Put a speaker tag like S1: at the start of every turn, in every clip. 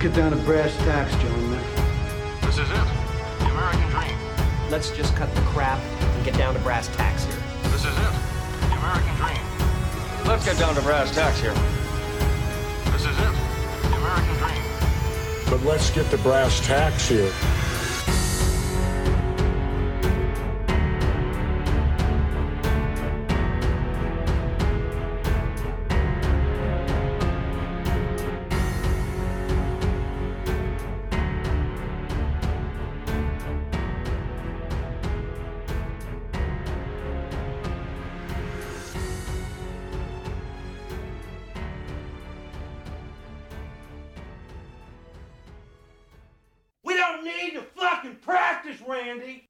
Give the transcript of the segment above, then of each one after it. S1: get down to brass tacks, gentlemen.
S2: This is it. The American dream.
S3: Let's just cut the crap and get down to brass tacks here.
S2: This is it. The American dream.
S4: Let's get down to brass tacks here.
S2: This is it. The American dream.
S5: But let's get the brass tacks here.
S6: We don't need to fucking practice, Randy.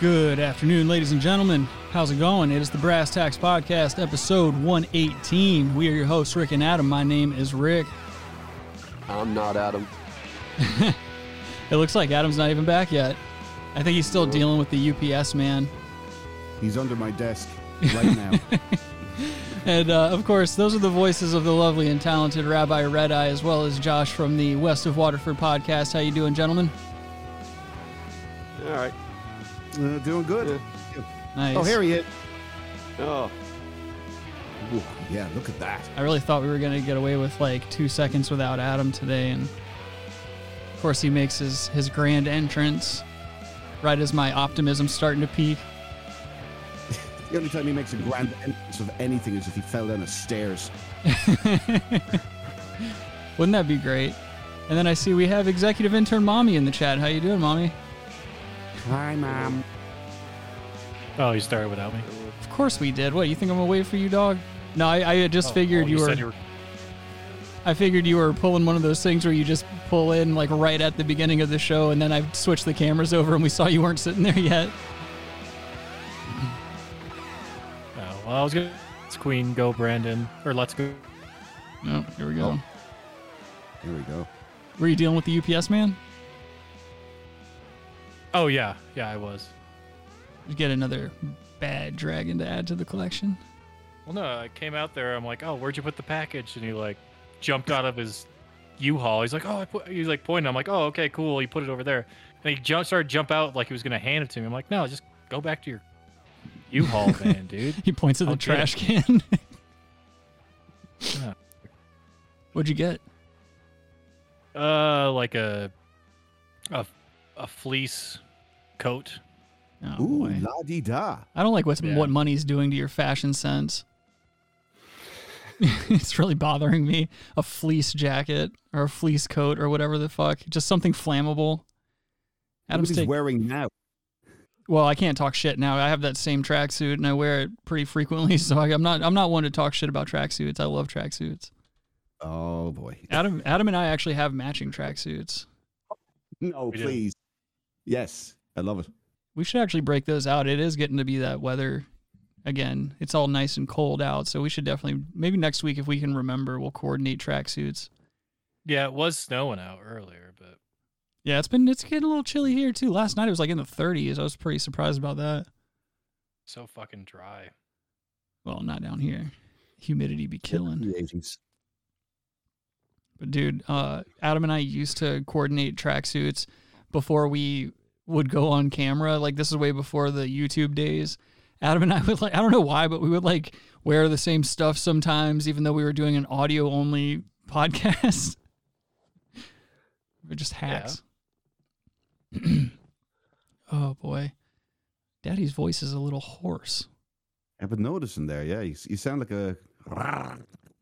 S7: Good afternoon, ladies and gentlemen. How's it going? It is the Brass Tax Podcast, episode 118. We are your hosts, Rick and Adam. My name is Rick.
S8: I'm not Adam.
S7: It looks like Adam's not even back yet. I think he's still dealing with the UPS man.
S9: He's under my desk right now.
S7: And uh, of course, those are the voices of the lovely and talented Rabbi Red Eye, as well as Josh from the West of Waterford podcast. How you doing, gentlemen?
S8: All right.
S9: Uh, doing good.
S7: Nice.
S9: Oh, here he is.
S8: Oh,
S9: Ooh, yeah, look at that.
S7: I really thought we were going to get away with like two seconds without Adam today, and of course he makes his his grand entrance right as my optimism's starting to peak.
S9: The only time he makes a grand entrance of anything is if he fell down the stairs.
S7: Wouldn't that be great? And then I see we have executive intern mommy in the chat. How you doing, mommy?
S9: Hi, mom.
S10: Oh, you started without me. Oh,
S7: Of course we did. What you think I'm gonna wait for you, dog? No, I, I had just figured
S10: oh,
S7: you, were,
S10: said
S7: I figured you were pulling one of those things where you just pull in like right at the beginning of the show, and then I switched the cameras over and we saw you weren't sitting there yet.
S10: oh, well, I was going to Queen go Brandon or let's go.
S7: No, here we go.
S9: Here we go.
S7: Were you dealing with the UPS man?
S10: Oh yeah, yeah, I was.
S7: You get another bad dragon to add to the collection.
S10: Well, no, I came out there. I'm like, oh, where'd you put the package? And he like jumped out of his U-Haul. He's like, oh, I put. He's like pointing. I'm like, oh, okay, cool. You put it over there. And he jumped, started to jump out like he was gonna hand it to me. I'm like, no, just go back to your U-Haul van, dude.
S7: He points at the
S10: I'll get it.
S7: trash can.
S10: Yeah.
S7: What'd you get?
S10: Uh, like a a a fleece coat.
S7: Oh,
S9: Ooh,
S7: boy.
S9: la di da.
S7: I don't like what's
S10: Yeah.
S7: what money's doing to your fashion sense. it's really bothering me. A fleece jacket or a fleece coat or whatever the fuck, just something flammable. Adam's
S9: What he's
S7: take,
S9: wearing now.
S7: well, I can't talk shit now. I have that same tracksuit and I wear it pretty frequently, so I, I'm not I'm not one to talk shit about tracksuits. I love tracksuits.
S9: Oh boy.
S7: Adam Adam and I actually have matching tracksuits.
S9: No,
S10: We do.
S9: please. Yes, I love it.
S7: We should actually break those out. It is getting to be that weather again. It's all nice and cold out, so we should definitely maybe next week if we can remember, we'll coordinate tracksuits.
S10: Yeah, it was snowing out earlier, but
S7: Yeah, it's been it's getting a little chilly here too. Last night it was like in the 30s. I was pretty surprised about that.
S10: so fucking dry.
S7: Well, not down here. Humidity be killing.
S9: The 80s.
S7: But dude, uh, Adam and I used to coordinate tracksuits before we would go on camera. Like this is way before the YouTube days. Adam and I would like I don't know why, but we would like wear the same stuff sometimes, even though we were doing an audio only podcast. we're just hacks. oh boy, Daddy's voice is a little hoarse.
S9: I've been noticing there. Yeah, you, you sound like a.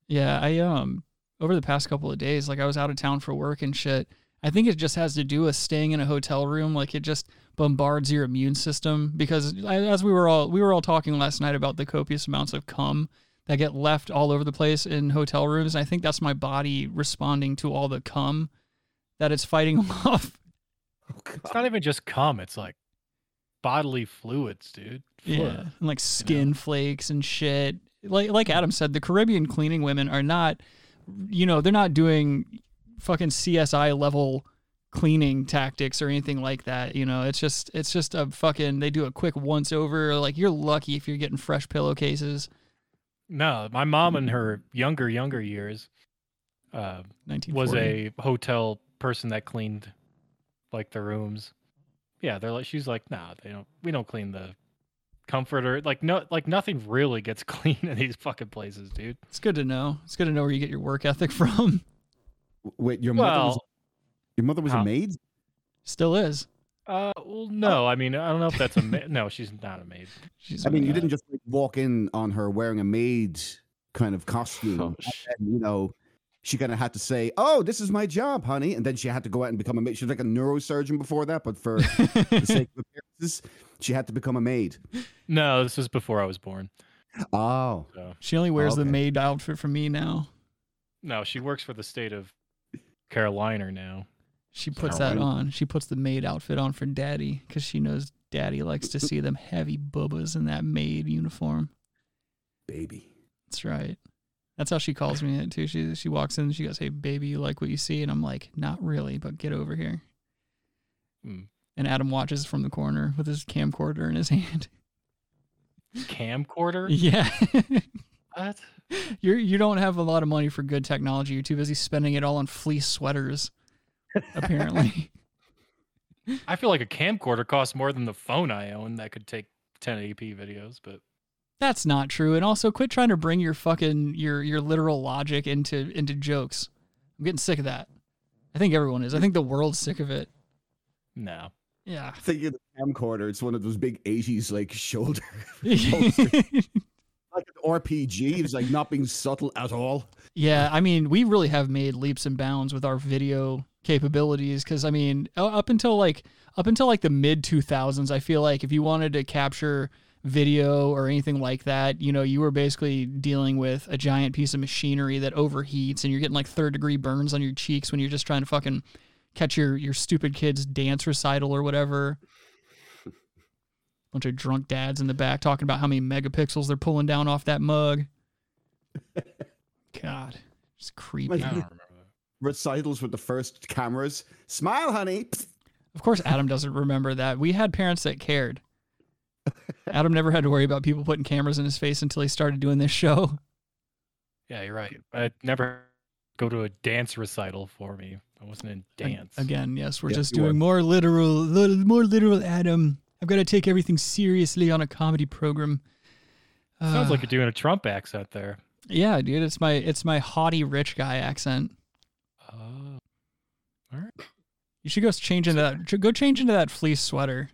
S7: Yeah, I um over the past couple of days, like I was out of town for work and shit. I think it just has to do with staying in a hotel room. Like it just bombards your immune system because I- as we were all we were all talking last night about the copious amounts of cum that get left all over the place in hotel rooms. And I think that's my body responding to all the cum that it's fighting off.
S10: It's not even just cum. It's like bodily fluids, dude.
S7: Yeah, and like skin flakes and shit. Like like Adam said, the Caribbean cleaning women are not, you know, they're not doing fucking CSI level cleaning tactics or anything like that. You know, it's just it's just a fucking they do a quick once over. Like you're lucky if you're getting fresh pillowcases.
S10: No, my mom in her younger younger years uh, was
S7: 1940.
S10: a hotel person that cleaned like the rooms. Yeah, they're like she's like, nah, they don't. We don't clean the comforter. Like no, like nothing really gets clean in these fucking places, dude.
S7: It's good to know. It's good to know where you get your work ethic from.
S9: Wait, your mother was
S10: Well,
S9: your mother was
S10: huh?
S9: a maid?
S7: Still is.
S10: uh, well, no, I mean, I don't know if that's a ma- no. She's not a maid.
S7: She's
S9: I mean, you
S7: uh,
S9: didn't just like, walk in on her wearing a maid kind of costume.
S8: Oh,
S9: And
S8: sh-
S9: then, you know, she kind of had to say, "Oh, this is my job, honey," and then she had to go out and become a maid. She was like a neurosurgeon before that, but for the sake of appearances, she had to become a maid.
S10: No, this was before I was born.
S9: Oh,
S10: So
S7: She only wears the
S9: Okay.
S7: maid outfit from me now.
S10: no, she works for the state of Carolina now.
S7: She puts that
S9: Alright.
S7: on. She puts the maid outfit on for daddy because she knows daddy likes to see them heavy bubbas in that maid uniform.
S9: baby.
S7: That's right. That's how she calls me it too. She she walks in and she goes, "Hey baby, you like what you see?" And I'm like, "Not really, but get over here."
S10: Hmm.
S7: And Adam watches from the corner with his camcorder in his hand.
S10: Camcorder?
S7: yeah,
S10: What?
S7: you you don't have a lot of money for good technology. You're too busy spending it all on fleece sweaters, apparently.
S10: I feel like a camcorder costs more than the phone I own that could take 1080p videos, but
S7: That's not true. And also, quit trying to bring your fucking your your literal logic into into jokes. I'm getting sick of that. I think everyone is. I think the world's sick of it.
S10: no.
S7: Yeah.
S9: Think of the camcorder. It's one of those big '80s like shoulder, like an RPG. It's like not being subtle at all.
S7: Yeah, I mean, we really have made leaps and bounds with our video capabilities because I mean, u- up until like up until like the mid 2000s, I feel like if you wanted to capture video or anything like that, you know, you were basically dealing with a giant piece of machinery that overheats and you're getting like third degree burns on your cheeks when you're just trying to fucking catch your your stupid kids dance recital or whatever. Bunch of drunk dads in the back talking about how many megapixels they're pulling down off that mug. God, it's creepy.
S9: Like- Recitals with the first cameras. Smile, honey.
S7: Of course, Adam doesn't remember that. We had parents that cared. Adam never had to worry about people putting cameras in his face until he started doing this show.
S10: Yeah, you're right. I never go to a dance recital for me. I wasn't in dance.
S7: Again, yes, we're
S9: Yes,
S7: just
S9: you were.
S7: doing more literal, li- more literal Adam. I've got to take everything seriously on a comedy program.
S10: Sounds
S7: Uh,
S10: like you're doing a Trump accent there.
S7: yeah, dude. It's my it's my haughty rich guy accent.
S10: Oh.
S7: You should go s- change into that. Go change into that fleece sweater.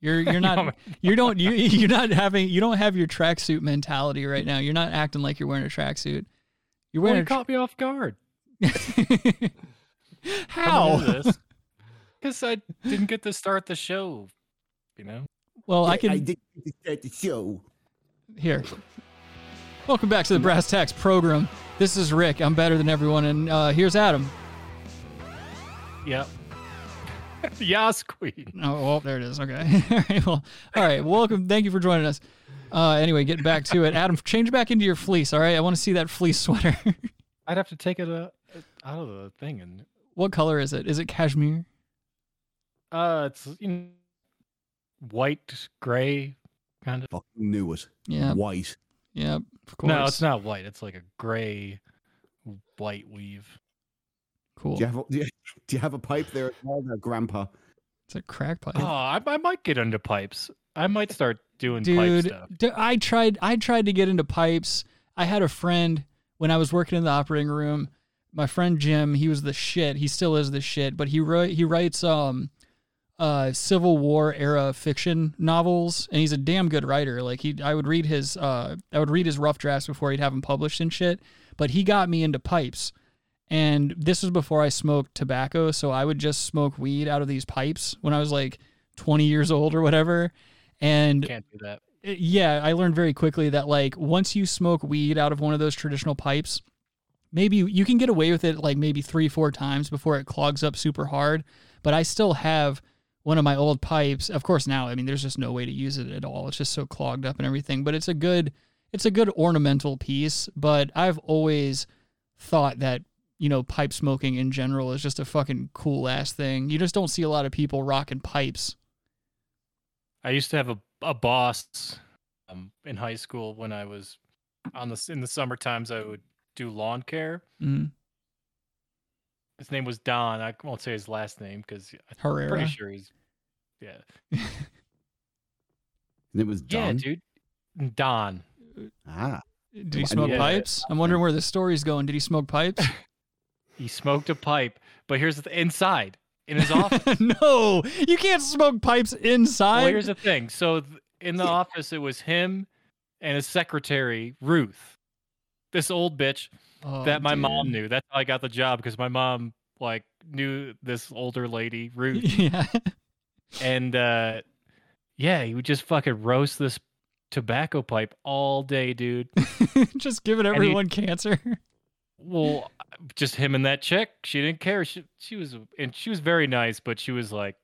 S7: You're you're not you don't you you're not having you don't have your tracksuit mentality right now. You're not acting like you're wearing a tracksuit. You're
S10: Well,
S7: wearing
S10: you
S7: a tra-
S10: caught me off guard.
S7: how?
S10: Because I didn't get to start the show, you know?
S7: Well, I can
S9: I did the show.
S7: here. Welcome back to the Brass Tacks program. This is Rick. I'm better than everyone, and uh, here's Adam.
S10: Yep. Yas Queen.
S7: Oh, well, there it is. Okay. all right. Well, all right. Welcome. Thank you for joining us. Uh, anyway, getting back to it, Adam, change back into your fleece. All right. I want to see that fleece sweater.
S10: I'd have to take it uh, out of the thing and
S7: what color is it? Is it cashmere?
S10: Uh, it's you know, white, gray, kind of.
S9: Fucking knew it.
S7: Yeah.
S9: White.
S7: Yeah. Of course.
S10: No, it's not white. It's like a gray, w- white weave.
S7: Cool.
S9: Do you have a, do you, do you have a pipe there, as well there, Grandpa?
S7: It's a crack pipe.
S10: Oh, I, I might get into pipes. I might start doing pipe
S7: dude,
S10: stuff.
S7: du- I tried I tried to get into pipes. I had a friend when I was working in the operating room. My friend Jim, he was the shit. He still is the shit, but he wrote he writes um uh Civil War era fiction novels and he's a damn good writer. Like he I would read his uh I would read his rough drafts before he'd have them published and shit, but he got me into pipes. And this was before I smoked tobacco, so I would just smoke weed out of these pipes when I was like 20 years old or whatever. And
S10: Can't do that.
S7: it- Uh, yeah, I learned very quickly that like once you smoke weed out of one of those traditional pipes, maybe you- you can get away with it like maybe three, four times before it clogs up super hard. But I still have one of my old pipes. Of course, now I mean, there's just no way to use it at all. It's just so clogged up and everything. But it's a good, it's a good ornamental piece. But I've always thought that you know, pipe smoking in general is just a fucking cool ass thing. You just don't see a lot of people rocking pipes.
S10: I used to have a, a boss um, in high school when I was on the s- in the summer times. I would do lawn care.
S7: Mm.
S10: His name was Don. I won't say his last name because I'm
S7: Herrera.
S10: pretty sure he's yeah
S11: And it was done.
S10: yeah dude Don.
S11: Ah,
S7: Did he
S11: Well,
S7: smoke
S10: yeah.
S7: pipes? I'm wondering where this story's going. Did he smoke pipes?
S10: He smoked a pipe, but here's the th- inside in his office.
S7: no, you can't smoke pipes
S10: well,
S7: inside.
S10: here's the thing. So th- in the office, it was him and his secretary Ruth, this old bitch.
S7: Oh,
S10: that my
S7: dude.
S10: mom knew. That's how I got the job because my mom like knew this older lady, Ruth,
S7: Yeah.
S10: and uh, yeah, he would just fucking roast this tobacco pipe all day, dude.
S7: just giving
S10: And he-
S7: everyone cancer.
S10: well, just him and that chick. She didn't care. She she was and she was very nice, but she was like,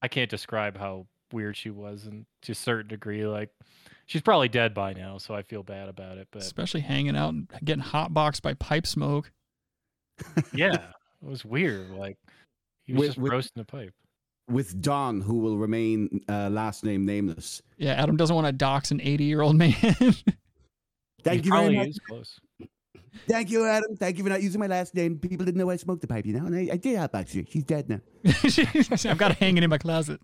S10: I can't describe how weird she was, and to a certain degree, like. She's probably dead by now, so I feel bad about it. But
S7: Especially hanging out and getting hot boxed by pipe smoke.
S10: yeah, it was weird. Like he was
S11: With-
S10: just
S11: with-
S10: roasting the pipe.
S11: with Don, who will remain uh, last name nameless.
S7: Yeah, Adam doesn't want to dox an 80 year old man.
S11: Thank
S10: he
S11: you very
S10: probably
S11: much.
S10: is close.
S11: Thank you, Adam. Thank you for not using my last name. People didn't know I smoked the pipe, you know. And I, I did have actually. She's dead now.
S7: I've got it hanging in my closet.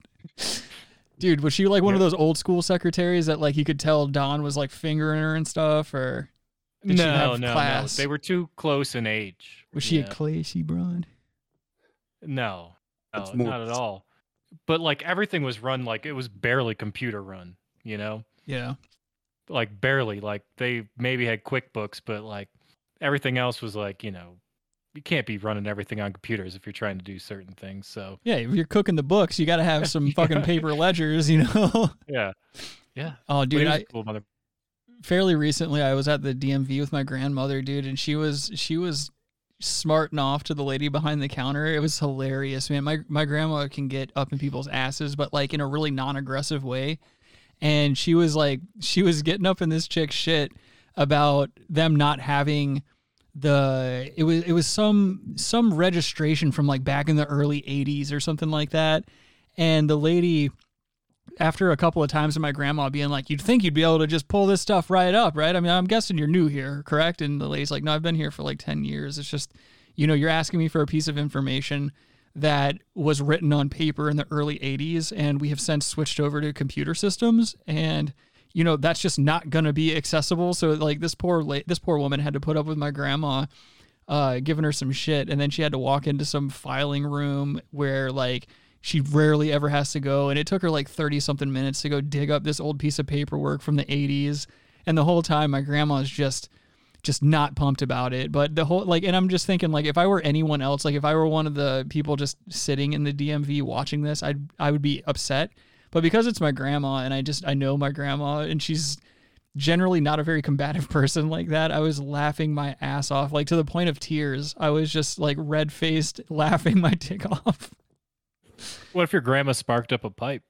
S7: Dude, was she like one of those old school secretaries that like you could tell Don was like fingering her and stuff, or Did she have class?
S10: They were too close in age.
S7: was she
S10: Yeah.
S7: a classy broad?
S10: No, no
S11: It's more-
S10: not at all. But like everything was run like it was barely computer run, you know,
S7: Yeah,
S10: like barely. Like they maybe had QuickBooks, but like everything else was like you know, you can't be running everything on computers if you're trying to do certain things. So
S7: yeah. If you're cooking the books, you got to have some fucking paper ledgers, you know.
S10: yeah, yeah.
S7: oh,
S10: But he
S7: dude,
S10: was
S7: I,
S10: a cool mother-
S7: fairly recently I was at the DMV with my grandmother, dude, and she was she was smarting off to the lady behind the counter. It was hilarious, man. My my grandma can get up in people's asses, but like in a really non-aggressive way. And she was like she was getting up in this chick's shit about them not having the it was it was some some registration from like back in the early 80s or something like that. And the lady after a couple of times of my grandma being like, "You'd think you'd be able to just pull this stuff right up, right?" I mean, I'm guessing you're new here, correct? And the lady's like, "No, I've been here for like ten years. It's just, you know, you're asking me for a piece of information that was written on paper in the early '80s, and we have since switched over to computer systems, and you know that's just not gonna be accessible." So like this poor la- this poor woman had to put up with my grandma uh, giving her some shit, and then she had to walk into some filing room where like she rarely ever has to go, and it took her like thirty something minutes to go dig up this old piece of paperwork from the '80s, and the whole time my grandma's just just not pumped about it but the whole like and i'm just thinking like if i were anyone else like if i were one of the people just sitting in the dmv watching this i'd i would be upset but because it's my grandma and i just i know my grandma and she's generally not a very combative person like that. I was laughing my ass off, like to the point of tears. I was just like red faced, laughing my dick off.
S10: What if your grandma sparked up a pipe?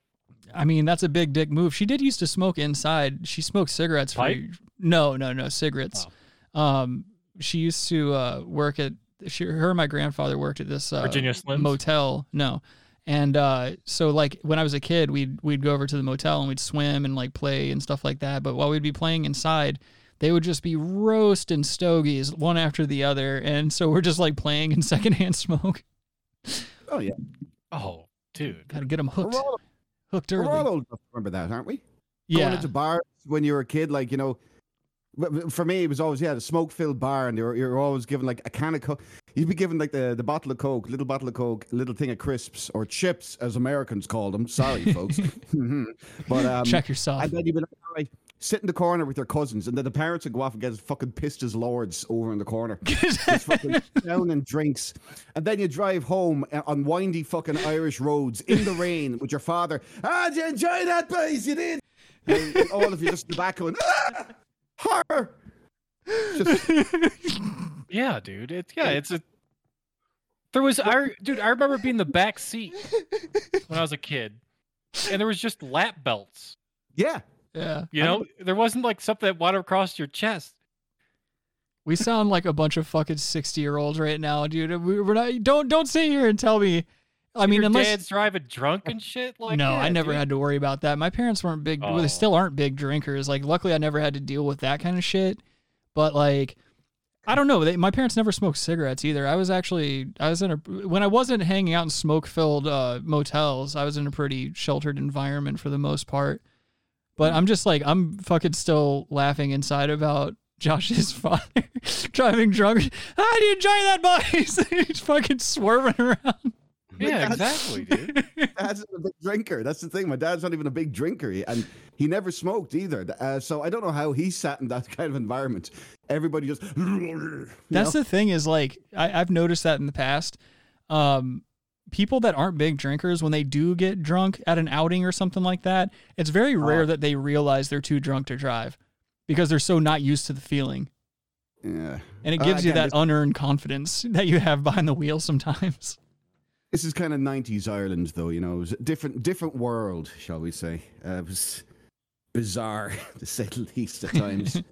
S7: I mean, that's a big dick move. She did used to smoke inside. She smoked cigarettes. For,
S10: Pipe? Oh.
S7: no, no, no, cigarettes. Um, she used to uh, work at she, her and my grandfather worked at this uh,
S10: Virginia Slims?
S7: motel. No, and uh, so like when I was a kid, we'd we'd go over to the motel and we'd swim and like play and stuff like that. But while we'd be playing inside, they would just be roasting stogies one after the other, and so we're just like playing in secondhand smoke.
S11: Oh yeah,
S10: Oh, dude.
S7: Gotta get them hooked,
S11: we're all,
S7: hooked
S11: we're
S7: early.
S11: all old enough to remember that, aren't we? Going
S7: yeah,
S11: into bars when you were a kid, like you know. but- but For me, it was always yeah the smoke filled bar, and you're you're always given like a can of coke. You'd be given like the, the bottle of coke, little bottle of coke, little thing of crisps or chips, as Americans call them. Sorry, folks. Mhm. but um,
S7: check yourself.
S11: I bet you'd be like, all right, sit in the corner with your cousins, and then the parents would go off and get as fucking pissed as lords over in the corner. Just fucking down and drinks. And then you drive home uh, on windy fucking Irish roads in the rain with your father. Ah, did you enjoy that, boys? You did. And, and all of you just in the back going, ah, horror.
S10: Yeah, dude. It's yeah, it's a. There was I dude. I remember being in the back seat when I was a kid, and there was just lap belts.
S11: Yeah.
S7: yeah.
S10: You know, there wasn't like something that water across your chest.
S7: We sound like a bunch of fucking sixty year olds right now, dude. We- We're not. Don't don't sit here and tell me. I mean,
S10: Your
S7: unless
S10: dad's driving drunk and shit. Like
S7: no, I
S10: that,
S7: never
S10: dude.
S7: had to worry about that. My parents weren't big, well,
S10: Oh.
S7: they still aren't big drinkers. Like, luckily, I never had to deal with that kind of shit. But like, I don't know. They, my parents never smoked cigarettes either. I was actually, I was in a when I wasn't hanging out in smoke-filled uh, motels. I was in a pretty sheltered environment for the most part. But I'm just like, I'm fucking still laughing inside about. Josh's father driving drunk. How do you enjoy that, boys? He's fucking swerving around.
S10: Yeah, exactly, dude.
S11: dad's not a big drinker. That's the thing. My dad's not even a big drinker, He- and he never smoked either. Uh, so I don't know how he sat in that kind of environment. Everybody just.
S7: That's the thing is like I, I've noticed that in the past. Um, people that aren't big drinkers, when they do get drunk at an outing or something like that, it's very
S11: Uh-huh.
S7: rare that they realize they're too drunk to drive because they're so not used to the feeling.
S11: the. Yeah.
S7: And it
S11: Uh,
S7: gives you
S11: again,
S7: that unearned confidence that you have behind the wheel sometimes.
S11: This is kind of '90s Ireland, though. You know, it was a different, different world, shall we say? Uh, it was bizarre, to say the least, at times.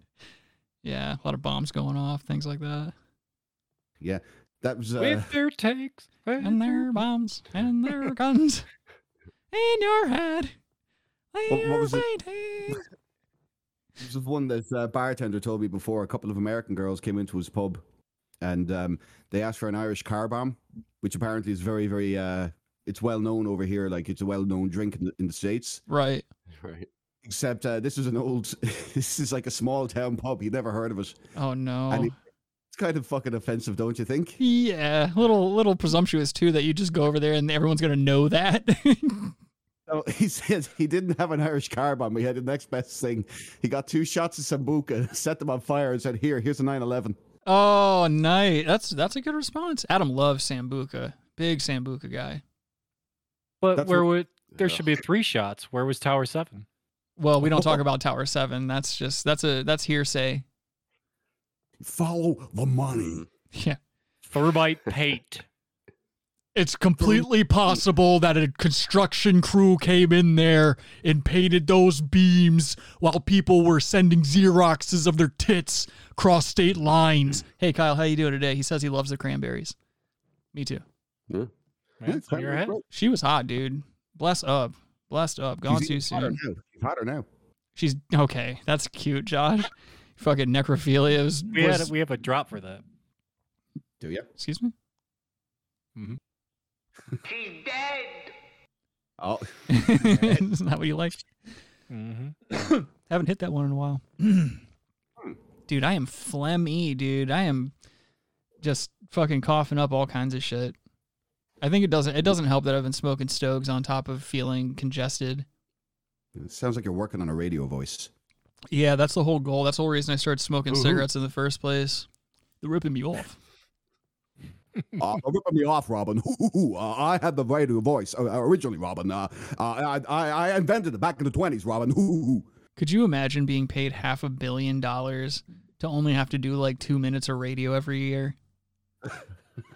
S7: Yeah, a lot of bombs going off, things like that.
S11: yeah, that was. Uh,
S10: With their takes.
S7: And there are bombs, and there are guns in your head. They
S11: What- what
S7: are
S11: was it?
S7: waiting.
S11: This is one that uh, bartender told me before. A couple of American girls came into his pub, and um, they asked for an Irish car bomb, which apparently is very, very. Uh, it's well known over here. Like it's a well known drink in the, in the states.
S7: Right.
S12: Right.
S11: Except uh, this is an old. this is like a small town pub. You never heard of it.
S7: Oh no.
S11: And he- It's kind of fucking offensive, don't you think?
S7: Yeah, uh, little little presumptuous too that you just go over there and everyone's gonna know that.
S11: So he said he didn't have an Irish car bomb. He had the next best thing. He got two shots of sambuca, set them on fire, and said, "Here, here's a 911."
S7: oh, nice. That's that's a good response. Adam loves sambuca. Big sambuca guy.
S10: But
S11: That's
S10: where
S11: what-
S10: would there should be three shots? Where was Tower Seven?
S7: Well, we don't talk about Tower Seven. That's just that's a that's hearsay.
S11: Follow the money.
S7: Yeah,
S10: Thermite Pate.
S7: it's completely possible that a construction crew came in there and painted those beams while people were sending Xeroxes of their tits across state lines. Hey, Kyle, how you doing today? He says he loves the cranberries. Me too.
S10: Man, it's in your head.
S7: She was hot, dude. Bless up. Blessed up. Gone
S11: She's
S7: too
S11: hotter
S7: soon.
S11: now. She's hotter now.
S7: She's okay. That's cute, Josh. Fucking necrophilia was,
S10: We had
S7: was-
S10: we have a drop for that.
S11: Do you?
S7: excuse me.
S13: She's dead.
S11: Oh,
S7: Is that what you like?
S10: Mm-hmm.
S7: Haven't hit that one in a while. dude, I am phlegmy, dude. I am just fucking coughing up all kinds of shit. I think it doesn't it doesn't help that I've been smoking stoves on top of feeling congested.
S11: it sounds like you're working on a radio voice.
S7: Yeah, that's the whole goal. That's the whole reason I started smoking cigarettes in the first place. They're ripping me off.
S11: uh, don't rip me off, Robin. Hoo, hoo, hoo. Uh, I had the radio voice uh, originally, Robin. Uh, uh, I, I, I invented it back in the 20s, Robin. Hoo, hoo, hoo.
S7: Could you imagine being paid half a billion dollars to only have to do like two minutes of radio every year?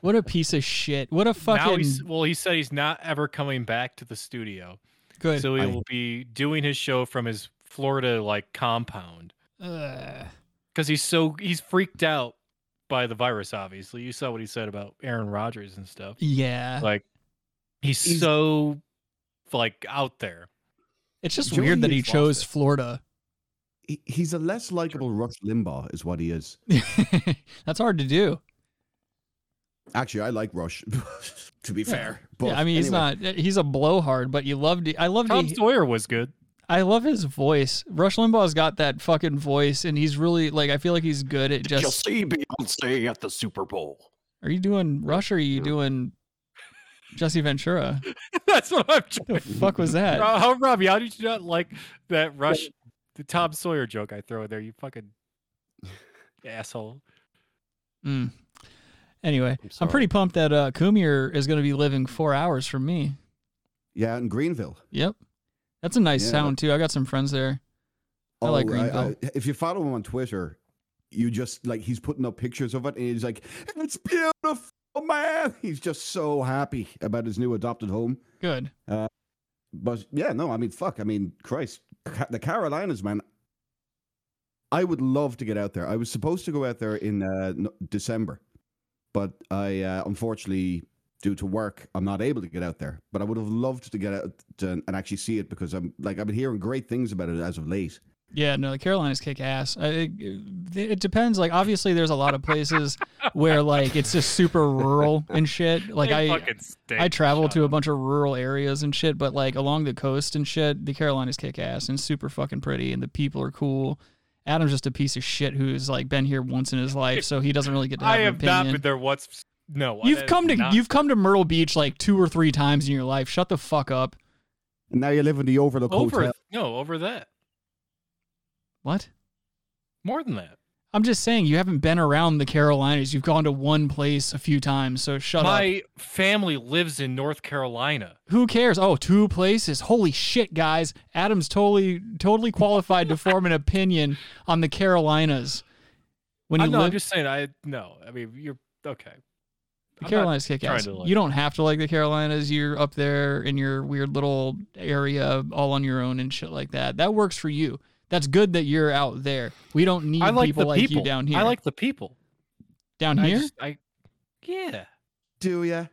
S7: What a piece of shit. What a
S10: Now
S7: fucking
S10: he's well. He said he's not ever coming back to the studio,
S7: good.
S10: so he
S11: I-
S10: will be doing his show from his Florida like compound
S7: Ugh.
S10: because he's so he's freaked out by the virus. Obviously, you saw what he said about Aaron Rodgers and stuff.
S7: yeah.
S10: Like he's,
S11: He's-
S10: so like out there.
S7: It's just
S11: Joey
S7: weird that
S11: is
S7: he
S11: lost
S7: chose
S11: it.
S7: Florida.
S11: He, he's a less likable Rush Limbaugh, is what he is.
S7: That's hard to do.
S11: Actually, I like Rush, to be fair. But
S7: yeah, I mean, he's
S11: anyway,
S7: not, he's a blowhard, but you loved it. I loved
S10: Tom
S7: it.
S10: Sawyer was good.
S7: I love his voice. Rush Limbaugh's got that fucking voice, and he's really like, I feel like he's good at
S12: You'll
S7: just.
S12: see Beyonce at the Super Bowl.
S7: Are you doing Rush or are you doing Jesse Ventura?
S10: That's what I'm.
S7: The
S10: Trying.
S7: fuck was that?
S10: How, how Robbie? How did you not like that Rush, the Tom Sawyer joke I throw in there? You fucking asshole.
S7: Mm. Anyway, I'm,
S12: sorry.
S7: pretty pumped that uh, Kumir is going to be living four hours from me.
S11: Yeah, in Greenville.
S7: Yep, that's a nice
S11: Yeah.
S7: sound too. I got some friends there. I
S12: Oh,
S7: like
S9: Oh,
S7: Greenville.
S11: if you follow him on Twitter, you just like he's putting up pictures of it, and he's like, "It's beautiful, man." He's just so happy about his new adopted home.
S7: Good.
S11: But yeah, no, I mean, fuck, I mean, Christ, Ca- the Carolinas, man.
S9: I would love to get out there. I was supposed to go out there in uh, no- December, but I uh, unfortunately, due to work, I'm not able to get out there. But I would have loved to get out to, and actually see it because I'm like I've been hearing great things about it as of late.
S7: Yeah, no, the Carolinas kick ass. I- It, it depends. Like, obviously, there's a lot of places where like it's just super rural and shit. Like,
S10: They
S7: I
S10: fucking stink.
S7: I travel
S10: Shut
S7: to a
S10: up.
S7: bunch of rural areas and shit, but like along the coast and shit, the Carolinas kick ass and super fucking pretty, and the people are cool. Adam's just a piece of shit who's like been here once in his life, so he doesn't really get to have
S10: I
S7: an
S10: have
S7: opinion.
S10: not been there once. No, that
S7: You've
S10: is
S7: come to
S10: not-
S7: you've come to Myrtle Beach like two or three times in your life. Shut the fuck up.
S9: And now you live in the Overlook
S10: over
S9: Hotel.
S10: no over that
S7: What?
S10: more than that.
S7: I'm just saying you haven't been around the Carolinas. You've gone to one place a few times, so shut up.
S10: My family lives in North Carolina.
S7: Who cares? Oh, two places. Holy shit, guys. Adam's totally totally qualified to form an opinion on the Carolinas. When
S10: I,
S7: you
S10: no, I'm
S7: live
S10: just saying. I no. I mean, you're okay.
S7: the
S10: not
S7: Carolinas kick ass.
S10: trying to, like-
S7: you don't have to like the Carolinas. You're up there in your weird little area all on your own and shit like that. That works for you. That's good that you're out there. We don't need
S10: I like
S7: people
S10: the
S7: like
S10: people
S7: you down here.
S10: I like the people
S7: down
S10: I
S7: here.
S10: just- I yeah.
S9: Do ya?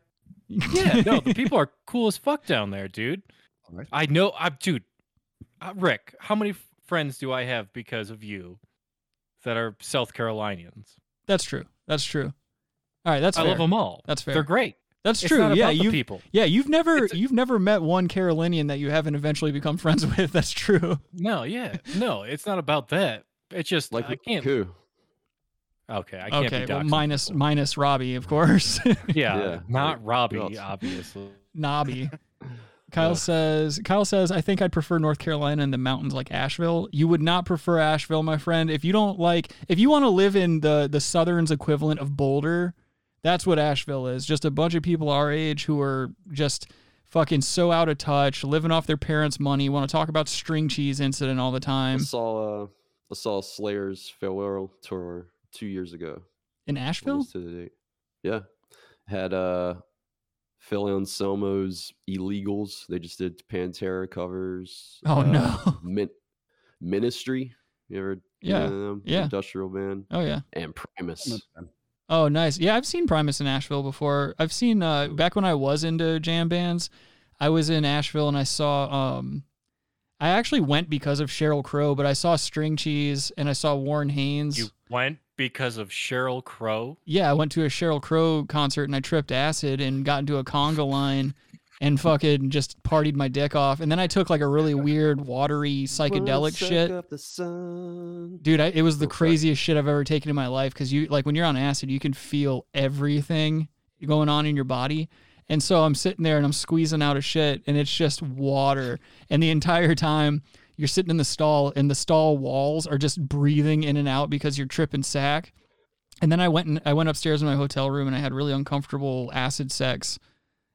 S10: Yeah, no, the people are cool as fuck down there, dude.
S9: All right.
S10: I know, I, dude. Uh, Rick, how many f- friends do I have because of you that are South Carolinians?
S7: That's true. That's true. All right, that's
S10: I
S7: fair.
S10: love them all.
S7: That's fair.
S10: They're great.
S7: That's
S10: It's
S7: true.
S10: not
S7: yeah,
S10: about the
S7: you
S10: people.
S7: yeah you've never
S10: It's a-
S7: you've never met one Carolinian that you haven't eventually become friends with. That's true.
S10: No, yeah, no, it's not about that. It's just
S8: Like
S10: I can't.
S8: who?
S10: Okay, I can't
S7: Okay,
S10: be
S7: well,
S10: doxing
S7: minus
S10: people.
S7: minus Robbie, of course.
S10: yeah,
S8: Yeah,
S10: not Robbie,
S8: else?
S10: obviously.
S7: Nobby. Kyle says Kyle says I think I'd prefer North Carolina and the mountains like Asheville. You would not prefer Asheville, my friend. If you don't like if you want to live in the the southern's equivalent of Boulder, that's what Asheville is. Just a bunch of people our age who are just fucking so out of touch, living off their parents' money, want to talk about string cheese incident all the
S8: I
S7: time.
S8: saw uh, I saw Slayer's farewell tour two years ago.
S7: In
S8: Almost
S7: Asheville?
S8: To the date. Yeah, had uh, Phil Anselmo's illegals. They just did Pantera covers.
S7: Oh
S8: uh,
S7: no.
S8: Min- Ministry. You ever? you
S7: Yeah,
S8: know them?
S7: yeah.
S8: Industrial band
S7: Oh yeah.
S8: and Primus.
S7: Oh, nice. Yeah, I've seen Primus in Asheville before. I've seen uh, back when I was into jam bands, I was in Asheville and I saw. Um, I actually went because of Cheryl Crow, but I saw String Cheese and I saw Warren Haynes.
S10: You went because of Cheryl Crow.
S7: Yeah, I went to a Cheryl Crow concert and I tripped acid and got into a conga line and fucking just partied my dick off. And then I took like a really weird, watery,
S8: Wanna
S7: psychedelic
S8: suck
S7: shit.
S8: up the sun.
S7: Dude, I, it was the
S8: Oh, sorry.
S7: craziest shit I've ever taken in my life because you like when you're on acid, you can feel everything going on in your body. And so I'm sitting there and I'm squeezing out a shit and it's just water. And the entire time you're sitting in the stall and the stall walls are just breathing in and out because you're tripping sack. And then I went and I went upstairs in my hotel room and I had really uncomfortable acid sex.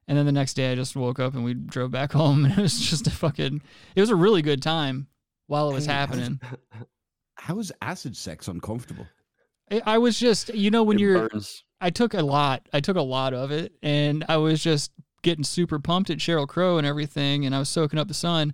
S7: And then the next day I just woke up and we drove back home and it was just a fucking it was a really good time while it was
S9: Hey, how's-
S7: happening.
S9: How is acid sex uncomfortable?
S7: I- I was just, you know, when
S8: It
S7: you're,
S8: burns.
S7: I took a lot, I took a lot of it, and I was just getting super pumped at Cheryl Crow and everything, and I was soaking up the sun,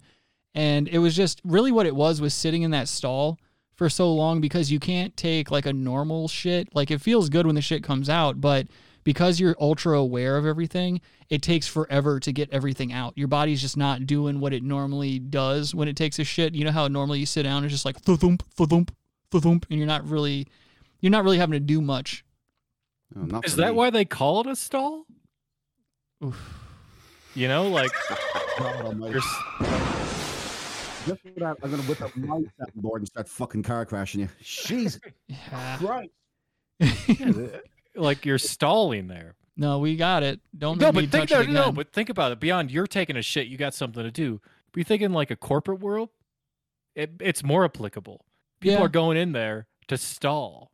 S7: and it was just really what it was was sitting in that stall for so long because you can't take like a normal shit. Like it feels good when the shit comes out, but because you're ultra aware of everything, it takes forever to get everything out. Your body's just not doing what it normally does when it takes a shit. You know how normally you sit down it's just like thump thump thump and you're not really you're not really having to do much.
S9: No, Oh, not
S10: Is
S9: for
S10: that
S9: me.
S10: why they call it a stall? You know, like
S9: Not on Oh, my-
S10: there's
S9: Just for that, I'm gonna whip up my soundboard board and start fucking car crashing you. Jesus
S7: Yeah.
S9: Christ!
S10: like you're stalling there.
S7: No, we got it. Don't
S10: No,
S7: make me
S10: but think
S7: touch it
S10: no,
S7: again.
S10: no, but think about it. Beyond you're taking a shit, you got something to do. But you think in like a corporate world, it, it's more applicable. People
S7: Yeah.
S10: are going in there to stall.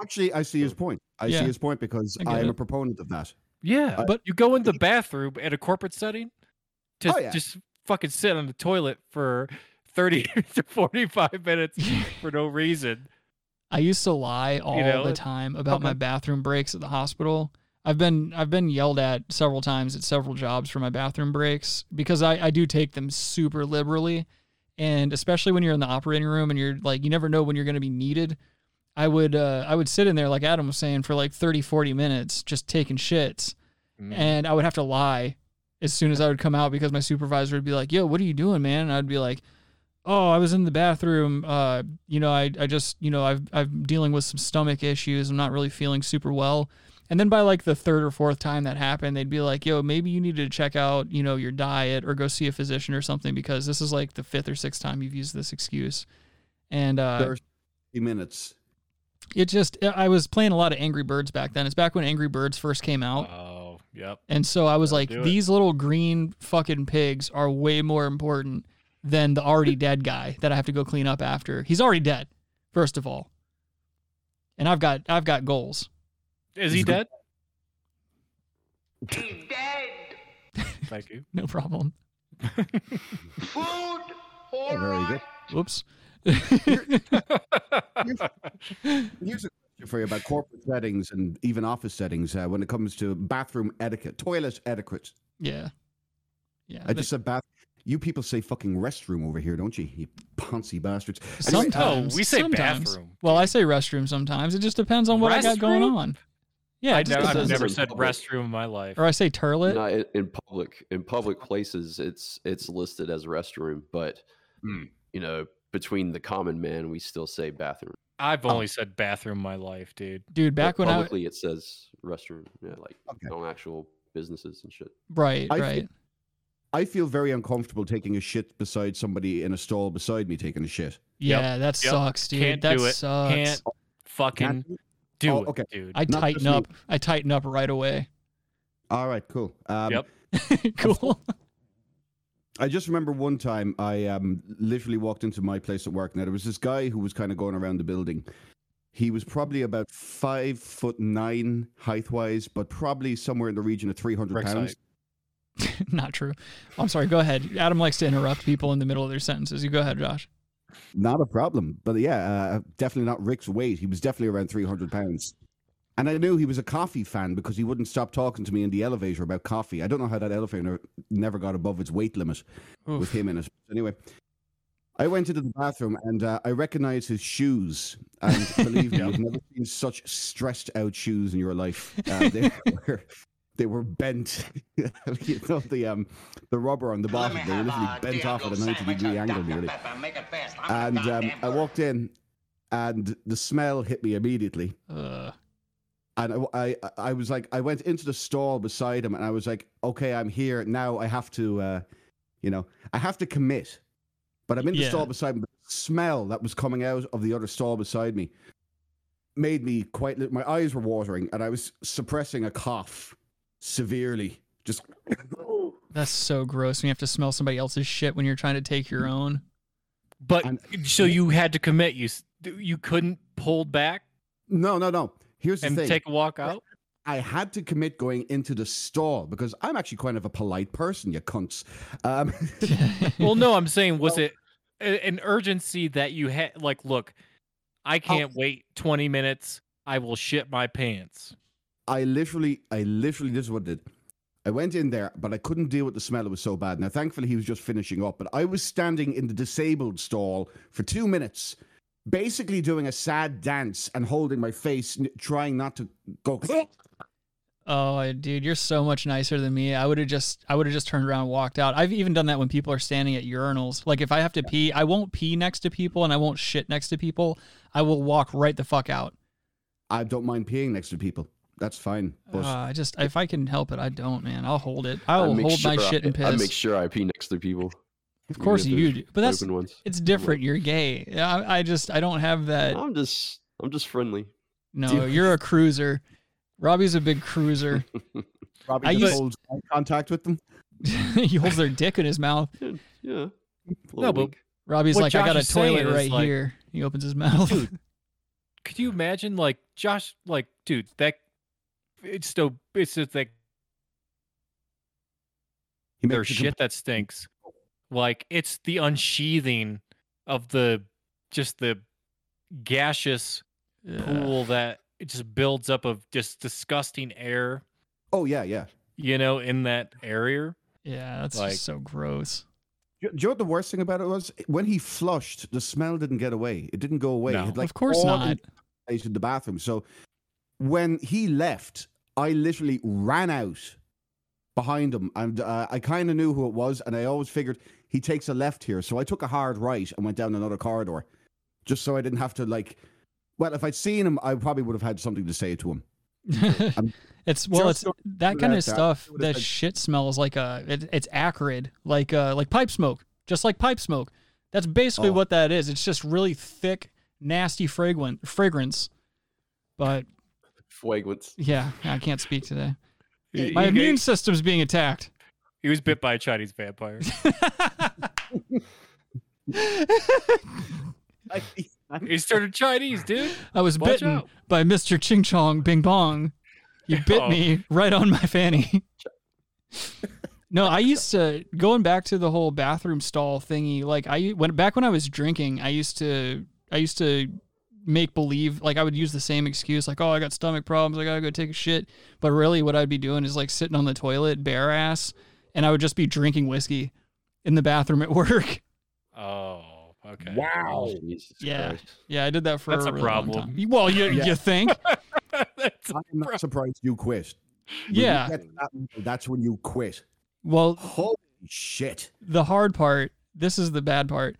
S9: Actually, I see his point. I
S7: Yeah.
S9: see his point because
S7: I get
S9: I am
S7: it.
S9: a proponent of that.
S10: Yeah,
S7: But-
S10: but you go in the bathroom at a corporate setting to
S9: Oh, yeah.
S10: just fucking sit on the toilet for thirty to forty-five minutes for no reason.
S7: I used to lie all
S10: know,
S7: the
S10: it-
S7: time about my
S10: okay.
S7: bathroom breaks at the hospital. I've been I've been yelled at several times at several jobs for my bathroom breaks because I, I do take them super liberally. and especially when you're in the operating room and you're like you never know when you're going to be needed i would uh, i would sit in there like adam was saying for like 30 40 minutes just taking shits
S10: Mm.
S7: and i would have to lie as soon as i would come out because my supervisor would be like yo what are you doing man and i'd be like oh i was in the bathroom uh, you know I, I just you know I've, i'm dealing with some stomach issues i'm not really feeling super well and then by like the third or fourth time that happened, they'd be like, yo, maybe you need to check out, you know, your diet or go see a physician or something because this is like the fifth or sixth time you've used this excuse. And uh,
S11: Thirty minutes.
S7: it just, I was playing a lot of Angry Birds back then. It's back when Angry Birds first came out.
S10: Oh, yep.
S7: And so I was like,
S10: do it.
S7: these little green fucking pigs are way more important than the already dead guy that I have to go clean up after. He's already dead, first of all. And I've got, I've got goals.
S10: Is he dead? He's dead. Thank you.
S7: No problem.
S11: Very good.
S7: Whoops.
S11: Here's a question for you about corporate settings and even office settings uh, when it comes to bathroom etiquette, toilet etiquette.
S7: Yeah. Yeah.
S11: I just said bath. You people say fucking restroom over here, don't you? You poncy bastards. Anyway,
S10: Some-
S7: Sometimes
S10: No, uh, we say
S7: sometimes.
S10: bathroom.
S7: Well, I say restroom sometimes. It just depends on what I got going
S10: Restroom?
S7: on. Yeah,
S10: I
S7: it just
S10: never, I've
S7: depends.
S8: says
S10: never
S8: it's
S10: said
S8: public.
S10: restroom in my life.
S7: or I say turlet.
S8: Not in, in public. In public places, it's it's listed as restroom, but
S7: Hmm.
S8: you know, between the common man, we still say bathroom.
S10: I've only said bathroom in my life, dude.
S7: Dude,
S8: But
S7: back when I
S8: publicly it says restroom, yeah, like
S11: Okay.
S8: on actual businesses and shit.
S7: right,
S11: I
S7: right.
S11: I feel very uncomfortable taking a shit beside somebody in a stall beside me taking a shit.
S10: Yep,
S7: Yeah, that
S10: yep.
S7: sucks, dude.
S10: Can't
S7: that
S10: do it.
S7: sucks.
S10: Can't fucking
S11: Can't-
S10: do
S11: Oh,
S10: it,
S11: okay.
S10: dude.
S7: I
S11: Not
S7: tighten
S11: just me.
S7: up. I tighten up right away.
S11: All right, cool. Um,
S10: Yep.
S7: cool.
S11: I just remember one time I um, literally walked into my place at work. Now there was this guy who was kind of going around the building. He was probably about five foot nine height wise, but probably somewhere in the region of three hundred
S10: Brexite.
S11: pounds.
S7: Not true. I'm sorry. Go ahead. Adam likes to interrupt people in the middle of their sentences. You go ahead, Josh.
S11: Not a problem, but yeah, uh, definitely not Rick's weight. He was definitely around three hundred pounds, and I knew he was a coffee fan because he wouldn't stop talking to me in the elevator about coffee. I don't know how that elevator never got above its weight limit. with him in it. Anyway, I went into the bathroom and uh, I recognized his shoes. And believe me, you've never seen such stressed out shoes in your life. Uh, they were they were bent. you know the um the rubber on the bottom. They were literally bent off at a ninety degree angle, nearly. And um, I walked in, and the smell hit me immediately
S7: Uh,
S11: and I, I I was like I went into the stall beside him and I was like okay I'm here now I have to uh you know I have to commit but I'm in the
S7: Yeah.
S11: stall beside him but the smell that was coming out of the other stall beside me made me quite lit. my eyes were watering and I was suppressing a cough severely just
S7: that's so gross. When you have to smell somebody else's shit when you're trying to take your own.
S10: But
S11: And-
S10: so you had to commit. You s- you couldn't pull back
S11: no no no here's the
S10: and
S11: thing
S10: take a walk out.
S11: I had to commit going into the stall because I'm actually kind of a polite person you cunts um
S10: well, no, I'm saying was it a- an urgency that you had? Like, look,
S11: Oh.
S10: I can't wait 20 minutes. I will shit my pants.
S11: I literally, I literally, this is what I did. I went in there, but I couldn't deal with the smell. It was so bad. Now, thankfully, he was just finishing up, but I was standing in the disabled stall for two minutes, basically doing a sad dance and holding my face, n- trying not to go.
S7: Oh, I- dude, you're so much nicer than me. I would have just, I would have just turned around and walked out. I've even done that when people are standing at urinals. Like if I have to pee, I won't pee next to people and I won't shit next to people. I will walk right the fuck out.
S11: I don't mind peeing next to people. That's fine.
S7: Uh,
S11: But
S7: I just, if I can help it, I don't, man. I'll hold it. I'll
S8: make
S7: hold my
S8: sure
S7: shit
S8: I,
S7: and piss.
S8: I make sure I pee next to people.
S7: of course
S8: even if
S7: you
S8: it's
S7: do, but that's
S8: open ones.
S7: it's different. You're gay. Yeah, I, I just, I don't have that.
S8: I'm just I'm just friendly.
S7: No, you're a cruiser. Robbie's a big cruiser.
S11: Robbie
S7: I
S11: just
S7: used-
S11: holds eye contact with them.
S7: he holds their dick in his mouth.
S8: Yeah.
S10: No, but
S7: Robbie's
S10: What
S7: like, I
S10: Josh
S7: got a
S10: is saying
S7: toilet
S10: is,
S7: right
S10: like-
S7: here. He opens his mouth.
S10: Dude. Could you imagine, like Josh, like dude, that it's so it's just like
S11: He
S10: their
S11: makes a
S10: shit that stinks. Like it's the unsheathing of the just the gaseous
S7: Yeah.
S10: pool that it just builds up of just disgusting air,
S11: Oh yeah, yeah.
S10: you know, in that area.
S7: Yeah, that's
S10: Like-
S7: just so gross.
S9: Do you know what the worst thing about it was? When he flushed, the smell didn't get away. It didn't go away.
S10: No.
S9: It had, like,
S7: of course
S9: all
S7: not.
S9: place in the bathroom. So when he left, I literally ran out behind him, and uh, I kind of knew who it was, and I always figured he takes a left here. So I took a hard right and went down another corridor, just so I didn't have to like. Well, if I'd seen him, I probably would have had something to say to him.
S7: it's well,
S9: just
S7: it's
S9: don't
S7: that
S9: do
S7: kind
S9: that,
S7: of
S9: Doc.
S7: stuff.
S9: It would've
S7: That
S9: been-
S7: shit smells like a. It, it's acrid, like uh, like pipe smoke, just like pipe smoke. That's basically
S9: Oh.
S7: what that is. It's just really thick, nasty fragrant fragrance. But
S8: Fuegwants.
S7: yeah, I can't speak today.
S10: He,
S7: My
S10: he
S7: immune
S10: gave-
S7: system's being attacked.
S10: he was bit by a Chinese vampire. he started Chinese, dude.
S7: I was
S10: Watch
S7: bitten
S10: out.
S7: by Mr. Ching Chong Bing Bong. You bit
S10: Oh.
S7: me right on my fanny. no, I used to going back to the whole bathroom stall thingy. Like I when back when I was drinking, I used to I used to make believe like I would use the same excuse like oh I got stomach problems I gotta go take a shit but really what I'd be doing is like sitting on the toilet bare ass and I would just be drinking whiskey in the bathroom at work
S10: Oh, okay.
S5: Wow.
S8: Jesus
S7: Yeah.
S8: Christ.
S7: yeah I did that for
S10: That's
S7: a,
S10: a
S7: really long time.
S10: problem.
S7: well you
S9: Yeah.
S7: you think
S10: That's-
S9: I'm not surprised you quit. When you
S7: yeah
S9: get to that- that's when you quit.
S7: well
S9: Holy shit.
S7: the hard part this is the bad part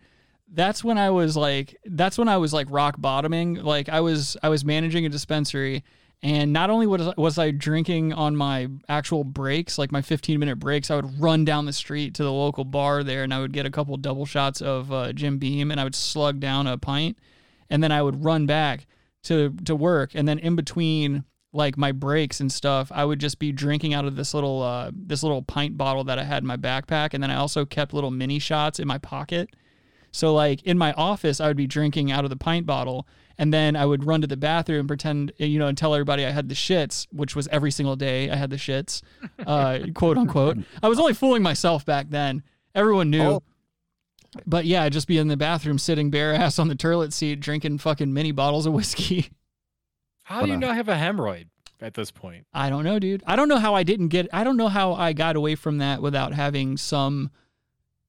S7: that's when i was like that's when i was like rock bottoming like i was i was managing a dispensary and not only was, was i drinking on my actual breaks like my 15 minute breaks i would run down the street to the local bar there and i would get a couple double shots of uh, jim beam and i would slug down a pint and then i would run back to to work and then in between like my breaks and stuff, I would just be drinking out of this little uh, this little pint bottle that I had in my backpack, and then I also kept little mini shots in my pocket. So like in my office, I would be drinking out of the pint bottle, and then I would run to the bathroom, pretend you know, and tell everybody I had the shits, which was every single day I had the shits, uh, quote unquote. I was only fooling myself back then. Everyone knew.
S9: Oh.
S7: But yeah, I'd just be in the bathroom sitting bare ass on the toilet seat drinking fucking mini bottles of whiskey.
S10: How do you
S9: Hold on.
S10: not have a hemorrhoid at this point?
S7: I don't know, dude. I don't know how I didn't get. I don't know how I got away from that without having some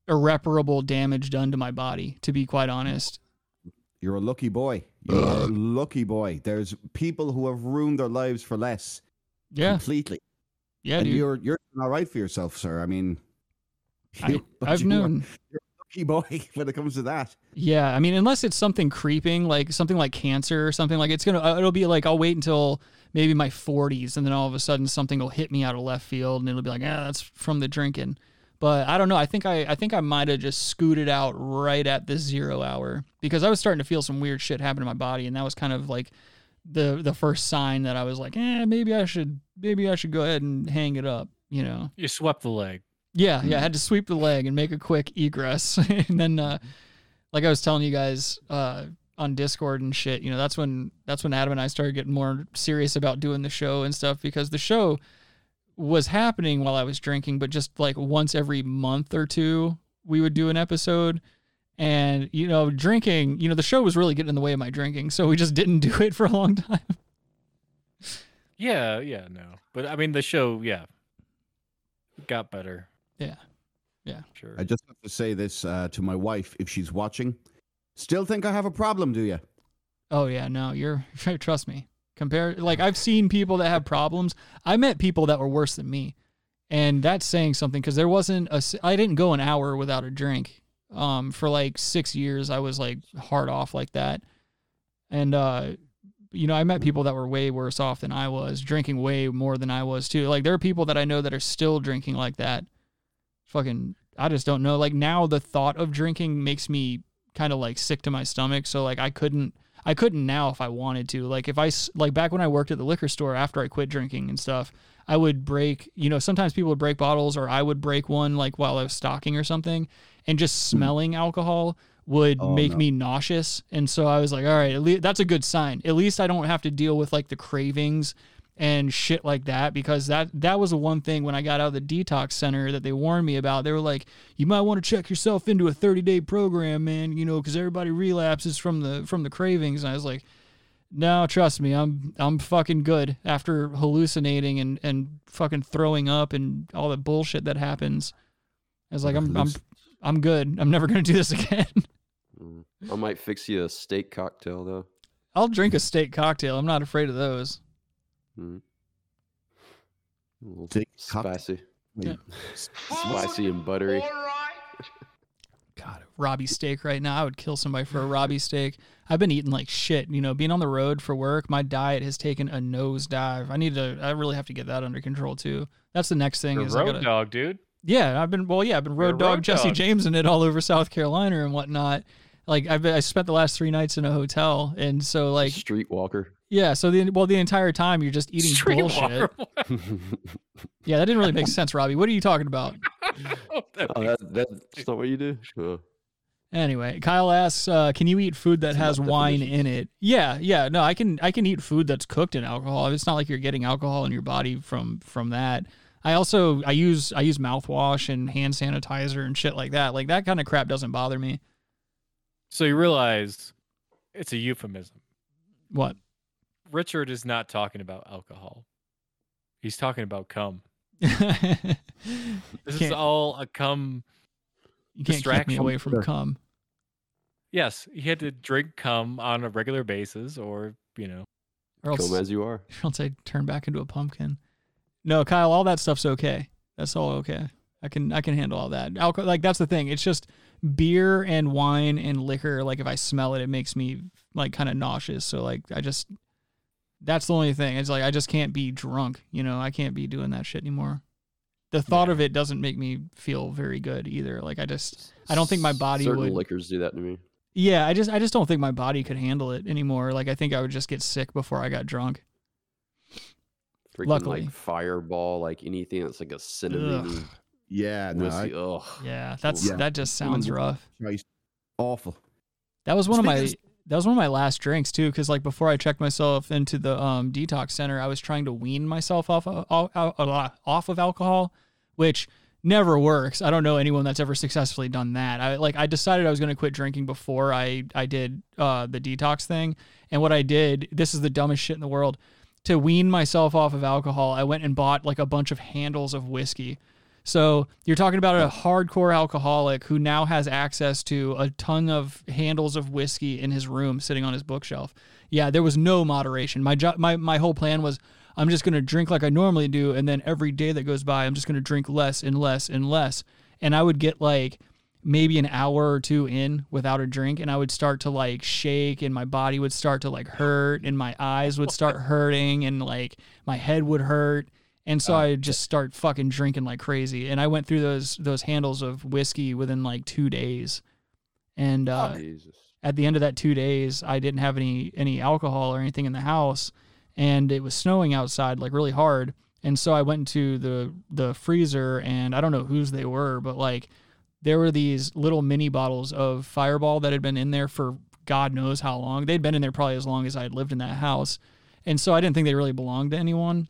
S7: irreparable damage done to my body. To be quite honest,
S9: You're a lucky boy. You're a lucky boy. There's people who have ruined their lives for less
S7: yeah,
S9: completely.
S7: yeah,
S9: and
S7: dude.
S9: you're you're doing all right for yourself, sir. I mean,
S7: I,
S9: you- but
S7: I've
S9: you are a
S7: known.
S9: lucky boy when it comes to that.
S7: Yeah, I mean, unless it's something creeping, like something like cancer or something like it's gonna. uh, It'll be like I'll wait until maybe my 40s, and then all of a sudden something will hit me out of left field, and it'll be like, ah, that's from the drinking. But I don't know. I think I, I think I might have just scooted out right at the zero hour because I was starting to feel some weird shit happen to my body, and that was kind of like the the first sign that I was like, eh, maybe I should maybe I should go ahead and hang it up, you know.
S10: You swept the leg.
S7: Yeah, yeah. I had to sweep the leg and make a quick egress, and then, uh, like I was telling you guys uh, on Discord and shit, you know, that's when that's when Adam and I started getting more serious about doing the show and stuff because the show was happening while I was drinking, but just like once every month or two, we would do an episode. And you know, drinking, you know, the show was really getting in the way of my drinking, so we just didn't do it for a long time.
S10: Yeah, yeah, no. But I mean, the show, yeah, it got better.
S7: Yeah. Yeah.
S10: Sure.
S9: I just have to say this uh, to my wife if she's watching. Still think I have a problem, do you?
S7: Oh yeah, no, you're trust me. Compare like I've seen people that have problems. I met people that were worse than me, and that's saying something because there wasn't a. s- I didn't go an hour without a drink. Um, for like six years, I was like hard off like that, and uh, you know, I met people that were way worse off than I was, drinking way more than I was too. Like there are people that I know that are still drinking like that. Fucking, I just don't know. Like now, the thought of drinking makes me kind of like sick to my stomach. So like I couldn't I couldn't now if I wanted to. Like if I s- like back when I worked at the liquor store after I quit drinking and stuff, I would break, you know, sometimes people would break bottles or I would break one like while I was stocking or something and just smelling alcohol would
S9: Hmm. Oh,
S7: make
S9: no.
S7: me nauseous. And so I was like, all right, at least that's a good sign. At least I don't have to deal with like the cravings and shit like that because that that was the one thing when I got out of the detox center that they warned me about. They were like, you might want to check yourself into a 30 day program, man, you know, because everybody relapses from the from the cravings. And I was like, no, trust me, I'm I'm fucking good after hallucinating and and fucking throwing up and all the bullshit that happens. I was like, I'm I'm I'm good. I'm never going to do this again.
S8: Mm. I might fix you a steak cocktail though.
S7: I'll drink a steak cocktail. I'm not afraid of those.
S8: Mm. A little
S9: Steak cocktail.
S8: spicy,
S9: Yeah.
S8: spicy and buttery.
S7: God, Robbie steak right now. I would kill somebody for a Robbie steak. I've been eating like shit. You know, being on the road for work, my diet has taken a nosedive. I need to. I really have to get that under control too. That's the next thing.
S10: You're
S7: is
S10: road
S7: I gotta,
S10: dog, dude.
S7: Yeah, I've been well. Yeah, I've been
S10: You're a
S7: road dog
S10: road
S7: Jesse
S10: dog.
S7: James and it all over South Carolina and whatnot. Like I've been, I spent the last three nights in a hotel, and so like
S8: Street walker.
S7: yeah, so the well the entire time you're just eating bullshit.
S10: Streetwalker.
S8: Oh,
S7: Yeah, that didn't really make sense, Robbie. What are you talking about?
S10: That
S8: Oh,
S10: makes-
S8: that, that's not what you do. Uh,
S7: Anyway, Kyle asks, uh, "Can you eat food that
S8: It's
S7: has
S8: about
S7: wine
S8: definitions.
S7: in it?" Yeah, yeah. No, I can. I can eat food that's cooked in alcohol. It's not like you're getting alcohol in your body from from that. I also I use I use mouthwash and hand sanitizer and shit like that. Like that kind of crap doesn't bother me.
S10: so you realize it's a euphemism.
S7: What?
S10: Richard is not talking about alcohol. He's talking about cum.
S7: you can't,
S10: This is all a cum.
S7: you can't keep me
S10: distraction.
S7: away from cum.
S10: Yes, he had to drink cum on a regular basis, or you know,
S7: Or else,
S8: come
S7: or
S8: as you are.
S7: else I turn back into a pumpkin. No, Kyle, all that stuff's okay. That's all okay. I can I can handle all that. Alcohol, like that's the thing. It's just beer and wine and liquor. Like if I smell it, it makes me like kind of nauseous. So like I just that's the only thing. It's like I just can't be drunk. You know, I can't be doing that shit anymore. The thought of it doesn't make me feel very good either. Like I just I don't think my body
S8: Certain
S7: would.
S8: liquors do that to me.
S7: Yeah, I just I just don't think my body could handle it anymore. Like I think I would just get sick before I got drunk.
S8: Freaking
S7: Luckily.
S8: like fireball, like anything that's like a cinnamon
S9: Yeah, no, I,
S8: whiskey. Ugh.
S7: Yeah, that's
S9: Yeah.
S7: that just sounds
S9: Mm.
S7: rough.
S9: Christ. awful.
S7: That was one of my
S9: Speaking
S7: that was one of my last drinks too cuz like before I checked myself into the um detox center, I was trying to wean myself off of, off, off of alcohol, which never works. I don't know anyone that's ever successfully done that. I like I decided I was going to quit drinking before I I did uh the detox thing. And what I did, this is the dumbest shit in the world. To wean myself off of alcohol, I went and bought like a bunch of handles of whiskey. So you're talking about a hardcore alcoholic who now has access to a ton of handles of whiskey in his room sitting on his bookshelf. Yeah, there was no moderation. My jo- my my whole plan was I'm just going to drink like I normally do and then every day that goes by I'm just going to drink less and less and less and I would get like maybe an hour or two in without a drink and I would start to like shake and my body would start to like hurt and my eyes would start hurting and like my head would hurt and so I just start fucking drinking like crazy and I went through those those handles of whiskey within like 2 days and uh
S8: Jesus.
S7: at the end of that 2 days I didn't have any any alcohol or anything in the house and it was snowing outside like really hard and so I went into the the freezer and I don't know whose they were but like there were these little mini bottles of fireball that had been in there for God knows how long. They'd been in there probably as long as I had lived in that house. And so I didn't think they really belonged to anyone.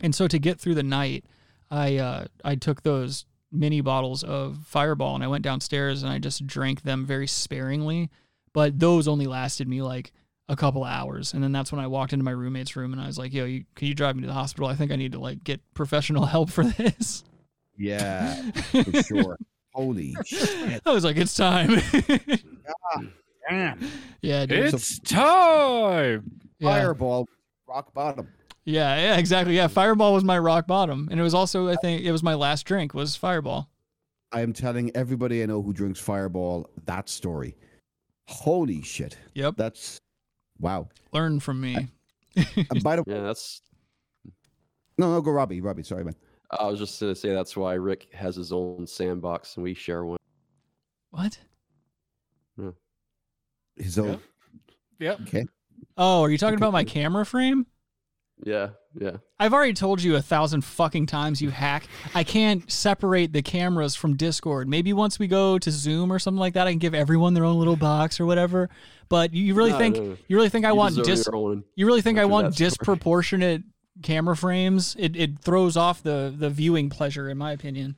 S7: And so to get through the night, I uh, I took those mini bottles of fireball and I went downstairs and I just drank them very sparingly. But those only lasted me like a couple hours. And then that's when I walked into my roommate's room and I was like, yo, you, can you drive me to the hospital? I think I need to like get professional help for this.
S9: Yeah, for sure. Holy shit.
S7: I was like, it's time.
S9: Damn.
S7: yeah, dude.
S10: it's time.
S7: Yeah.
S9: Fireball, rock bottom.
S7: Yeah, yeah, exactly. Yeah, Fireball was my rock bottom, and it was also I think it was my last drink was Fireball.
S9: I am telling everybody I know who drinks Fireball that story. Holy shit.
S7: Yep.
S9: That's wow.
S7: Learn from me.
S9: And by the way,
S8: Yeah, that's.
S9: no, no, go Robbie. Robbie, sorry, man.
S8: I was just gonna say that's why Rick has his own sandbox and we share one.
S7: What?
S9: His own.
S10: Yep.
S7: Oh, are you talking about my camera frame?
S8: Yeah, yeah.
S7: I've already told you a thousand fucking times, you hack. I can't separate the cameras from Discord. Maybe once we go to Zoom or something like that, I can give everyone their own little box or whatever. But you really
S8: No,
S7: think
S8: no, no.
S7: you really think I
S8: You
S7: want
S8: deserve
S7: dis-
S8: your own.
S7: You really think I
S8: After
S7: want
S8: that story.
S7: disproportionate camera frames? It it throws off the the viewing pleasure, in my opinion.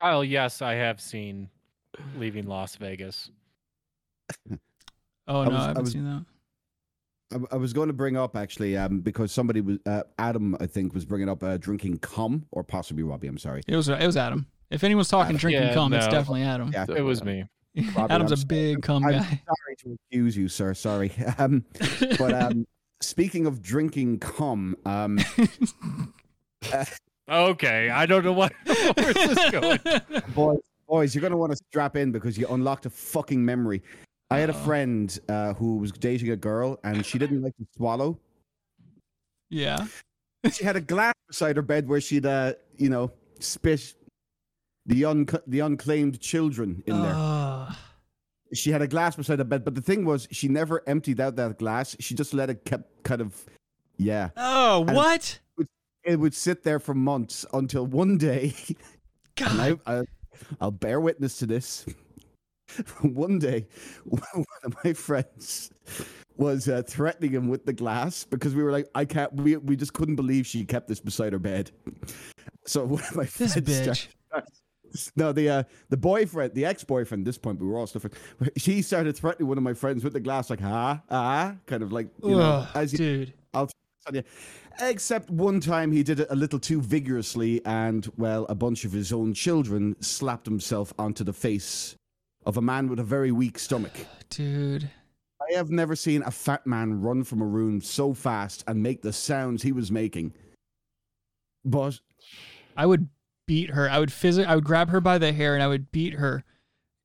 S10: Kyle, yes, I have seen leaving Las Vegas.
S7: Oh
S9: I
S7: no,
S9: was-
S7: I
S9: I
S7: haven't
S9: was-
S7: seen that.
S9: I, I was going to bring up actually um, because somebody was, uh, Adam, I think, was bringing up uh, drinking cum or possibly Robbie. I'm sorry.
S7: It was it was Adam. If anyone's talking drink and
S10: Yeah,
S7: cum, it's
S10: no.
S7: definitely Adam.
S11: Yeah,
S10: It was me.
S11: Robbie,
S7: Adam's
S11: I'm
S7: a big cum
S11: I'm
S7: guy.
S11: sorry to accuse you, sir. Sorry. Um, but um, speaking of drinking cum, um,
S10: Okay, I don't know what where's this going.
S11: boys, boys, you're gonna want to strap in because you unlocked a fucking memory. I had a friend uh, who was dating a girl, and she didn't like to swallow.
S7: yeah.
S11: She had a glass beside her bed where she'd, uh, you know, spit the un- the unclaimed children in there.
S7: Uh,
S11: she had a glass beside her bed, but the thing was, she never emptied out that glass. She just let it kept kind of, yeah,
S7: oh,
S11: Adam-
S7: what?
S11: it would sit there for months until one day, and
S7: God.
S11: I, I, I'll bear witness to this. one day, one of my friends was uh, threatening him with the glass because we were like, I can't, we, we just couldn't believe she kept this beside her bed. So one of my
S7: This
S11: friends
S7: bitch.
S11: No, the uh, the boyfriend, the ex boyfriend. This point, we were all stuffing. She started threatening one of my friends with the glass, like ah ah, kind of like you know,
S7: Ugh,
S11: as you,
S7: dude.
S11: I'll throw this on you. Except one time he did it a little too vigorously, and well, a bunch of his own children slapped himself onto the face of a man with a very weak stomach.
S7: Dude.
S11: I have never seen a fat man run from a room so fast and make the sounds he was making. But
S7: I would beat her. I would physically, I would grab her by the hair and I would beat her.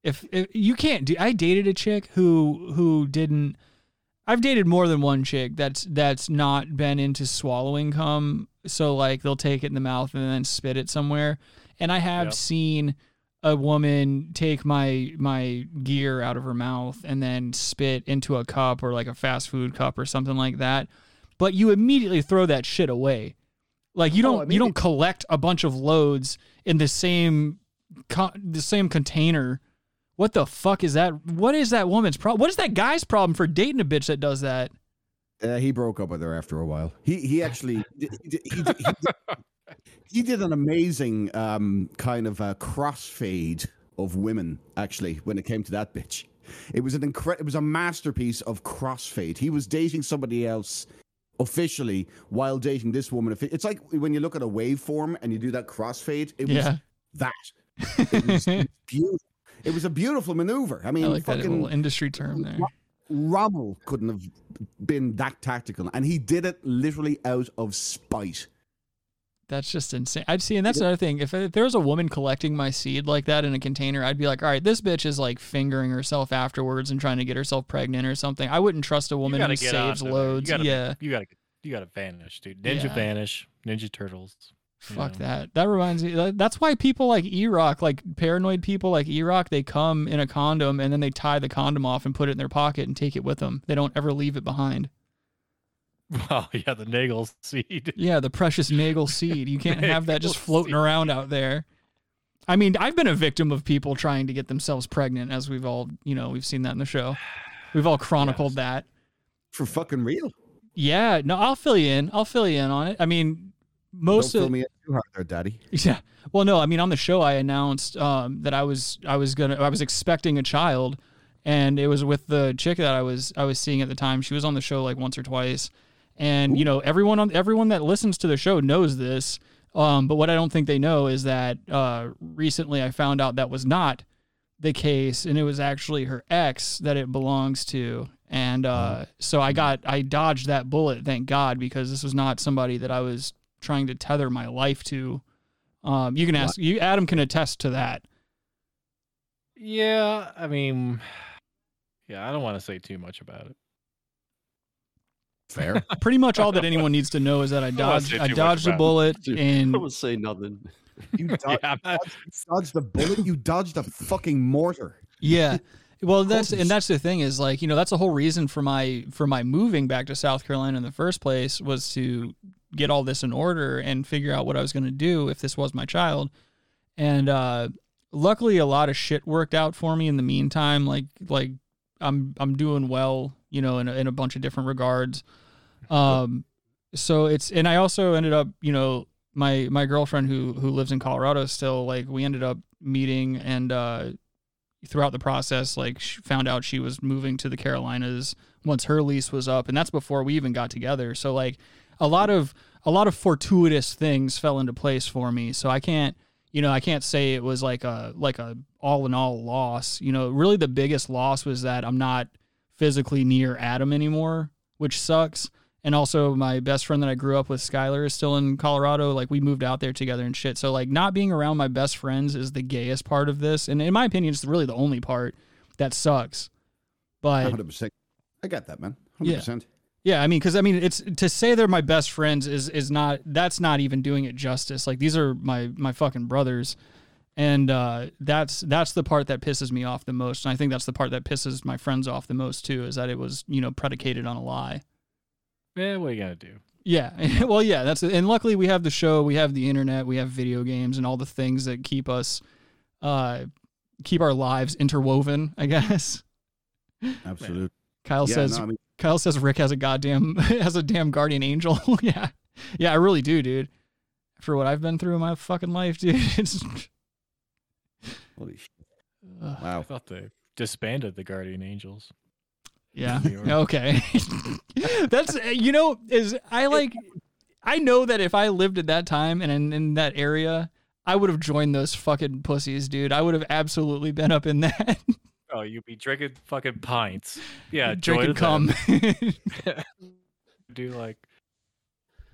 S7: If, if you can't do, I dated a chick who who didn't. I've dated more than one chick that's that's not been into swallowing cum. So like they'll take it in the mouth and then spit it somewhere. And I have
S10: Yep.
S7: seen a woman take my my gear out of her mouth and then spit into a cup or like a fast food cup or something like that. But you immediately throw that shit away. Like you
S11: Oh,
S7: don't
S11: I mean-
S7: you don't collect a bunch of loads in the same co- the same container. What the fuck is that? What is that woman's problem? What is that guy's problem for dating a bitch that does that?
S11: Uh, he broke up with her after a while. He he actually he, did- he, did- he, did- he did an amazing um, kind of uh crossfade of women. Actually, when it came to that bitch, it was an incre- It was a masterpiece of crossfade. He was dating somebody else officially while dating this woman. Offi- It's like when you look at a waveform and you do that crossfade. It was
S7: Yeah.
S11: that. It was beautiful. It was a beautiful maneuver. I mean,
S7: I like that
S11: fucking
S7: little industry term there.
S11: Rommel couldn't have been that tactical, and he did it literally out of spite.
S7: That's just insane. I'd see, and that's another thing. If, if there was a woman collecting my seed like that in a container, I'd be like, all right, this bitch is like fingering herself afterwards and trying to get herself pregnant or something. I wouldn't trust a
S10: You
S7: woman
S10: gotta
S7: who
S10: get
S7: saves
S10: onto it.
S7: loads.
S10: You gotta,
S7: yeah,
S10: you gotta, you gotta vanish, dude. Ninja
S7: Yeah.
S10: vanish, Ninja Turtles.
S7: fuck
S10: Yeah.
S7: that. That reminds me. that- That's why people like E Rock, like paranoid people like E Rock, they come in a condom and then they tie the condom off and put it in their pocket and take it with them. They don't ever leave it behind.
S10: Oh yeah, the Nagel seed.
S7: Yeah, the precious Nagel seed. You can't have that just
S10: Nagel
S7: floating
S10: seed.
S7: around out there. I mean, I've been a victim of people trying to get themselves pregnant, as we've all, you know, we've seen that in the show. We've all chronicled that.
S11: For fucking real.
S7: Yeah, no, I'll fill you in. I'll fill you in on it. I mean, most
S11: Don't fill
S7: of
S11: me up too hard there, Daddy.
S7: yeah. Well, no, I mean, on the show, I announced um, that I was I was gonna I was expecting a child, and it was with the chick that I was I was seeing at the time. She was on the show like once or twice, and you know everyone on everyone that listens to the show knows this. Um, but what I don't think they know is that uh, recently I found out that was not the case, and it was actually her ex that it belongs to. And uh, so I got I dodged that bullet, thank God, because this was not somebody that I was trying to tether my life to. Um, you can ask you. Adam can attest to that.
S10: Yeah, I mean, yeah, I don't want to say too much about it.
S11: Fair.
S7: Pretty much all that anyone needs to know is that I
S10: don't wanna
S7: dodged.
S10: say
S7: I
S10: too much
S7: dodged a
S10: about it.
S7: bullet
S8: Dude,
S7: and
S8: I would say nothing.
S11: You dodged,
S10: Yeah, I'm not-
S11: dodged a bullet. You dodged a fucking mortar.
S7: yeah. Well, that's
S11: course.
S7: and that's the thing is like you know that's the whole reason for my for my moving back to South Carolina in the first place was to get all this in order and figure out what I was going to do if this was my child. And uh, luckily, a lot of shit worked out for me in the meantime. Like like I'm I'm doing well, you know, in a, in a bunch of different regards. Um, so it's and I also ended up, you know, my my girlfriend who who lives in Colorado still, like we ended up meeting and uh, throughout the process, like she found out she was moving to the Carolinas once her lease was up, and that's before we even got together. So like a lot of a lot of fortuitous things fell into place for me. So I can't. you know, I can't say it was like a like a all in all loss. You know, really the biggest loss was that I'm not physically near Adam anymore, which sucks. And also my best friend that I grew up with, Skylar, is still in Colorado. Like we moved out there together and shit. So like not being around my best friends is the gayest part of this. And in my opinion, it's really the only part that sucks. But
S11: 100%. I got that, man.
S7: Yeah.
S11: 100%.
S7: yeah, I mean, because I mean, it's to say they're my best friends is is not that's not even doing it justice. Like these are my my fucking brothers, and uh, that's that's the part that pisses me off the most, and I think that's the part that pisses my friends off the most too, is that it was you know predicated on a lie.
S10: Eh, what are you gonna do?
S7: Yeah, well, yeah, that's and luckily we have the show, we have the internet, we have video games, and all the things that keep us, uh, keep our lives interwoven. I guess
S11: Absolutely.
S7: Kyle
S11: Yeah,
S7: says
S11: no, I mean,
S7: Kyle says Rick has a goddamn has a damn guardian angel. yeah. Yeah, I really do, dude. For what I've been through in my fucking life, dude. It's,
S11: holy shit.
S7: Ugh.
S10: I
S11: Wow.
S10: thought they disbanded the Guardian Angels.
S7: yeah.
S10: New York.
S7: Okay. That's uh, you know, is I like I know that if I lived at that time and in, in that area, I would have joined those fucking pussies, dude. I would have absolutely been up in that
S10: Oh, you'd be drinking fucking pints. Yeah, joy
S7: drinking
S10: to them.
S7: cum.
S10: Do like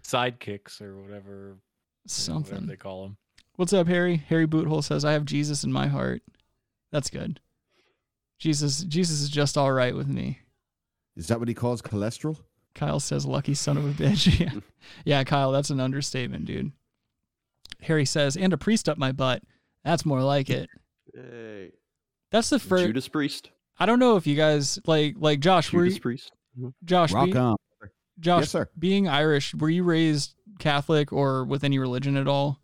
S10: sidekicks or whatever, you know, whatever
S7: Something.
S10: they call them.
S7: What's up, Harry? Harry Boothole says, "I have Jesus in my heart." That's good. Jesus, Jesus is just all right with me.
S11: Is that what he calls cholesterol?
S7: Kyle says, "Lucky son of a bitch." yeah, yeah, Kyle, that's an understatement, dude. Harry says, "And a priest up my butt." That's more like it.
S8: Hey.
S7: That's the first.
S8: Judas Priest.
S7: I don't know if you guys like like Josh. Were
S8: Judas
S7: you,
S8: Priest.
S7: Josh?
S11: Rock
S7: be-
S11: on.
S7: Josh,
S11: Yes, sir.
S7: being Irish, were you raised Catholic or with any religion at all?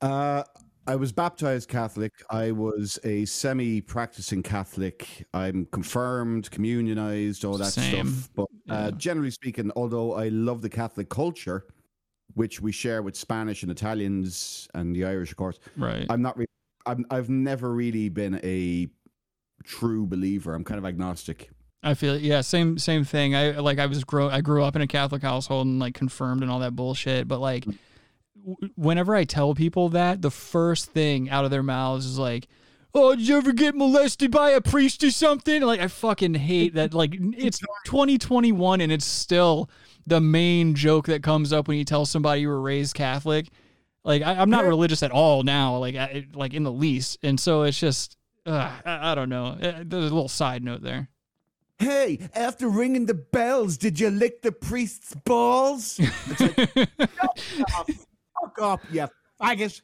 S11: Uh, I was baptized Catholic. I was a semi practicing Catholic. I'm confirmed, communionized, all that
S7: Same.
S11: stuff. But uh,
S7: Yeah.
S11: generally speaking, although I love the Catholic culture, which we share with Spanish and Italians and the Irish, of course,
S7: Right.
S11: I'm not really, I'm, I've never really been a true believer. I'm kind of agnostic.
S7: I feel yeah, same same thing. I like I was grow I grew up in a Catholic household and like confirmed and all that bullshit, but like w- whenever I tell people that, the first thing out of their mouths is like, "Oh, did you ever get molested by a priest or something?" Like I fucking hate that like it's 2021 and it's still the main joke that comes up when you tell somebody you were raised Catholic. Like I, I'm not religious at all now, like I, like in the least, and so it's just uh, I, I don't know. Uh, There's a little side note there.
S11: Hey, after ringing the bells, did you lick the priest's balls? Fuck up, you faggot.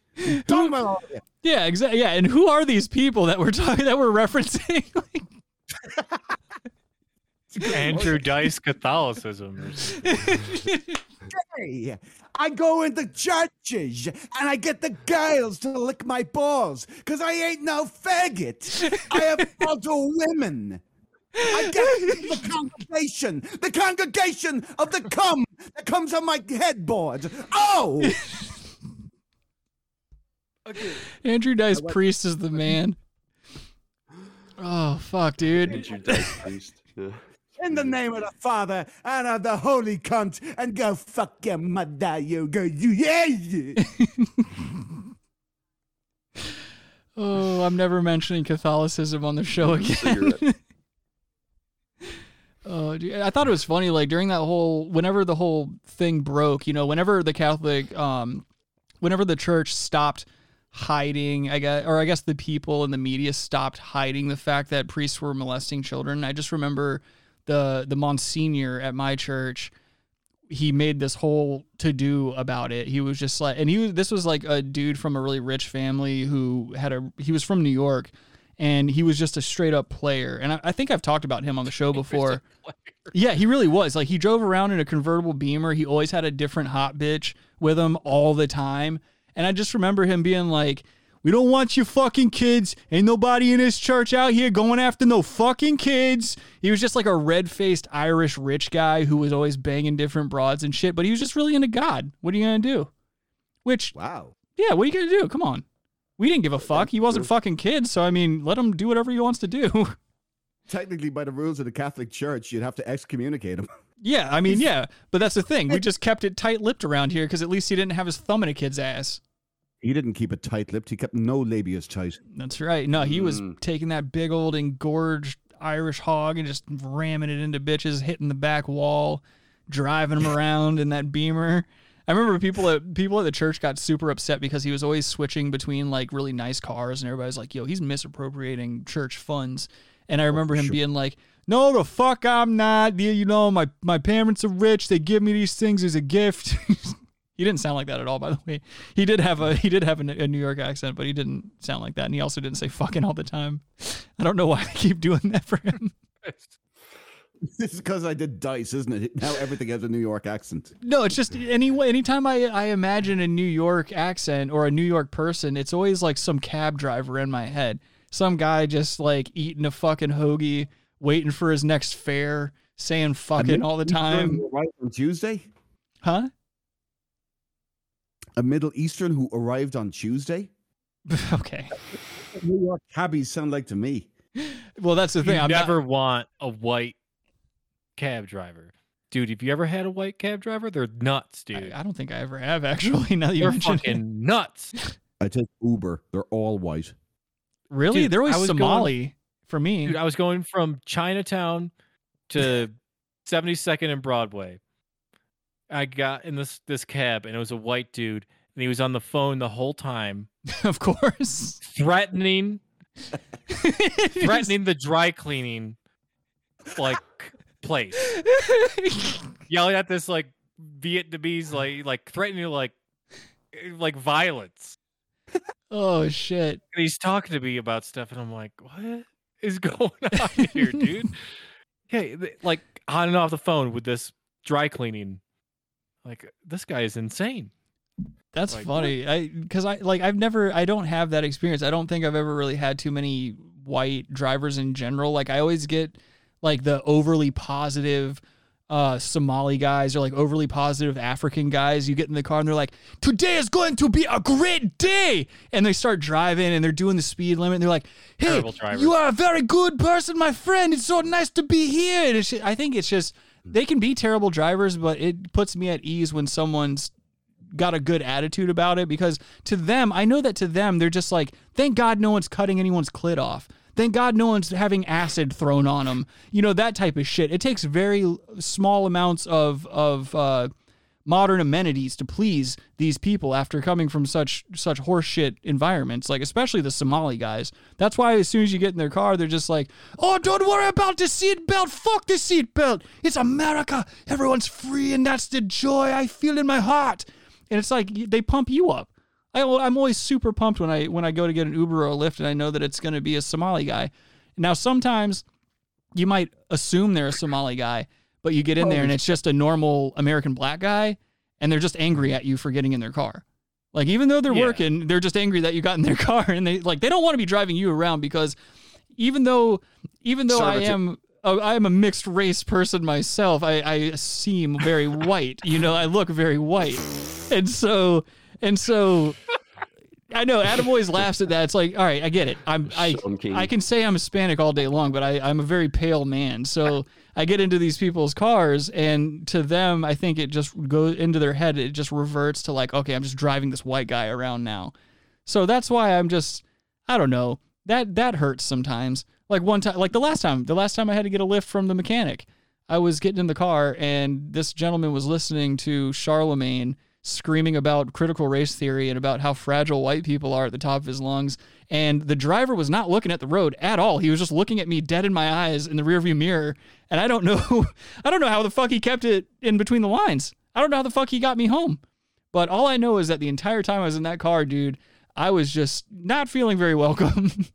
S11: Talking about all of you.
S7: Yeah, exactly. Yeah, and who are these people that we're talking that we're referencing? Like,
S10: Andrew Dice Catholicism. Or something.
S11: Hey, I go into churches and I get the girls to lick my balls because I ain't no faggot. I have other women. I get the congregation, the congregation of the cum that comes on my headboard. Oh,
S7: Andrew Dice Priest is the man. Oh fuck, dude.
S8: Judas Priest. Yeah.
S11: in the name of the Father and of the Holy Cunt, and go fuck your mother, you go, you, yeah, yeah.
S7: Oh, I'm never mentioning Catholicism on the show again.
S8: Cigarette.
S7: Oh, dude. I thought it was funny. Like during that whole, whenever the whole thing broke, you know, whenever the Catholic, um, whenever the church stopped hiding, I guess, or I guess the people and the media stopped hiding the fact that priests were molesting children. I just remember the the Monsignor at my church. He made this whole to do about it. He was just like, and he was, this was like a dude from a really rich family who had a, he was from New York and he was just a straight up player. And I, I think I've talked about him on the show before. Yeah, he really was. Like he drove around in a convertible beamer. He always had a different hot bitch with him all the time. And I just remember him being like, "We don't want you fucking kids. Ain't nobody in this church out here going after no fucking kids." He was just like a red-faced Irish rich guy who was always banging different broads and shit, but he was just really into God. What are you going to do? Which
S11: Wow.
S7: yeah, what are you gonna do? Come on. We didn't give a fuck. He wasn't fucking kids, so I mean, let him do whatever he wants to do.
S11: Technically, by the rules of the Catholic Church, you'd have to excommunicate him.
S7: yeah, I mean, yeah, but that's the thing. We just kept it tight-lipped around here because at least he didn't have his thumb in a kid's ass.
S9: He didn't keep it tight lipped. He kept no labias tight.
S7: That's right. No, he was taking that big old engorged Irish hog and just ramming it into bitches, hitting the back wall, driving them around in that beamer. I remember people at people at the church got super upset because he was always switching between like really nice cars, and everybody's like, "Yo, he's misappropriating church funds." And I remember him being like, "No, the fuck, I'm not. You you know, my my parents are rich. They give me these things as a gift." He didn't sound like that at all, by the way. He did have a he did have a, a New York accent, but he didn't sound like that, and he also didn't say fucking all the time. I don't know why they keep doing that for him.
S9: This is because I did dice, isn't it? Now everything has a New York accent.
S7: No, it's just any anytime I I imagine a New York accent or a New York person, it's always like some cab driver in my head, some guy just like eating a fucking hoagie, waiting for his next fare, saying fucking all the time,
S9: Right on Tuesday?
S7: huh?
S9: A Middle Eastern who arrived on Tuesday?
S7: okay,
S9: New York cabbies sound like to me.
S7: well that's the
S10: You
S7: thing. I'm
S10: never
S7: never.
S10: want a white cab driver, dude. Have you ever had a white cab driver? They're nuts, dude.
S7: I, I don't think I ever have actually. Now that you
S10: They're
S7: mention it.
S10: fucking nuts.
S9: I take Uber. They're all white.
S7: Really?
S10: Dude,
S7: They're always
S10: I was going-
S7: Somali for me.
S10: Dude, I was going from Chinatown to 72nd and Broadway. I got in this this cab and it was a white dude and he was on the phone the whole time
S7: of course.
S10: threatening threatening the dry cleaning like place. Yelling at this like Vietnamese like like threatening like eh, like violence.
S7: oh shit.
S10: And he's talking to me about stuff, and I'm like, what is going on here, dude? Hey, th- like on and off the phone with this dry cleaning. Like this guy is insane.
S7: That's
S10: Like,
S7: funny. I cuz I like I've never I don't have that experience. I don't think I've ever really had too many white drivers in general. Like I always get like the overly positive uh Somali guys or like overly positive African guys. You get in the car and they're like, "Today is going to be a great day." And they start driving and they're doing the speed limit and they're like, "Hey,
S10: Terrible drivers.
S7: you are a very good person, my friend. It's so nice to be here." And it's ju- I think it's just they can be terrible drivers, but it puts me at ease when someone's got a good attitude about it because to them, I know that to them, they're just like, thank God no one's cutting anyone's clit off. Thank God no one's having acid thrown on them. You know, that type of shit. It takes very l- small amounts of, of, uh, modern amenities to please these people after coming from such such horseshit environments like especially the Somali guys that's why as soon as you get in their car they're just like oh don't worry about the seat belt fuck the seat belt it's America everyone's free and that's the joy I feel in my heart and it's like y- they pump you up I, I'm always super pumped when I when I go to get an Uber or a Lyft and I know that it's going to be a Somali guy now sometimes you might assume they're a Somali guy, but you get in there and it's just a normal American black guy, and they're just angry at you for getting in their car. Like even though they're
S10: Yeah.
S7: working, they're just angry that you got in their car, and they like they don't want to be driving you around because even though even though I
S8: Servant-
S7: am oh, I am a mixed race person myself, I, I seem very white. You know, I look very white, and so and so. I know Adam always laughs at that. It's like, all right, I get it. I'm I
S8: Sean King.
S7: I can say I'm Hispanic all day long, but I, I'm a very pale man. So I get into these people's cars, and to them, I think it just goes into their head. It just reverts to like, okay, I'm just driving this white guy around now. So that's why I'm just, I don't know. That that hurts sometimes. Like one time, like the last time, the last time I had to get a lift from the mechanic, I was getting in the car, and this gentleman was listening to Charlemagne screaming about critical race theory and about how fragile white people are at the top of his lungs. And the driver was not looking at the road at all. He was just looking at me dead in my eyes in the rearview mirror. And I don't know, I don't know how the fuck he kept it in between the lines. I don't know how the fuck he got me home. But all I know is that the entire time I was in that car, dude, I was just not feeling very welcome.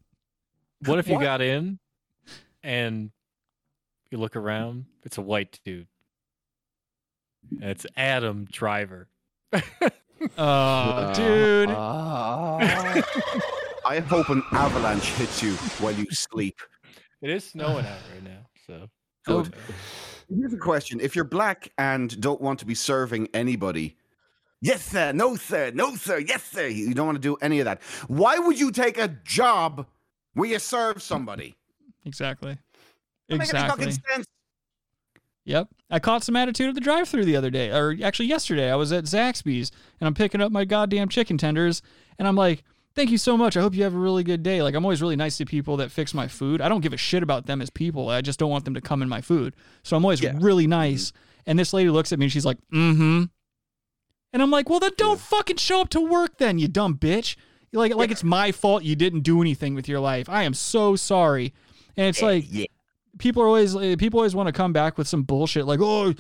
S10: What if you got in and you look around? It's a white dude. And it's Adam Driver.
S7: Oh,
S8: Uh,
S7: dude.
S8: ah.
S9: I hope an avalanche hits you while you sleep.
S10: It is snowing out right now, so uh,
S7: Oh,
S9: Here's a question: If you're black and don't want to be serving anybody, yes sir, no sir, no sir, yes sir, you don't want to do any of that. Why would you take a job where you serve somebody?
S7: exactly.
S11: Oh
S9: Doesn't make any
S7: Exactly.
S9: fucking sense.
S7: Yep. I caught some attitude at the drive through the other day, or actually yesterday. I was at Zaxby's and I'm picking up my goddamn chicken tenders and I'm like, thank you so much. I hope you have a really good day. Like, I'm always really nice to people that fix my food. I don't give a shit about them as people. I just don't want them to come in my food. So I'm always really nice. And this lady looks at me and she's like, mm hmm. And I'm like, well, then don't fucking show up to work then, you dumb bitch. You're Like, like it's my fault you didn't do anything with your life. I am so sorry. And it's like, people are always uh, people always want to come back with some bullshit like oh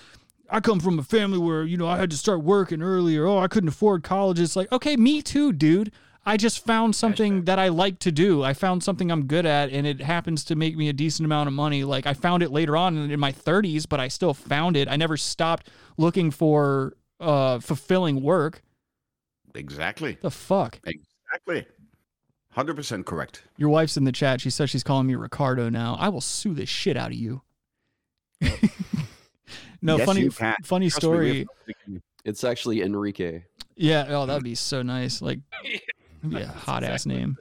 S7: i come from a family where you know i had to start working earlier oh i couldn't afford college it's like okay me too dude i just found something that i like to do i found something i'm good at and it happens to make me a decent amount of money like i found it later on in my 30s but i still found it i never stopped looking for uh fulfilling work
S11: Exactly.
S7: the fuck
S11: Exactly. 100% correct.
S7: your wife's in the chat she says she's calling me ricardo now i will sue the shit out of you no
S11: Yes,
S7: funny
S11: you can.
S7: funny
S11: Trust me,
S7: story
S11: we have-
S8: It's actually Enrique.
S7: Yeah. Oh, that'd be so nice. Like, that'd be a hot ass name.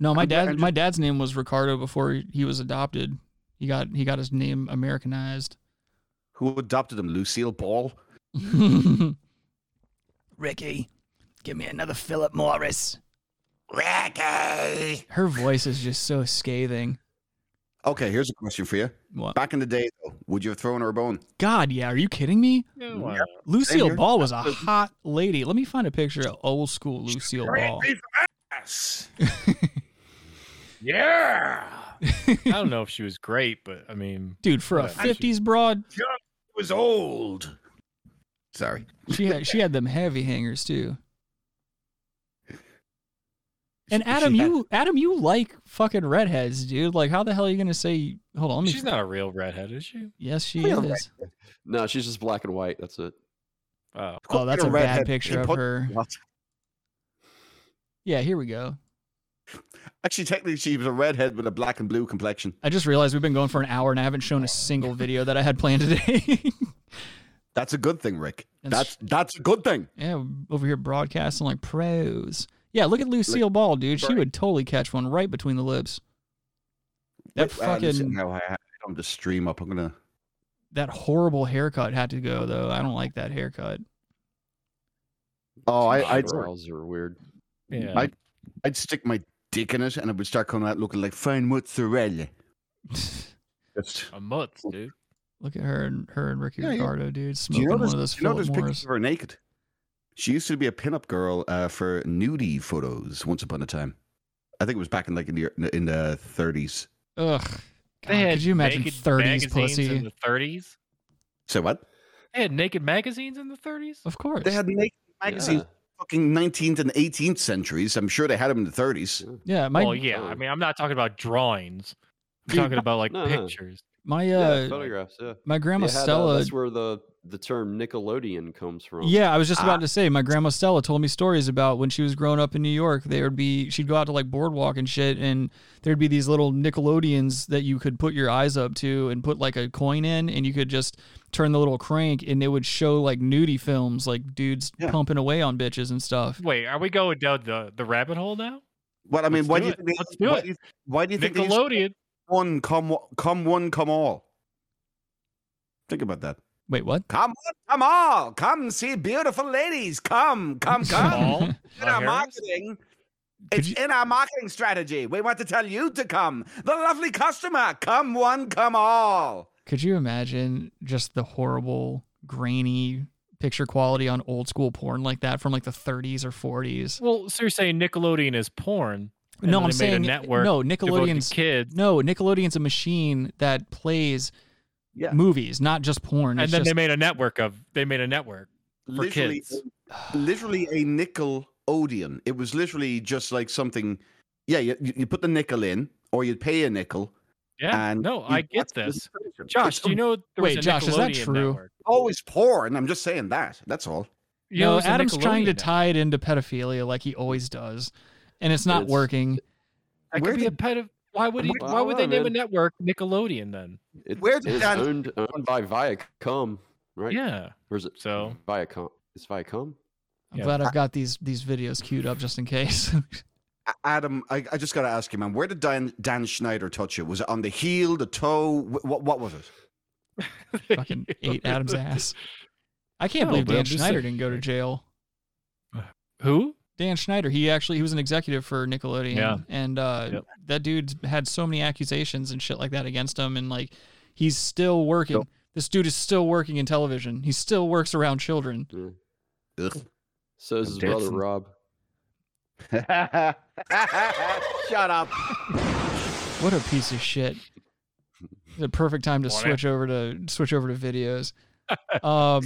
S7: No, my
S11: I'm-
S7: dad.
S11: I'm
S7: My dad's name was Ricardo before he- he was adopted. He got he got his name Americanized.
S11: Who adopted him? Lucille Ball?
S3: Ricky, give me another Philip Morris.
S11: Ricky!
S7: Her voice is just so scathing.
S11: Okay, here's a question for you.
S7: What?
S11: Back in the day, though, would you have thrown her a bone?
S7: God, yeah. Are you kidding me? Lucille
S11: here.
S7: Ball was a hot lady. Let me find a picture of old school Lucille Ball.
S11: Yeah!
S10: I don't know if she was great, but I mean,
S7: Dude, for a
S10: Yeah, she-
S7: '50s broad,
S11: It was old. Sorry.
S7: she had she had them heavy hangers too. And
S11: She-
S7: Adam,
S11: she had-
S7: you Adam, you like fucking redheads, dude. Like, how the hell are you gonna say? Hold on, let me
S10: she's not a real redhead, is she?
S7: Yes, she
S11: Real
S7: is.
S8: No, she's just black and white. That's it.
S10: Oh,
S7: Oh, that's
S11: You're
S7: a bad
S11: redhead.
S7: picture
S11: You
S7: of
S11: put-
S7: her. Yeah, here we go.
S11: Actually, technically, she was a redhead with a black and blue complexion.
S7: I just realized we've been going for an hour and I haven't shown a single video that I had planned today.
S11: That's a good thing, Rick.
S7: And
S11: That's that's a good thing.
S7: yeah, we're over here broadcasting like pros. Yeah, look at Lucille Ball, dude. She would totally catch one right between the lips. That
S11: Wait, uh, listen,
S7: fucking
S11: no, I, I don't have the stream up. I'm gonna.
S7: that horrible haircut had to go though. I don't like that haircut.
S11: Oh, I, I'd,
S8: eyebrows are weird.
S10: yeah.
S11: I- I'd stick my dick in it, and it would start coming out looking like fine mozzarella. Just,
S10: a month, dude.
S7: look at her and her and Ricky
S11: Yeah, you-
S7: Ricardo, dude,
S11: do
S7: smoking
S11: you know
S7: one
S11: there's,
S7: of those
S11: do you know
S7: Philip
S11: there's pictures
S7: Morris.
S11: of her naked? She used to be a pinup girl uh, for nudie photos once upon a time. I think it was back in like in the in the 30s.
S7: Ugh. God, could you imagine
S10: naked
S7: 30s
S10: magazines
S7: pussy?
S10: in the 30s?
S11: So what?
S10: They had naked magazines in the 30s.
S7: of course.
S11: They had naked magazines,
S8: Yeah.
S11: fucking 19th and 18th centuries. I'm sure they had them in the 30s.
S7: yeah, my
S10: well, yeah. I mean, I'm not talking about drawings. I'm
S7: Dude,
S10: talking about like
S8: no, no.
S10: pictures.
S7: my
S8: Yeah,
S7: uh
S8: photographs. Yeah,
S7: my grandma
S8: They had, uh,
S7: Stella
S8: that's where the the term Nickelodeon comes from.
S7: Yeah, I was just about to say my grandma Stella told me stories about when she was growing up in New York. There would be she'd go out to like boardwalk and shit, and there'd be these little Nickelodeons that you could put your eyes up to and put like a coin in, and you could just turn the little crank, and it would show like nudie films, like dudes
S11: Yeah.
S7: pumping away on bitches and stuff.
S10: Wait, are we going down the, the rabbit hole now?
S11: Well, I mean,
S10: Let's
S11: why
S10: do
S11: do, you
S10: it.
S11: think they,
S10: Let's do
S11: why
S10: it.
S11: do you why do you think they used
S10: Nickelodeon.
S11: one come o- come one come all? Think about that.
S7: Wait, what?
S11: Come on, come all, come see beautiful ladies. Come, come, come.
S10: All
S11: in our
S10: Harris?
S11: marketing.
S7: Could
S11: It's
S7: you-
S11: in our marketing strategy. We want to tell you to come. The lovely customer. Come one, come all.
S7: Could you imagine just the horrible grainy picture quality on old school porn like that from like the 30s or 40s?
S10: Well, so you're saying Nickelodeon is porn? and
S7: no, I'm
S10: then they made
S7: saying
S10: a network.
S7: no.
S10: devoted
S7: Nickelodeon's
S10: to kids,
S7: No, Nickelodeon's a machine that plays
S11: Yeah.
S7: movies, not just porn.
S10: and
S7: It's
S10: then they
S7: just-
S10: made a network of. They made a network. For
S11: literally,
S10: kids.
S11: literally a nickel Odeon. It was literally just like something. Yeah, you, you you put the nickel in, or you'd pay a nickel.
S10: Yeah.
S11: and
S10: no,
S11: you
S10: I get
S11: watch the
S10: this.
S11: television.
S10: Josh,
S11: It's
S10: do you know there was
S7: Wait,
S10: a
S7: Josh, is that
S10: Nickelodeon
S7: true?
S10: Network?
S11: always porn. I'm just saying that. That's all.
S10: You know,
S7: no,
S10: there was a
S7: Adam's trying to
S10: Nickelodeon
S7: tie it into pedophilia like he always does, and it's not
S8: It's-
S7: working.
S10: network. That
S11: Where
S10: could be a pedo. Why would he,
S8: Well,
S10: Why would they
S8: well,
S10: name a
S8: man.
S10: network Nickelodeon then?
S8: It,
S11: Where
S8: Where
S11: did
S8: it's
S11: that-
S8: owned owned by Viacom, right?
S10: Yeah.
S8: Or is it
S10: So
S8: Viacom? It's Viacom.
S7: I'm
S10: Yeah.
S7: glad I've got these these videos queued up just in case.
S11: A- Adam, I, I just got to ask you, man. Where did Dan Dan Schneider touch you? Was it on the heel, the toe? Wh- what what was it?
S7: Fucking ate Adam's ass. I can't
S10: No,
S7: believe
S10: but I'm
S7: Dan
S10: just
S7: Schneider
S10: saying-
S7: didn't go to jail.
S10: Who?
S7: Dan Schneider, he actually he was an executive for Nickelodeon,
S10: Yeah.
S7: and uh,
S10: Yep.
S7: that dude's had so many accusations and shit like that against him, and like he's still working.
S11: Yep.
S7: This dude is still working in television. He still works around children.
S11: Ugh.
S8: So is his brother
S11: Dancing.
S8: Rob.
S11: Shut up.
S7: What a piece of shit! The perfect time to
S10: Want it?
S7: switch over to switch over to videos. Um,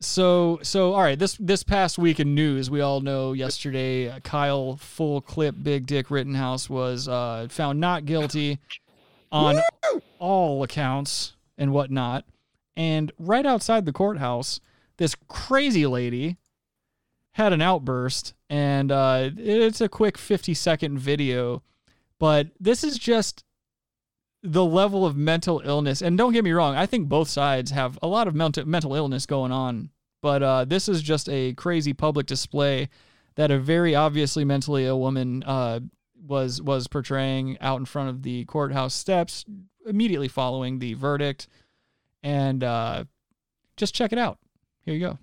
S7: so so all right. This this past week in news, we all know yesterday uh, Kyle full clip Big Dick Rittenhouse was uh, found not guilty on all accounts and whatnot. And right outside the courthouse, this crazy lady had an outburst, and uh, it's a quick 50 second video. But this is just the level of mental illness. And don't get me wrong, I think both sides have a lot of mental mental illness going on. But uh, this is just a crazy public display that a very obviously mentally ill woman uh, was was portraying out in front of the courthouse steps immediately following the verdict. And uh, just check it out. Here you go.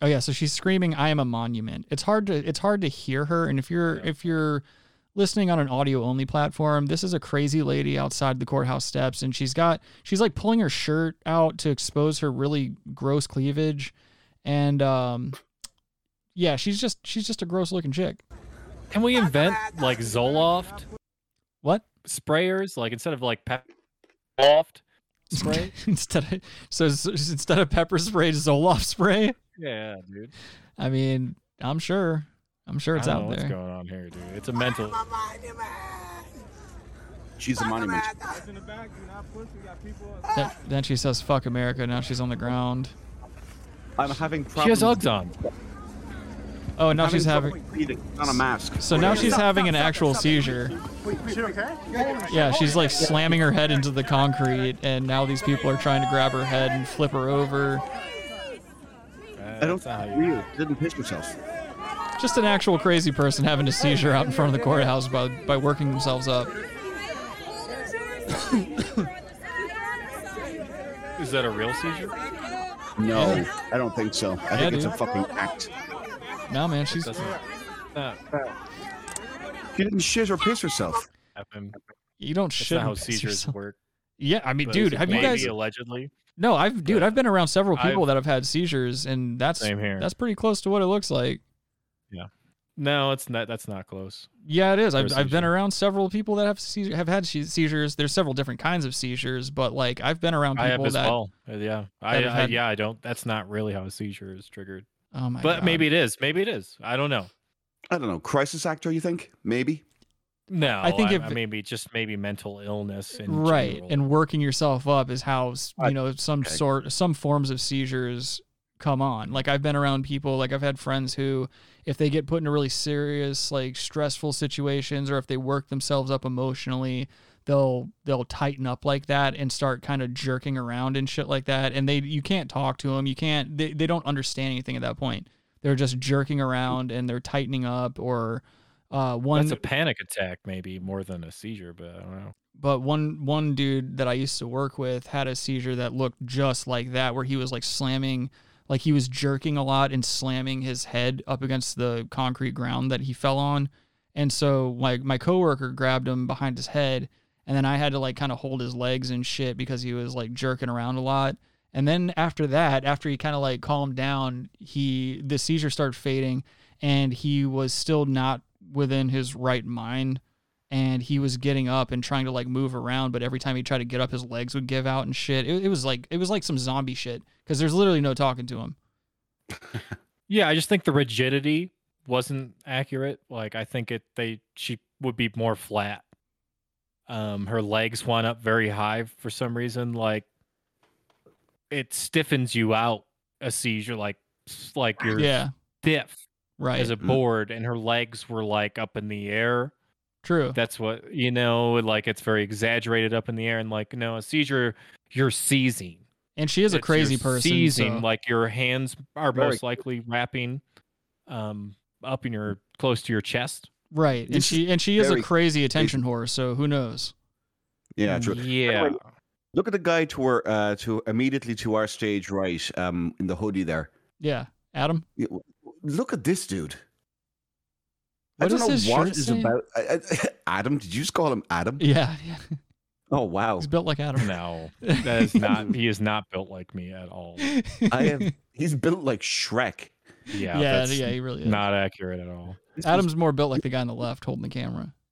S7: Oh yeah, so she's screaming, "I am a monument." It's hard to it's hard to hear her, and if you're if you're listening on an audio only platform, this is a crazy lady outside the courthouse steps, and she's got she's like pulling her shirt out to expose her really gross cleavage, and um, yeah, she's just she's just a gross looking chick.
S10: Can we invent like Zoloft
S7: What?
S10: sprayers? Like instead of like pep loft spray?
S7: instead of so, so instead of pepper spray, Zoloft spray.
S10: yeah, dude.
S7: I mean, I'm sure, I'm sure it's
S10: I don't
S7: out
S10: know
S7: there.
S10: What's going on here, dude? It's a mental.
S11: She's a monument.
S7: Then, then she says "fuck America." Now she's on the ground.
S11: I'm having
S10: She
S11: problems.
S10: has Uggs on.
S7: Oh, and now she's having.
S11: on a mask.
S7: So now she's having an actual seizure. Yeah, she's like slamming her head into the concrete, and now these people are trying to grab her head and flip her over.
S11: I don't real. Didn't piss yourself.
S7: Just an actual crazy person having a seizure out in front of the courthouse by by working themselves up.
S10: Is that a real seizure?
S11: No,
S7: Yeah.
S11: I don't think so. I
S7: Yeah,
S11: think it's
S7: dude.
S11: a fucking act.
S7: No, man, she's
S10: Uh,
S11: She didn't shit or piss herself.
S10: happen.
S7: you don't
S10: That's
S7: shit.
S10: not
S7: and
S10: how
S7: piss
S10: seizures
S7: yourself.
S10: work.
S7: Yeah, I mean,
S10: but
S7: dude, have you
S10: maybe
S7: guys?
S10: allegedly?
S7: No, I've dude, I've been around several people
S10: I've-
S7: that have had seizures, and that's
S10: Same here.
S7: that's pretty close to what it looks like.
S10: No, it's not. That's not close.
S7: Yeah, it is.
S10: Or
S7: I've,
S10: a
S7: I've been
S10: seizure.
S7: around several people that have seizure, have had she- seizures. There's several different kinds of seizures, but like I've been around
S10: I have
S7: people
S10: as
S7: that.
S10: well. Uh, Yeah, I,
S7: have
S10: I
S7: had-
S10: yeah, I don't. That's not really how a seizure is triggered.
S7: Oh my
S10: but
S7: God.
S10: maybe it is. Maybe it is. I don't know.
S11: I don't know. Crisis actor, you think? Maybe.
S10: No,
S7: I think
S10: I,
S7: if-
S10: I maybe just maybe mental illness and
S7: right, and working yourself up is how s-
S11: I-
S7: you know some
S11: okay.
S7: sort some forms of seizures come on. Like I've been around people, like I've had friends who, if they get put into really serious, like stressful situations, or if they work themselves up emotionally, they'll they'll tighten up like that and start kind of jerking around and shit like that. And they you can't talk to them. You can't. They they don't understand anything at that point. They're just jerking around and they're tightening up or. Uh, one
S10: that's a panic attack maybe more than a seizure, but I don't know.
S7: but one one dude that I used to work with had a seizure that looked just like that, where he was like slamming, like he was jerking a lot and slamming his head up against the concrete ground that he fell on, and so like my coworker grabbed him behind his head, and then I had to like kind of hold his legs and shit because he was like jerking around a lot. And then after that, after he kind of like calmed down, he the seizure started fading, and he was still not within his right mind and he was getting up and trying to like move around, but every time he tried to get up, his legs would give out and shit. It, it was like it was like some zombie shit because there's literally no talking to him.
S10: Yeah, I just think the rigidity wasn't accurate. Like I think it they she would be more flat. Um her legs went up very high for some reason like it stiffens you out a seizure like s- like you're
S7: Yeah,
S10: stiff
S7: right. mm.
S10: as a board and her legs were like up in the air.
S7: True.
S10: That's what you know like it's very exaggerated up in the air and like no a seizure you're seizing.
S7: And she is a
S10: it's-
S7: crazy
S10: you're
S7: person.
S10: Seizing
S7: so-
S10: like your hands are
S11: Very
S10: most likely wrapping um up in your close to your chest.
S7: Right. And
S11: This
S7: she and she is a
S11: very
S7: crazy attention whore, so who knows?
S11: Yeah,
S7: Mm.
S11: true.
S10: Yeah.
S11: Look at the guy to our uh, to immediately to our stage right, um, in the hoodie there.
S7: Yeah. Adam?
S11: Yeah, w- Look at this dude. I
S7: What
S11: don't
S7: is his
S11: know what
S7: shirt
S11: is
S7: saying?
S11: about. I, I, Adam, did you just call him Adam?
S7: Yeah. yeah.
S11: Oh wow!
S7: He's built like Adam.
S10: No, that is not. He is not built like me at all.
S11: I have. He's built like Shrek.
S10: Yeah,
S7: Yeah, yeah,
S10: that's
S7: he really is.
S10: not accurate at all.
S11: This was-
S7: Adam's more built like the guy on the left holding the camera.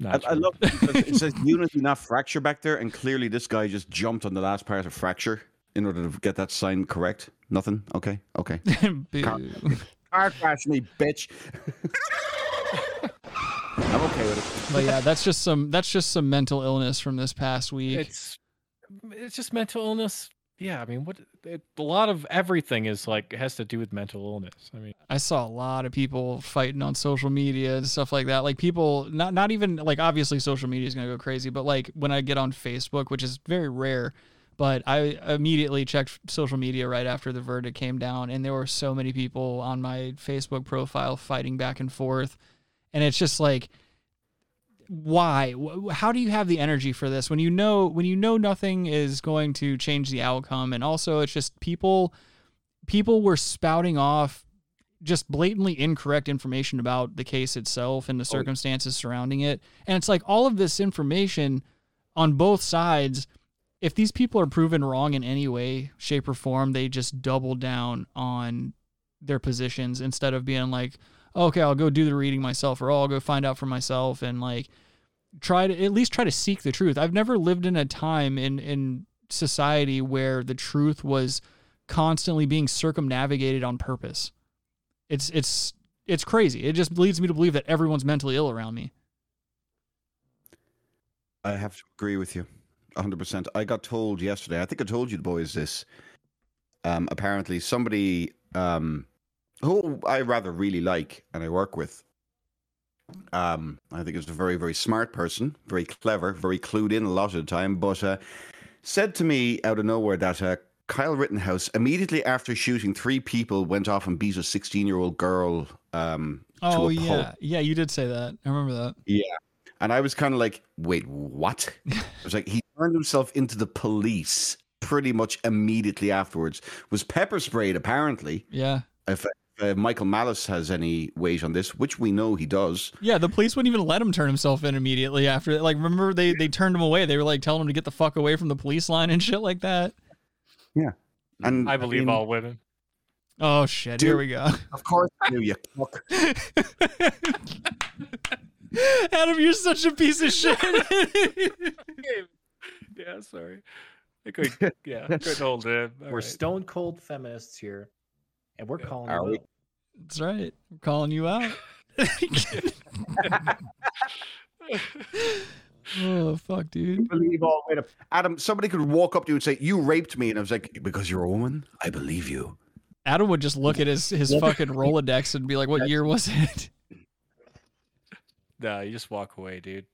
S10: Not
S11: I, I
S10: true.
S11: love because it says unity, not fracture back there, and clearly this guy just jumped on the last part of fracture in order to get that sign correct. Nothing. Okay. Okay.
S7: Boo.
S11: Car crash me, bitch. I'm okay with it.
S7: but yeah, that's just some that's just some mental illness from this past week.
S10: it's it's just mental illness. Yeah, I mean, what it, a lot of everything is like has to do with mental illness. I mean,
S7: I saw a lot of people fighting on social media and stuff like that. Like people, not not even like obviously social media is gonna go crazy, but like when I get on Facebook, which is very rare, but I immediately checked social media right after the verdict came down, and there were so many people on my Facebook profile fighting back and forth, and it's just like, why? Wh- How do you have the energy for this when you know when you know nothing is going to change the outcome, and also it's just people people were spouting off just blatantly incorrect information about the case itself and the circumstances surrounding it. And it's like all of this information on both sides, if these people are proven wrong in any way, shape, or form, they just double down on their positions instead of being like, okay, I'll go do the reading myself or oh, I'll go find out for myself and like try to at least try to seek the truth. I've never lived in a time in in society where the truth was constantly being circumnavigated on purpose. It's it's it's crazy. It just leads me to believe that everyone's mentally ill around me.
S11: I have to agree with you, 100. percent I got told yesterday. I think I told you the boys this. Um, apparently, somebody um, who I rather really like and I work with. Um, I think is a very very smart person, very clever, very clued in a lot of the time. But uh, said to me out of nowhere that uh, Kyle Rittenhouse immediately after shooting three people went off and beat a 16 year old girl. Um,
S7: Oh
S11: to a pulp.
S7: yeah, yeah. You did say that. I remember that.
S11: And I was kind of like, wait, what? I was like, he turned himself into the police pretty much immediately afterwards, was pepper sprayed, apparently.
S7: Yeah,
S11: If uh, Michael Malice has any weight on this, which we know he does.
S7: yeah. The police wouldn't even let him turn himself in immediately after. Like, remember they they turned him away. They were like telling him to get the fuck away from the police line and shit like that.
S11: And
S10: Mm, I believe all women.
S7: Oh shit! Here
S11: Dude.
S7: we go.
S11: Of course, I knew you fuck.
S7: Adam, you're such a piece of shit.
S10: Yeah, sorry. I could, yeah, I couldn't hold it. All
S3: We're
S10: right.
S3: stone cold feminists here, and we're calling.
S11: Are
S3: you
S11: we?
S3: out.
S7: That's right. I'm calling you out. oh fuck, dude.
S11: Believe all women. Adam, somebody could walk up to you and say, You raped me. And I was like, Because you're a woman? I believe you.
S7: Adam would just look at his his fucking Rolodex and be like, "What year was it?"
S10: Nah, you just walk away, dude.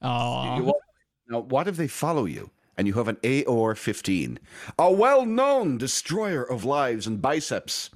S7: Oh,
S10: Uh-huh.
S11: You walk- now, what if they follow you and you have an AR 15, a well known destroyer of lives and biceps?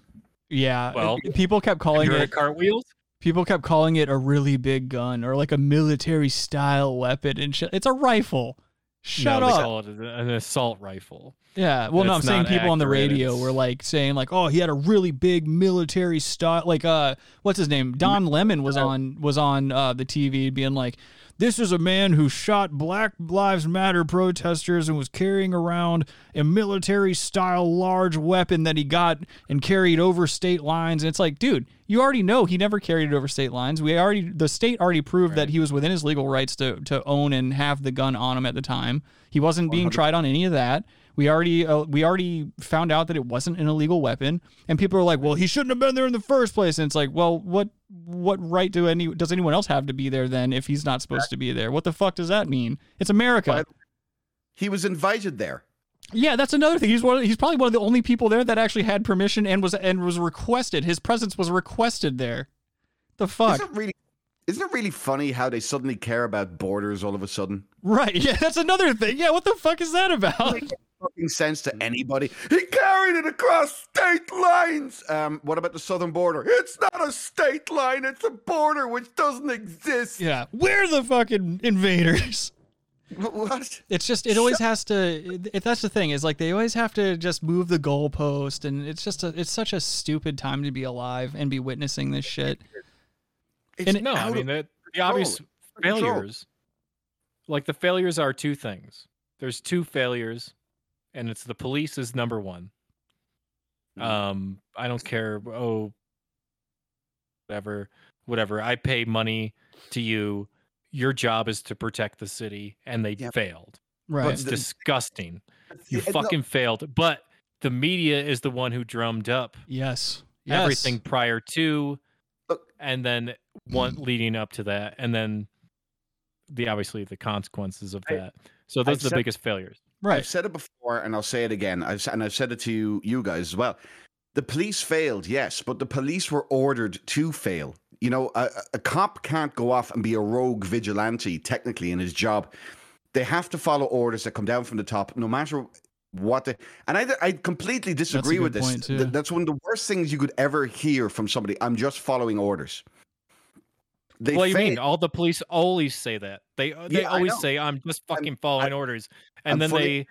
S7: Yeah.
S10: Well,
S7: it- people kept calling
S10: You're
S7: it
S10: cartwheels.
S7: people kept calling it a really big gun or like a military style weapon and shit. It's a rifle. Shut
S10: no, They
S7: up.
S10: call it an- an assault rifle.
S7: yeah. Well, no, I'm
S10: it's
S7: saying
S10: not
S7: people on the
S10: accurate,
S7: radio
S10: it's-
S7: were like saying like, "Oh, he had a really big military style." Like, uh, what's his name? Don Lemon was on was on uh, the TV being like, "This is a man who shot Black Lives Matter protesters and was carrying around a military style large weapon that he got and carried over state lines." And it's like, dude, you already know he never carried it over state lines. We already the state already proved that he was within his legal rights to to own and have the gun on him at the time. He wasn't being tried on any of that. We already uh, we already found out that it wasn't an illegal weapon, and people are like, "Well, he shouldn't have been there in the first place." And it's like, "Well, what what right do any does anyone else have to be there then if he's not supposed to be there? What the fuck does that mean? It's America."
S11: But- He was invited there.
S7: Yeah, that's another thing. He's one. Of, he's probably one of the only people there that actually had permission and was and was requested. His presence was requested there. The fuck,
S11: Isn't it really? Isn't it really funny how they suddenly care about borders all of a sudden?
S7: right? Yeah, that's another thing. Yeah, what the fuck is that about?
S11: fucking sense to anybody. He carried it across state lines. Um, what about the southern border? It's not a state line. It's a border which doesn't exist.
S7: Yeah, we're the fucking invaders.
S11: Wh- What?
S7: It's just it always has to. It, it- that's the thing is like they always have to just move the goalpost, and it's just a, it's such a stupid time to be alive and be witnessing this shit.
S11: It's
S7: And it-
S10: No, I
S11: out
S10: mean
S11: of
S10: the, the obvious
S11: control. control.
S10: failures. Like the failures are two things. There's two failures, and it's the police is number one.
S11: Mm-hmm.
S10: Um, I don't care. Oh, whatever, whatever. I pay money to you. Your job is to protect the city, and they
S11: Yeah.
S10: failed.
S7: Right.
S10: It's disgusting. You
S11: Yeah, no.
S10: fucking failed. But the media is the one who drummed up
S7: Yes. Yes.
S10: everything prior to
S11: Look-
S10: and then one leading up to that and then the obviously the consequences of
S11: I-
S10: that so those are the
S11: said-
S10: biggest failures
S7: Right.
S11: I've said it before, and I'll say it again. I've s- and I've said it to you, you guys as well. The police failed, yes, but the police were ordered to fail. You know, a, a- a cop can't go off and be a rogue vigilante technically in his job. They have to follow orders that come down from the top, no matter what. The, and I, I completely disagree
S7: good
S11: with this.
S7: point,
S11: Th-
S7: yeah.
S11: that's one of the worst things you could ever hear from somebody. I'm just following orders. They
S10: well you
S11: fail-
S10: mean all the police always say that they they
S11: Yeah, I
S10: always
S11: know.
S10: say i'm just fucking following orders and
S11: I'm
S10: then
S11: fully-
S10: they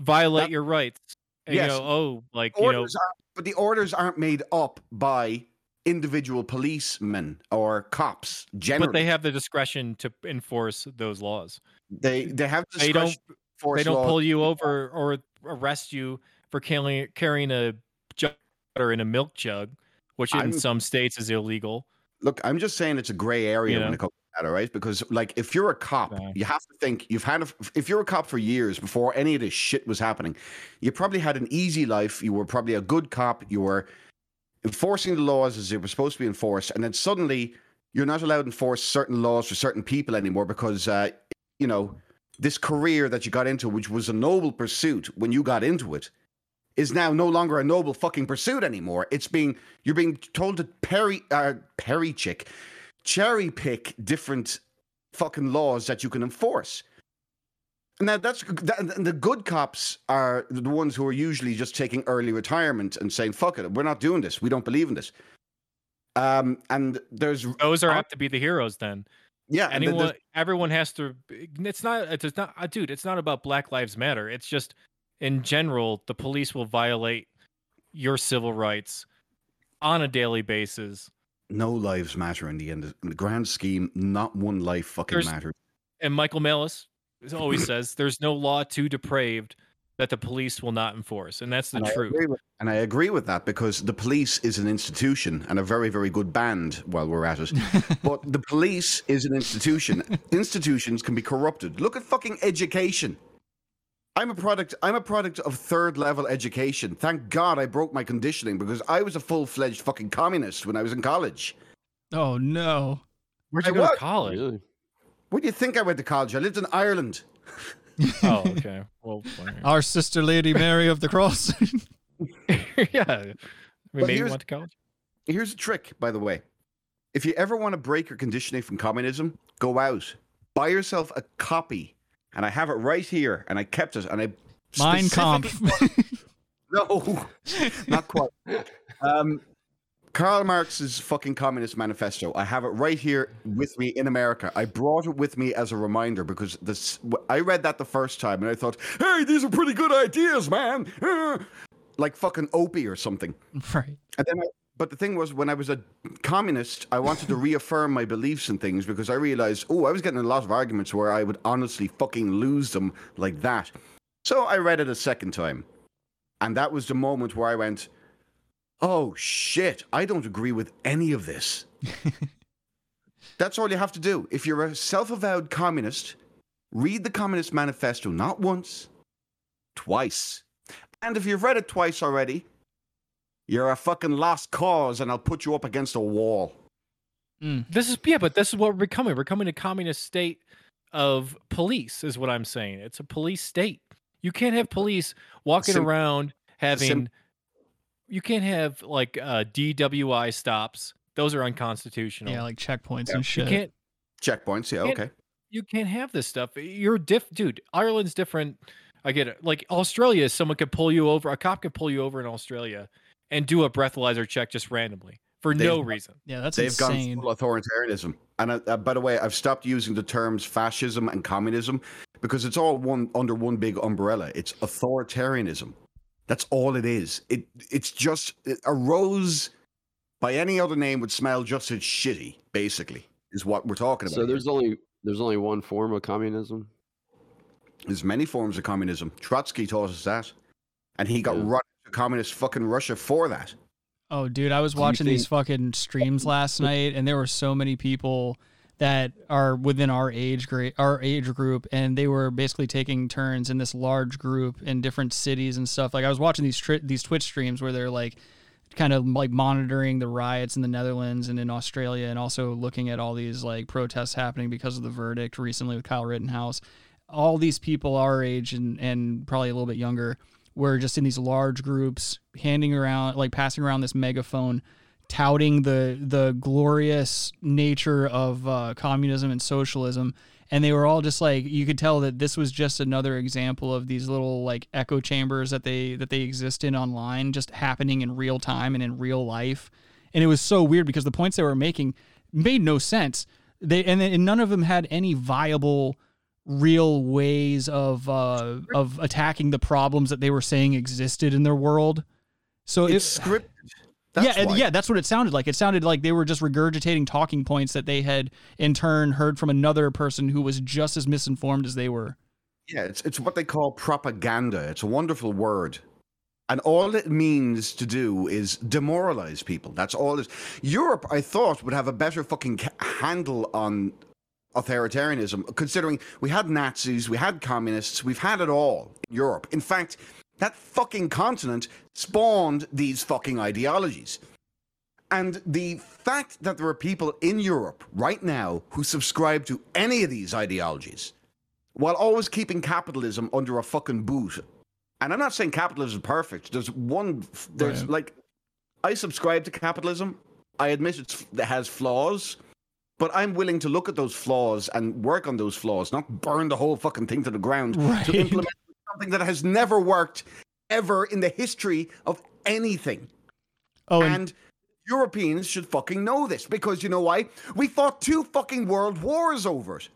S10: violate
S11: That-
S10: your rights and
S11: Yes.
S10: you know oh like you know
S11: orders aren't, but the orders aren't made up by individual policemen or cops generally
S10: but they have the discretion to enforce those laws
S11: they, they have
S10: they don't-
S11: discretion to enforce
S10: they don't
S11: laws.
S10: pull you over or arrest you for carrying, carrying a jug in a milk jug, which in
S11: I'm-
S10: some states is illegal.
S11: look i'm just saying it's a gray area
S10: Yeah.
S11: when it comes to that all right because like if you're a cop
S10: Yeah.
S11: you have to think you've had a, if you're a cop for years before any of this shit was happening you probably had an easy life you were probably a good cop you were enforcing the laws as they were supposed to be enforced and then suddenly you're not allowed to enforce certain laws for certain people anymore because uh, you know this career that you got into which was a noble pursuit when you got into it is now no longer a noble fucking pursuit anymore it's being you're being told to perry uh, perry chick cherry pick different fucking laws that you can enforce now that's that, the good cops are the ones who are usually just taking early retirement and saying fuck it we're not doing this we don't believe in this um and there's
S10: Those are
S11: Uh,
S10: have to be the heroes then.
S11: yeah and then
S10: Anyone,
S11: there's-
S10: everyone has to. It's not. It's not, uh, dude. It's not about Black Lives Matter. It's just in general, the police will violate your civil rights on a daily basis.
S11: no lives matter in the end in the grand scheme not one life fucking
S10: There's-
S11: matters
S10: And Michael Malice always says, "There's no law too depraved that the police will not enforce," and that's the
S11: And I
S10: truth.
S11: agree with- and I agree with that because the police is an institution and a very, very good band while we're at it. but the police is an institution. Institutions can be corrupted. Look at fucking education. I'm a product I'm a product of third level education. Thank God I broke my conditioning because I was a full fledged fucking communist when I was in college.
S7: oh no.
S10: Where'd you
S11: I
S10: go to
S11: was.
S10: college?
S8: Really?
S11: What do you think I went to college? I lived in Ireland.
S10: Oh, okay. Well, fine.
S7: Our sister Lady Mary of the Cross.
S10: yeah. We
S11: But
S10: maybe
S11: here's-
S10: went to college.
S11: Here's a trick, by the way. If you ever want to break your conditioning from communism, go out, buy yourself a copy. And I have it right here, and I kept it, and I
S7: Mein Kampf.
S11: specifically- No, not quite. Um, Karl Marx's fucking Communist Manifesto. I have it right here with me in America. I brought it with me as a reminder because this. I read that the first time, and I thought, "Hey, these are pretty good ideas, man." Uh, Like fucking Opie or something.
S7: right.
S11: And then I, but the thing was, when I was a communist, I wanted to reaffirm my beliefs and things because I realized, oh, I was getting in a lot of arguments where I would honestly fucking lose them like that. So I read it a second time. And that was the moment where I went, oh shit, I don't agree with any of this. That's all you have to do. If you're a self avowed communist, read the Communist Manifesto not once, twice. And if you've read it twice already, you're a fucking lost cause, and I'll put you up against a wall.
S10: This is yeah, but this is what we're becoming. We're coming to communist state of police, is what I'm saying. It's a police state. You can't have police walking
S11: Sim-
S10: around having.
S11: sim-
S10: you can't have like uh, DWI stops. Those are unconstitutional.
S7: Yeah, like checkpoints and
S10: you
S7: shit.
S10: can't.
S11: Checkpoints, yeah,
S10: Yeah.
S11: okay.
S10: You can't have this stuff. You're diff, dude. Ireland's different. I get it. Like Australia, someone could pull you over. A cop could pull you over in Australia and do a breathalyzer check just randomly for no
S11: They've-
S10: reason.
S7: Yeah, that's
S11: They've
S7: insane.
S11: gone full authoritarianism. And I, uh, by the way, I've stopped using the terms fascism and communism because it's all one under one big umbrella. It's authoritarianism. That's all it is. It it's just it, a rose by any other name would smell just as shitty. Basically, is what we're talking about.
S8: So there's only there's only one form of communism.
S11: There's many forms of communism. Trotsky taught us that, and he got
S8: Yeah.
S11: run to communist fucking Russia for that.
S7: Oh, dude, I was
S11: you
S7: watching these fucking streams last night, and there were so many people that are within our age grade, our age group, and they were basically taking turns in this large group in different cities and stuff. Like I was watching these tri- these Twitch streams where they're like kind of like monitoring the riots in the Netherlands and in Australia, and also looking at all these like protests happening because of the verdict recently with Kyle Rittenhouse. All these people our age and and probably a little bit younger were just in these large groups, handing around like passing around this megaphone, touting the the glorious nature of uh, communism and socialism. And they were all just like you could tell that this was just another example of these little like echo chambers that they that they exist in online, just happening in real time and in real life. And it was so weird because the points they were making made no sense. They and, and none of them had any viable real ways of uh, of attacking the problems that they were saying existed in their world. So it,
S11: It's scripted. That's
S7: yeah, and-
S11: why.
S7: yeah, that's what it sounded like. It sounded like they were just regurgitating talking points that they had in turn heard from another person who was just as misinformed as they were.
S11: Yeah, it's it's what they call propaganda. It's a wonderful word. And all it means to do is demoralize people. That's all it is. Europe, I thought, would have a better fucking ca- handle on authoritarianism, considering we had Nazis, we had communists, we've had it all in Europe. In fact, that fucking continent spawned these fucking ideologies. And the fact that there are people in Europe right now who subscribe to any of these ideologies while always keeping capitalism under a fucking boot. And I'm not saying capitalism is perfect. There's one, there's
S7: Right.
S11: like, I subscribe to capitalism. I admit it's, it has flaws, but I'm willing to look at those flaws and work on those flaws, not burn the whole fucking thing to the ground
S7: Right.
S11: to implement something that has never worked ever in the history of anything.
S7: Oh, and,
S11: And Europeans should fucking know this because you know why? We fought two fucking world wars over it.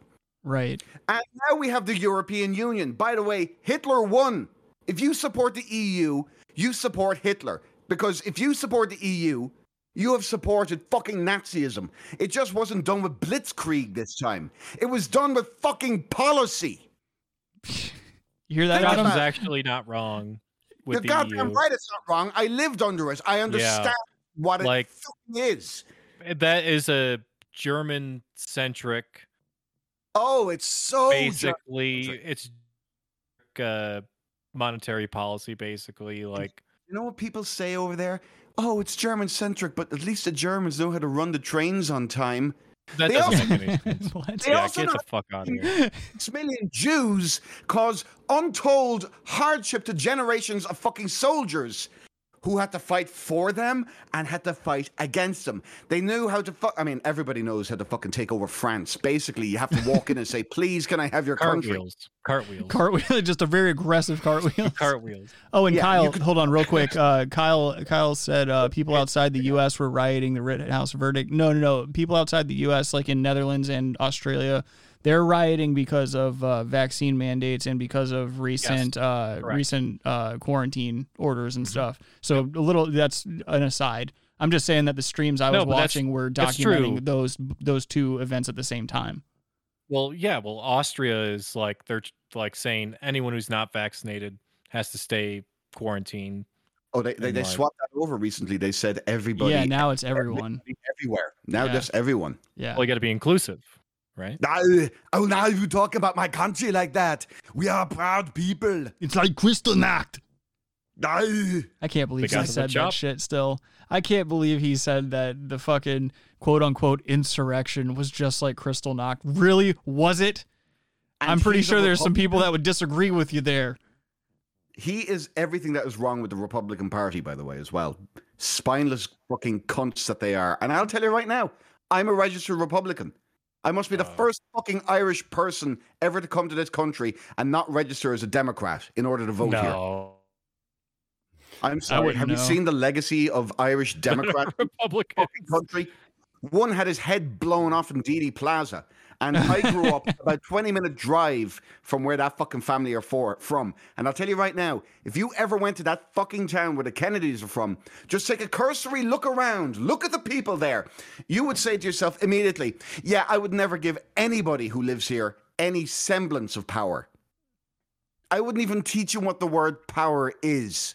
S7: right.
S11: And now we have the European Union. By the way, Hitler won. If you support the EU, you support Hitler. Because if you support the EU, you have supported fucking Nazism. It just wasn't done with blitzkrieg this time. It was done with fucking policy.
S7: You hear that,
S11: Think
S7: Adam?
S10: Adam's
S11: about-
S10: actually not wrong with
S11: You're
S10: the E
S11: goddamn
S10: EU.
S11: right, it's not wrong. I lived under it. I understand what it
S10: Like-
S11: fucking is.
S10: Eh, That is a German centric,
S11: Oh, it's so ju-
S10: basically, it's uh, monetary policy, basically. Like,
S11: You know what people say over there? Oh, it's German centric, but at least the Germans know how to run the trains on time.
S10: that
S11: They
S10: doesn't
S11: also-
S10: make any sense.
S7: What?
S11: They
S10: yeah,
S11: also
S10: get
S11: know
S10: the fuck out of here.
S11: Six million Jews cause untold hardship to generations of fucking soldiers who had to fight for them and had to fight against them. They knew how to fuck. I mean, everybody knows how to fucking take over France. Basically, you have to walk in and say, please, can I have your country?
S10: Cartwheels. Cartwheels.
S7: Cartwheel, just a very aggressive cartwheel.
S10: Cartwheels.
S7: Oh, and
S11: Yeah,
S7: Kyle,
S11: you could-
S7: hold on real quick. Uh, Kyle, Kyle said uh, people outside the U.S. were rioting the Rittenhouse verdict. No, no, no. People outside the U.S., like in Netherlands and Australia, they're rioting because of uh, vaccine mandates and because of recent uh,
S10: correct.
S7: recent uh, quarantine orders and stuff. So a little that's an aside. I'm just saying that the streams I
S10: No,
S7: was
S10: but that's-
S7: watching were
S10: that's true.
S7: documenting those those two events at the same time.
S10: Well, yeah. Well, Austria is like they're like saying anyone who's not vaccinated has to stay quarantined.
S11: Oh, they, they, they
S10: Right.
S11: swapped that over recently. They said everybody.
S7: Yeah, now it's everyone.
S11: everybody, everywhere. Now
S7: Yeah.
S11: just everyone.
S7: Yeah.
S10: Well, you got to be inclusive, right?
S11: Now- oh, now you talk about my country like that. We are proud people.
S7: It's like Kristallnacht.
S11: Now-
S7: I can't believe
S10: guy
S7: he
S10: with the
S7: said that
S10: chop?
S7: shit still. I can't believe he said that the fucking quote unquote insurrection was just like Crystal Knock. Really? Was it? I'm
S11: And
S7: pretty
S11: he's a
S7: sure there's some
S11: Republican.
S7: people that would disagree with you there.
S11: He is everything that is wrong with the Republican Party, by the way, as well. Spineless fucking cunts that they are. And I'll tell you right now, I'm a registered Republican. I must be
S7: Uh.
S11: the first fucking Irish person ever to come to this country and not register as a Democrat in order to vote here.
S10: no.
S11: I'm sorry.
S7: wouldn't
S11: Have you
S7: know.
S11: seen the legacy of Irish Democrat
S10: Republican.
S11: Oh, country? One had his head blown off in Didi Plaza. And I grew up about 20 minute drive from where that fucking family are for, from. And I'll tell you right now, if you ever went to that fucking town where the Kennedys are from, just take a cursory look around, look at the people there. You would say to yourself immediately, yeah, I would never give anybody who lives here any semblance of power. I wouldn't even teach him what the word power is.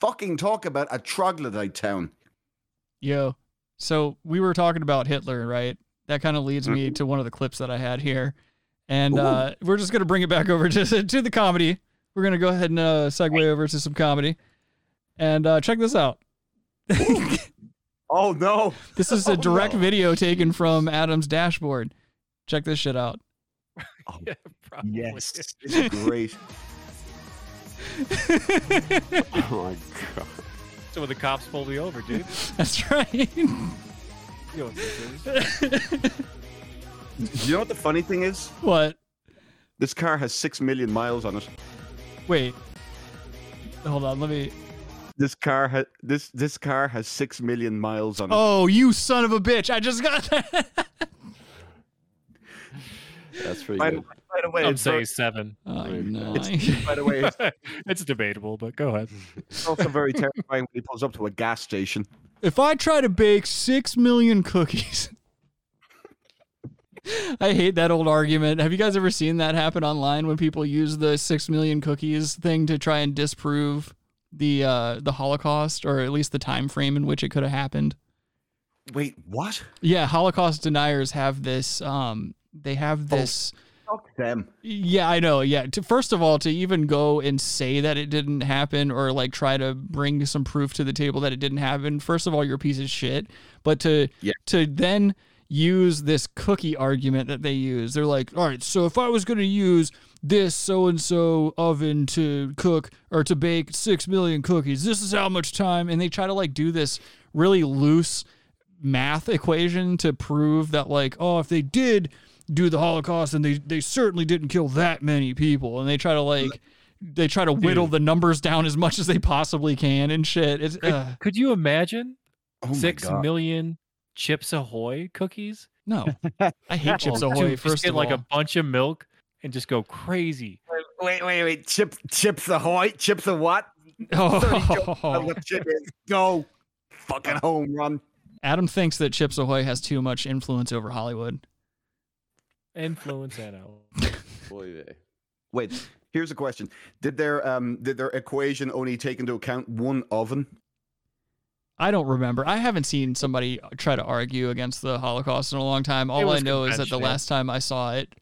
S11: Fucking talk about a troglodyte town.
S7: Yo, so we were talking about Hitler, right? That kind of leads
S10: Mm-hmm.
S7: me to one of the clips that I had here, and uh, we're just gonna bring it back over to to the comedy. We're gonna go ahead and uh, segue over to some comedy, and uh, check this out.
S11: Oh no.
S7: This is a direct video taken from Adam's dashboard. Check this shit out.
S10: Yeah, probably.
S11: Yes. This is great. oh my god.
S10: So when the cops pull me over, dude.
S7: That's right.
S10: You know what this is.
S11: You know what the funny thing is?
S7: what?
S11: This car has six million miles on it.
S7: Wait. Hold on. Let me.
S11: This car has this this car has six million miles on it.
S7: Oh, you son of a bitch! I just got that.
S8: That's pretty
S11: by, the,
S8: good.
S11: by the way,
S10: Some
S11: it's,
S10: say
S11: very,
S10: seven.
S7: Oh,
S8: Wait,
S7: no.
S11: by the way,
S10: it's debatable, but go ahead.
S11: it's also very terrifying when he pulls up to a gas station.
S7: If I try to bake six million cookies. I hate that old argument. Have you guys ever seen that happen online when people use the six million cookies thing to try and disprove the uh, the Holocaust or at least the time frame in which it could have happened?
S11: Wait, what?
S7: Yeah, Holocaust deniers have this. Um, they have this.
S11: Fuck them.
S7: Yeah, I know. Yeah. To, first of all, to even go and say that it didn't happen or like try to bring some proof to the table that it didn't happen, first of all, you're a piece of shit. But to
S11: Yeah.
S7: to then use this cookie argument that they use, they're like, all right, so if I was going to use this so and so oven to cook or to bake six million cookies, this is how much time. And they try to like do this really loose math equation to prove that like oh if they did do the holocaust and they they certainly didn't kill that many people and they try to like they try to whittle the numbers down as much as they possibly can and shit it's
S10: Could,
S7: uh,
S10: could you imagine
S11: Oh
S10: six
S11: my god.
S10: million Chips Ahoy cookies?
S7: no i hate chips
S10: Oh,
S7: ahoy
S10: dude,
S7: first
S10: just get
S7: of
S10: like
S7: all
S10: a bunch of milk and just go crazy.
S11: Wait, wait, wait. Chip, chips ahoy. Chips of what? 30 jokes about
S7: oh,
S11: what chip is. Go. Fucking home run.
S7: adam thinks that chips ahoy has too much influence over hollywood
S10: Influence and out.
S8: Boy, they-
S11: Wait, here's a question. Did their um did their equation only take into account one oven?
S7: I don't remember. I haven't seen somebody try to argue against the Holocaust in a long time. All I
S10: was
S7: know is that the
S10: conventional.
S7: last time I saw it,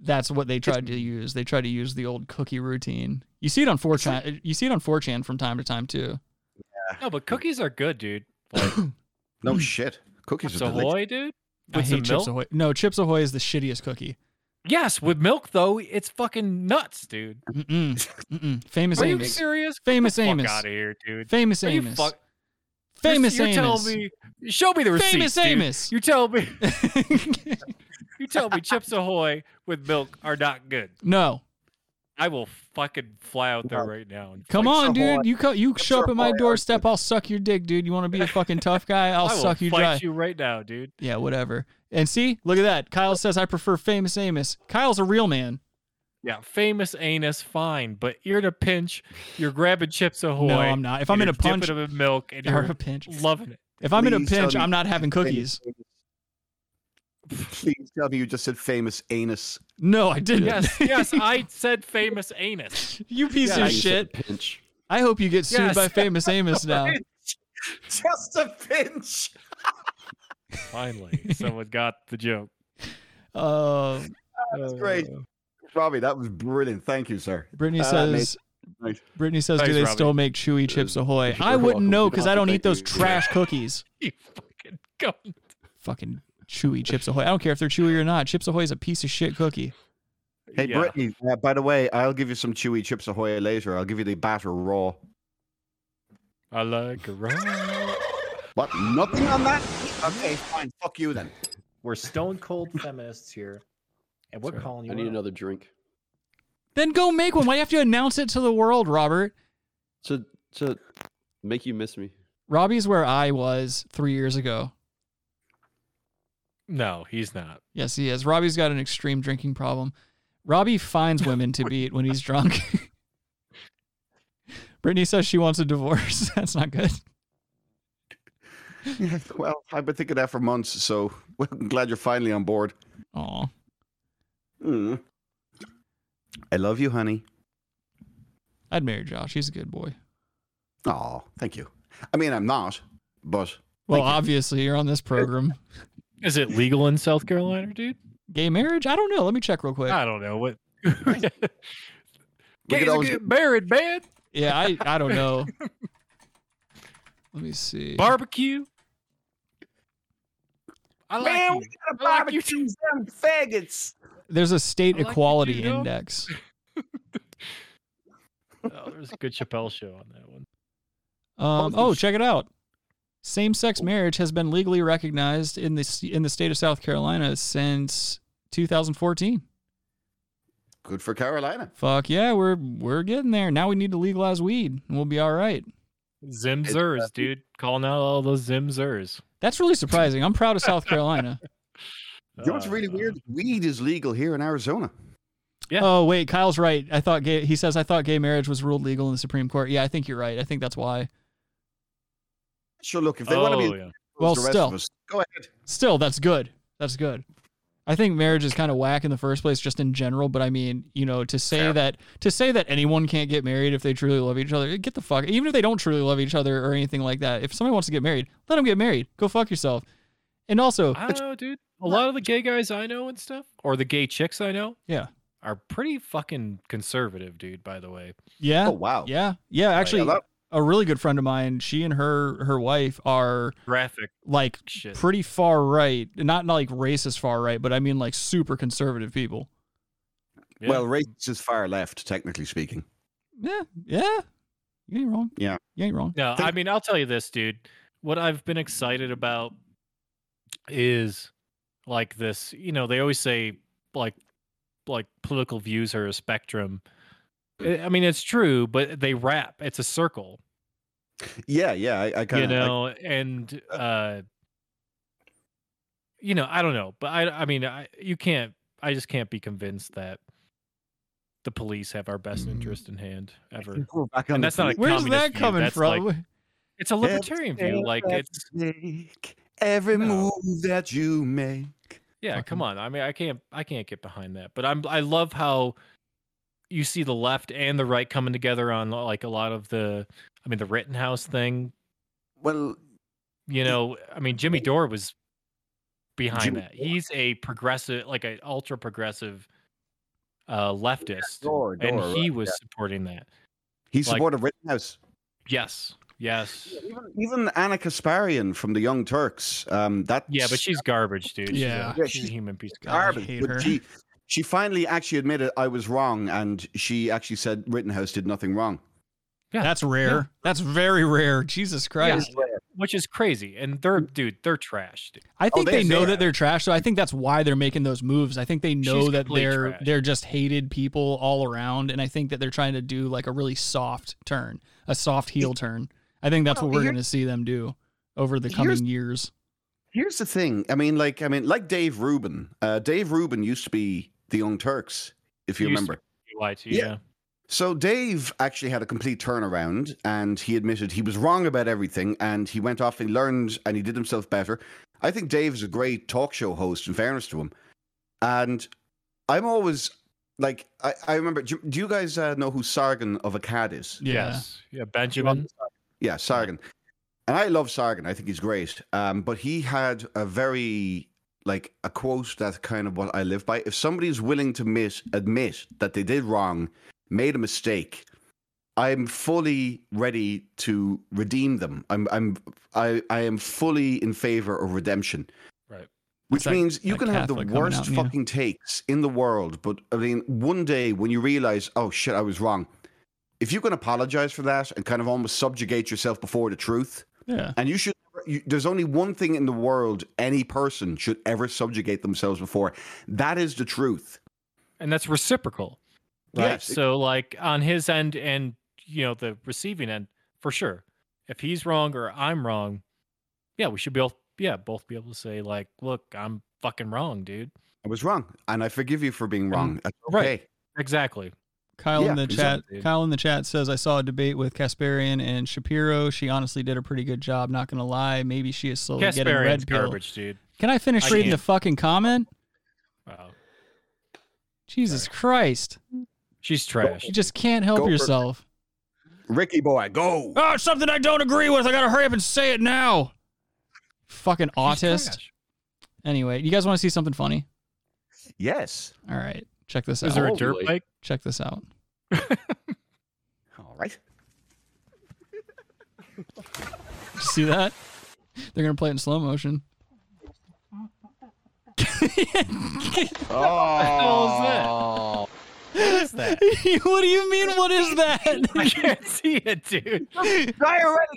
S7: that's what they tried to use. They tried to use the old cookie routine. You see it on 4chan. You see it on 4chan from time to time too.
S10: No, but cookies are good, dude. Like
S7: Hmm.
S11: No shit. Cookies
S10: Chips
S11: are delicious.
S10: Ahoy, dude.
S7: I
S10: With some
S7: hate Chips
S10: milk.
S7: Ahoy. No, Chips Ahoy is the shittiest cookie.
S10: Yes, with milk though, it's fucking nuts, dude.
S7: Mm-mm. Mm-mm. Famous
S10: Are you
S7: Amos.
S10: serious?
S7: Famous
S10: Get the
S7: Amos.
S10: Fuck out of here, dude.
S7: Famous
S10: Are you
S7: Amos.
S10: fuck- You're-
S7: Famous
S10: you're,
S7: Amos.
S10: telling me. Show me the receipt.
S7: Famous
S10: dude.
S7: Amos.
S10: You tell me. You tell me Chips Ahoy with milk are not good.
S7: no,
S10: I will fucking fly out there right now. And
S7: come
S10: like,
S7: on,
S11: Ahoy.
S7: dude. You co- you
S11: Chips
S7: show up at my
S11: Ahoy are
S7: doorstep, I'll suck your dick, dude. You want to be a fucking tough guy? I'll
S10: I will
S7: suck you
S10: fight
S7: dry.
S10: you right now, dude.
S7: Yeah, whatever. And see, look at that. Kyle says I prefer Famous Amos. Kyle's a real man.
S10: Yeah, famous anus, fine, but you're in a pinch. You're grabbing Chips Ahoy.
S7: No, I'm not. If
S10: and
S7: I'm in
S10: you're
S7: a punch-
S10: dipping them in milk, and
S7: Or a
S10: you're
S7: pinch.
S10: loving it.
S7: If I'm in a
S11: Please tell
S7: pinch,
S11: me-
S7: I'm not having cookies.
S11: Please tell me you just said famous anus.
S7: No, I didn't.
S10: Yes, yes, I said famous anus.
S7: you piece
S10: Yeah,
S7: of
S10: you
S7: shit.
S8: Pinch.
S7: I hope you get sued
S10: Yes.
S7: by Famous Amos now.
S11: Just a pinch.
S10: Finally, someone got the joke.
S7: Uh,
S11: That's great. Uh, Robbie, that was brilliant. Thank you, sir.
S7: Brittany
S11: Uh, that
S7: says.
S11: nice.
S7: Brittany says, "Do
S10: Thanks,
S7: they
S10: Robbie.
S7: still make chewy chips ahoy?" I
S8: You're
S7: wouldn't
S8: welcome.
S7: know
S8: You don't
S7: because
S8: have
S7: I
S8: to
S7: don't eat
S8: thank
S7: those
S8: me.
S7: trash cookies.
S10: You fucking go.
S7: Fucking chewy chips ahoy. I don't care if they're chewy or not. Chips ahoy is a piece of shit cookie.
S11: Hey,
S10: Yeah.
S11: Brittany, uh, by the way, I'll give you some chewy chips ahoy later. I'll give you the batter raw.
S10: I like a rock.
S11: What? Nothing on that? Okay, fine. Fuck you then.
S14: We're stone cold feminists here, and we're calling you.
S8: I need
S14: out.
S8: another drink.
S7: Then go make one. Why do you have to announce it to the world, Robert?
S8: To to make you miss me.
S7: Robbie's where I was three years ago.
S10: No, he's not.
S7: Yes, he is. Robbie's got an extreme drinking problem. Robbie finds women to beat when he's drunk. Brittany says she wants a divorce. That's not good.
S11: Yeah, well, I've been thinking that for months, so I'm glad you're finally on board.
S7: Aw.
S11: I love you, honey.
S7: I'd marry Josh. He's a good boy.
S11: Aw, thank you. I mean, I'm not, but
S7: Well, obviously, you're on this program.
S10: Is it legal in South Carolina, dude?
S7: Gay marriage? I don't know. Let me check real quick.
S10: I don't know what.
S11: Gays
S10: are
S11: always-
S10: getting married, man.
S7: Yeah, I, I don't know. Let me see.
S10: Barbecue. I like
S6: Man,
S10: you.
S6: we gotta barbecue them faggots.
S7: There's a state
S10: I like you,
S7: equality
S10: you know?
S7: index.
S10: Oh, there's a good Chappelle show on that one.
S7: Um, oh, check it out. Same-sex marriage has been legally recognized in the s- in the state of South Carolina since 2014.
S11: good for Carolina.
S7: Fuck yeah, we're we're getting there. Now we need to legalize weed, and we'll be all right.
S10: Zimzers, dude. Calling out all those Zimzers.
S7: That's really surprising. I'm proud of South Carolina.
S11: You know what's
S10: Uh, Ah.
S11: really weird? Weed is legal here in Arizona.
S10: Yeah.
S7: Oh wait, Kyle's right. I thought gay. He says I thought gay marriage was ruled legal in the Supreme Court. Yeah, I think you're right. I think that's why.
S11: Sure, look, if they want to
S10: Oh,
S11: be
S10: yeah.
S7: Well,
S11: the rest
S7: still.
S11: of us, go ahead.
S7: Still, that's good. That's good. I think marriage is kind of whack in the first place, just in general. But I mean, you know, to say that to say that anyone can't get married if they truly love each other, get the fuck. Even if they don't truly love each other or anything like that, if somebody wants to get married, let them get married. Go fuck yourself. And also,
S10: I don't know, dude. A lot of the gay guys I know and stuff, or the gay chicks I know,
S7: yeah,
S10: are pretty fucking conservative, dude. By the way,
S7: yeah,
S11: Oh wow.
S7: yeah, yeah. Actually,
S11: lot-
S7: a really good friend of mine, she and her her wife are
S10: graphic
S7: like
S10: shit.
S7: pretty far right, not not like racist far right, but I mean like super conservative people.
S10: Yeah.
S11: Well, race is far left, technically speaking.
S7: Yeah, yeah. You ain't wrong.
S11: Yeah.
S7: you ain't wrong.
S10: No, I
S11: Think-
S10: mean, I'll tell you this, dude. What I've been excited about is like this, you know, they always say like like political views are a spectrum. I I mean, it's true, but they wrap. It's a circle,
S11: Yeah, yeah. I, I kind of
S10: you know, and uh you know, I don't know, but I I mean, I you can't I just can't be convinced that the police have our best interest in hand ever.
S11: We're back on
S10: And
S11: the
S10: that's not a
S11: police.
S7: Where's
S10: communist
S7: that
S10: view,
S7: coming
S10: that's
S7: from?
S10: like- It's a
S11: Every
S10: libertarian view. Like it's
S11: Make every
S10: No.
S11: move that you make.
S10: Yeah, come
S7: Fucking-
S10: on. I mean, I can't I can't get behind that. But I'm I love how you see the left and the right coming together on like a lot of the I mean the Rittenhouse thing.
S11: Well,
S10: You know, I mean Jimmy Dore was behind
S11: Jimmy
S10: that. He's a progressive like an ultra progressive uh leftist.
S11: Dore,
S10: and
S11: Dore,
S10: he
S11: right,
S10: was
S11: yeah.
S10: supporting that.
S11: he
S10: Like-
S11: supported Rittenhouse.
S10: Yes. Yes.
S11: Even, even Anna Kasparian from the Young Turks. Um, that
S10: Yeah, but she's garbage, dude. She's a-
S7: Yeah.
S10: She's a,
S11: she's
S10: human piece of garbage.
S11: garbage.
S7: hate
S11: but
S7: her.
S11: She, she finally actually admitted I was wrong, and she actually said Rittenhouse did nothing wrong.
S10: Yeah.
S7: That's rare.
S10: Yeah.
S7: That's very rare. Jesus Christ.
S10: Which is crazy. And they're dude, they're trash, dude.
S7: I think they,
S11: they-
S7: know
S11: they-
S7: that they're trash, so I think that's why they're making those moves. I think they know
S10: She's
S7: that
S10: complete
S7: they're
S10: trash.
S7: they're just hated people all around, and I think that they're trying to do like a really soft turn, a soft heel turn. I think that's
S11: Well,
S7: what we're
S11: here-
S7: going to see them do over the
S11: Here's-
S7: coming years.
S11: Here's the thing. I mean, like, I mean, like Dave Rubin. Uh, Dave Rubin used to be the Young Turks, if you
S10: Used to
S11: remember.
S10: YT,
S11: Yeah.
S10: yeah.
S11: So Dave actually had a complete turnaround, and he admitted he was wrong about everything, and he went off and he learned, and he did himself better. I think Dave's a great talk show host. In fairness to him, and I'm always like, I, I remember. Do, do you guys uh, know who Sargon of Akkad is?
S7: Yeah.
S10: Yes. Yeah, Benjamin.
S11: Yeah, Sargon. And I love Sargon. I think he's great. Um, but he had a very like a quote that's kind of what I live by. If somebody's willing to admit admit that they did wrong, made a mistake, I'm fully ready to redeem them. I'm I'm I, I am fully in favor of redemption.
S10: Right.
S11: Which
S7: That's like-
S11: means you
S7: like
S11: can have
S7: Catholic
S11: the
S7: coming out
S11: worst
S7: in you.
S11: fucking takes in the world, but I mean, one day when you realize, oh shit, I was wrong, if you can apologize for that and kind of almost subjugate yourself before the truth,
S7: Yeah.
S11: and you should you, there's only one thing in the world any person should ever subjugate themselves before. That is the truth.
S10: And that's reciprocal. Right. So like on his end and you know the receiving end for sure. If he's wrong or I'm wrong, yeah, we should be able yeah, both be able to say like, look, I'm fucking wrong, dude.
S11: I was wrong, and I forgive you for
S7: Um,
S11: being wrong. That's okay.
S10: Right. Exactly.
S7: Kyle in
S10: Yeah,
S7: the chat.
S10: exactly.
S7: Kyle in the chat says I saw a debate with Kasparian and Shapiro. She honestly did a pretty good job. Not gonna lie. Maybe she is slowly getting
S10: Kasparian's
S7: red pill.
S10: garbage, dude.
S7: Can I finish
S10: I
S7: reading
S10: can't.
S7: the fucking comment?
S10: Wow.
S7: Jesus Christ!
S10: She's trash.
S7: You just can't help
S10: Go for it.
S7: yourself.
S11: Ricky boy, go.
S7: Oh, it's something I don't agree with. I gotta hurry up and say it now. Fucking autist. Anyway, you guys want to see something funny?
S11: Yes.
S7: All right, check this out.
S10: Is there a dirt bike?
S7: Check this out.
S11: All right.
S7: You see that? They're gonna play it in slow motion.
S10: Oh. What is that?
S7: what do you mean? What is that?
S10: I can't see it, dude.
S11: Diuretic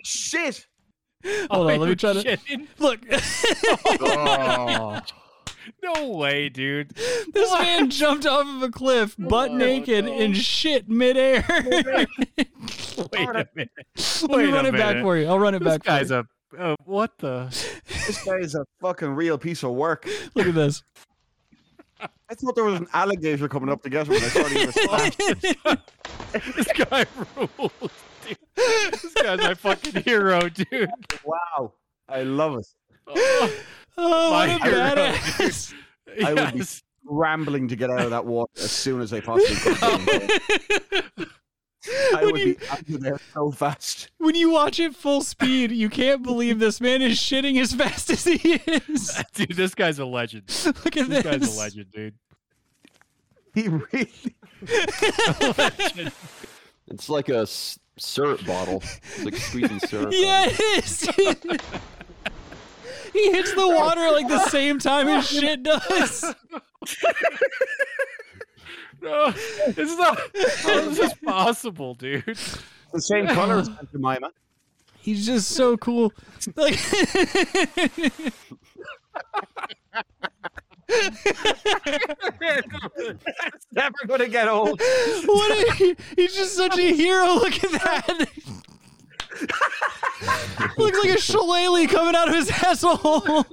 S11: shit.
S7: Hold on, let me try to- Look.
S10: No way, dude.
S7: This man jumped off of a cliff, butt naked, in shit midair.
S10: Wait a minute.
S7: Let me
S10: Wait a
S7: run it back
S10: minute.
S7: for you. I'll run it
S10: This
S7: back for
S10: guy's
S7: you.
S10: a uh, what the?
S11: This guy is a fucking real piece of work.
S7: Look at this.
S11: I thought there was an alligator coming up together when I saw he was
S10: This guy rules, dude. This guy's my fucking hero, dude.
S11: Wow. I love it.
S7: Oh,
S10: My
S7: what a
S10: hero,
S7: badass.
S10: dude.
S11: I would be
S10: Yes.
S11: scrambling to get out of that water as soon as I possibly could. I would be out of there so fast.
S7: When you watch it full speed, you can't believe this man is shitting as fast as he is.
S10: Dude, this guy's a legend.
S7: Look at
S10: this guy's
S7: this.
S10: a legend, dude.
S11: He really.
S8: It's like a s- syrup bottle. It's like squeezing syrup.
S7: Yeah, it is. he hits the water like the same time his shit does.
S10: No, this is not. How is this possible, dude?
S11: The same color as Pantomima.
S7: He's just so cool. Like
S11: That's never gonna get old.
S7: what a, he's just such a hero. Look at that. Looks like a shillelagh coming out of his asshole.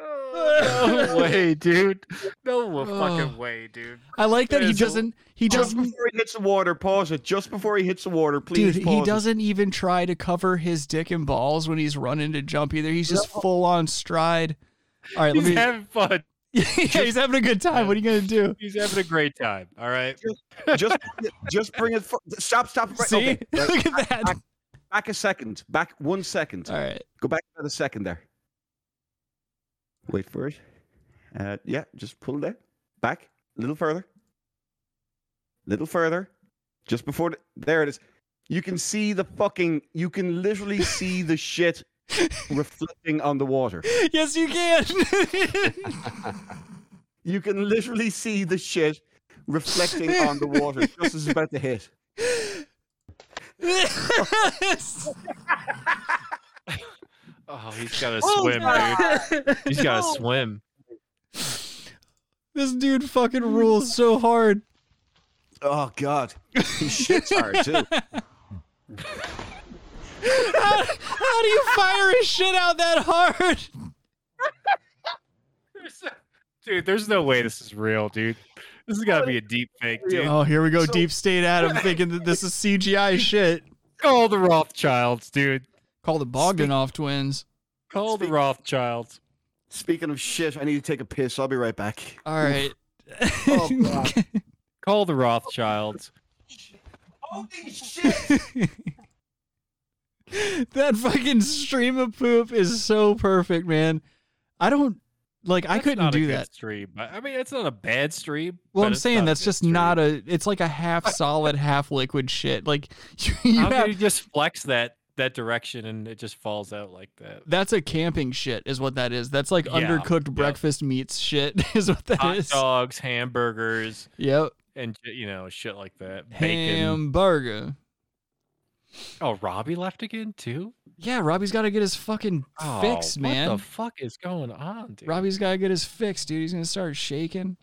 S10: No way, dude. No fucking way, dude.
S7: I like that he
S10: There's a-
S7: doesn't he
S11: Just
S7: doesn't
S11: before he hits the water, pause it. Just before he hits the water,
S7: Dude,
S11: please
S7: he
S11: pause it.
S7: doesn't even try to cover his dick and balls when he's running to jump either. He's just full on stride. All right, let
S10: He's
S7: me.
S10: having fun.
S7: yeah, he's having a good time. What are you gonna do?
S10: He's having a great time. All right.
S11: just just bring it. For, stop, stop. Right,
S7: See?
S11: okay, right,
S7: Look at that.
S11: Back, back a second. Back one second.
S7: All right.
S11: Go back another second there. Wait for it. Uh, yeah, just pull it down. Back a little further. Little further. Just before the, there it is. You can see the fucking. You can literally see the shit reflecting on the water.
S7: Yes, you can.
S11: You can literally see the shit reflecting on the water just as it's about to hit.
S10: Oh, he's got to
S7: Oh,
S10: swim,
S7: God.
S10: dude. He's got to swim.
S7: this dude fucking rules so hard.
S11: Oh God, he shits hard too.
S7: How, how do you fire his shit out that hard?
S10: Dude, there's no way this is real, dude. This has got to be a deep fake, dude.
S7: Oh, here we go, deep state Adam thinking that this is CGI shit.
S10: Call the Rothschilds, dude.
S7: Call the Bogdanoff twins.
S10: Call the Rothschilds.
S11: Speaking of shit, I need to take a piss. I'll be right back.
S7: All right.
S11: Oh, God.
S10: Call the Rothschilds.
S6: Holy shit!
S7: that fucking stream of poop is so perfect, man. I don't like. I
S10: That's
S7: couldn't
S10: not a
S7: do
S10: good
S7: that.
S10: Stream. I I mean, it's not a bad stream.
S7: Well,
S10: but
S7: I'm
S10: it's
S7: saying
S10: not
S7: that's
S10: a
S7: just not a. It's like a half solid, half liquid shit. Like you, you
S10: good- How
S7: have.
S10: can you just flex that that direction and it just falls out like that?
S7: That's a camping shit, is what that is. That's like
S10: Yeah,
S7: undercooked
S10: yep.
S7: breakfast meats shit, is what that
S10: Hot
S7: is.
S10: dogs, hamburgers,
S7: Yep.
S10: and you know shit like that. Bacon.
S7: Hamburger.
S10: Oh, Robbie left again too.
S7: Yeah, Robbie's got to get his fucking
S10: Oh,
S7: fix, man.
S10: What the fuck is going on, dude?
S7: Robbie's got to get his fix, dude. He's going to start shaking.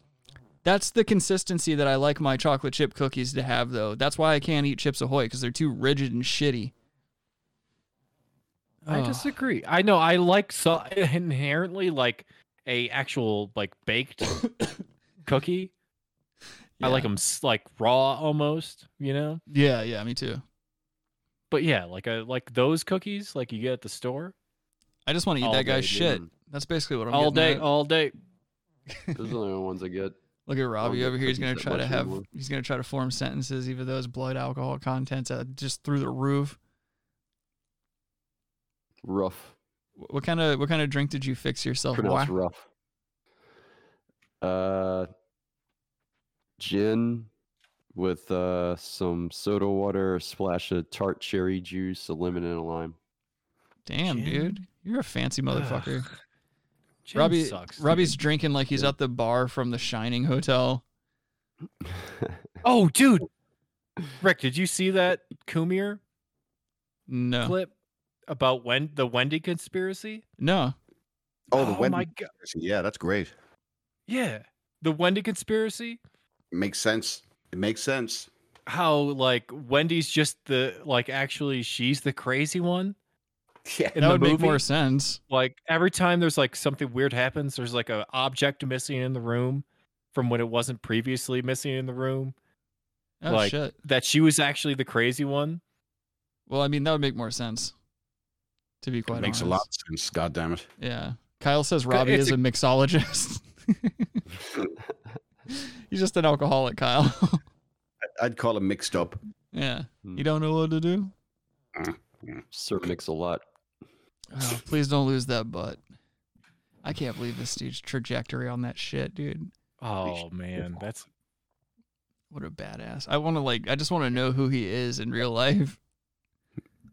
S7: That's the consistency that I like my chocolate chip cookies to have, though. That's why I can't eat Chips Ahoy because they're too rigid and shitty.
S10: I
S7: Oh.
S10: disagree. I know I like so inherently like a actual like baked cookie. I like them like raw almost, you know.
S7: Yeah, yeah, me too.
S10: But yeah, like I like those cookies like you get at the store
S7: I just want to eat
S10: All
S7: that guy's
S10: day,
S7: shit.
S10: dude.
S7: That's basically what I'm
S10: all
S7: getting
S10: day,
S7: at.
S10: all day.
S8: Those are the only ones I get.
S7: Look at Robbie
S8: get
S7: over here. He's gonna
S8: cookies that
S7: try to
S8: much
S7: have.
S8: anymore.
S7: He's gonna try to form sentences, even though his blood alcohol content's uh, just through the roof.
S8: Rough.
S7: Wh- What kind of what kind of drink did you fix yourself?
S8: Pronounced
S7: Oh, Why-
S8: rough. Uh, gin with uh, some soda water, a splash of tart cherry juice, a lemon, and a lime.
S7: Damn,
S10: Gin?
S7: dude, you're a fancy motherfucker.
S10: Gin
S7: Robbie,
S10: sucks, dude.
S7: Robbie's drinking like he's at the bar from the Shining Hotel.
S10: Oh, dude. Rick, did you see that Kumir
S7: No,
S10: clip about when the Wendy conspiracy?
S7: no.
S11: Oh, the
S10: Oh
S11: Wendy.
S10: my God.
S11: Yeah, that's great.
S10: Yeah. The Wendy conspiracy?
S11: makes sense. It makes sense.
S10: How like Wendy's just the like actually she's the crazy one
S11: Yeah.
S10: in
S7: that
S10: the
S7: would
S10: movie.
S7: make more sense.
S10: Like every time there's like something weird happens, there's like a object missing in the room from when it wasn't previously missing in the room.
S7: Oh
S10: like
S7: shit.
S10: that she was actually the crazy one.
S7: Well, I mean, that would make more sense. To be quite honest.
S11: makes a lot of sense. God damn it.
S7: Yeah. Kyle says Robbie
S10: it's
S7: is a mixologist. He's just an alcoholic, Kyle.
S11: I'd call him mixed up.
S7: yeah.
S8: Hmm.
S7: You don't know what to do?
S8: Sir mix a lot.
S7: Oh, please don't lose that butt. I can't believe this dude's trajectory on that shit, dude.
S10: Oh man, that's
S7: What a badass. I want to, like, I just want to know who he is in real life.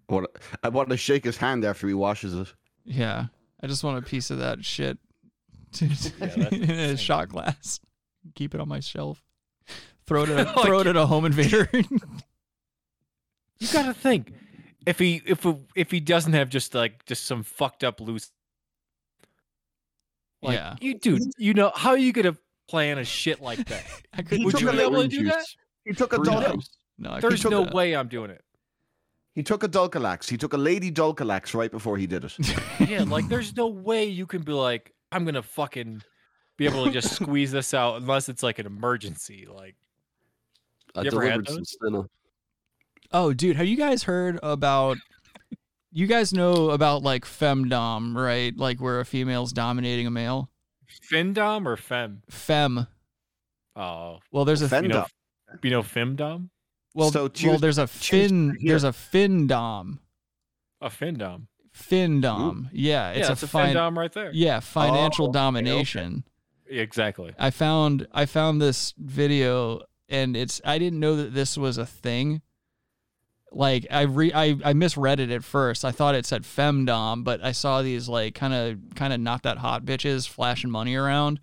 S11: I want, I want to shake his hand after he washes it.
S7: Yeah. I just want a piece of that shit
S10: that's
S7: in a
S10: insane.
S7: shot glass. Keep it on my shelf. Throw it at a,
S10: Like-
S7: throw it at a home invader.
S10: You got to think if he if a- if he doesn't have just like just some fucked up loose. Like,
S7: Yeah.
S10: you dude, you know how you could have planned a shit like that?
S7: I couldn't
S10: Would
S7: do
S10: you
S7: it.
S10: be able to do that?
S11: He took a
S8: Fruit
S11: Dol-
S8: juice.
S7: No, I
S10: There's
S7: couldn't do
S10: no
S7: that.
S10: way I'm doing it.
S11: he took a Dulcolax. He took a lady Dulcolax right before he did it.
S10: Yeah, like there's no way you can be like I'm gonna fucking be able to just squeeze this out unless it's like an emergency. Like
S8: I
S10: You ever had
S8: delivered some
S10: those?
S8: Senna.
S7: Oh, dude, have you guys heard about? You guys know about like femdom, right? Like where a female's dominating a male.
S10: femdom or fem?
S7: Fem.
S10: Oh,
S7: Well, there's a
S10: you
S11: Fendom.
S10: know, you know femdom,
S7: well,
S11: So
S7: well,
S11: choose-
S7: there's a
S11: choose
S7: fin.
S11: right here.
S7: There's a findom.
S10: a femdom.
S7: Findom. Yeah,
S10: yeah,
S7: it's
S10: that's
S7: a,
S10: a
S7: fin-
S10: femdom right there.
S7: Yeah, financial
S11: Oh, okay, okay.
S7: domination.
S10: Exactly.
S7: I found I found this video and it's I didn't know that this was a thing. Like I re I, I misread it at first. I thought it said femdom, but I saw these like kind of kind of not that hot bitches flashing money around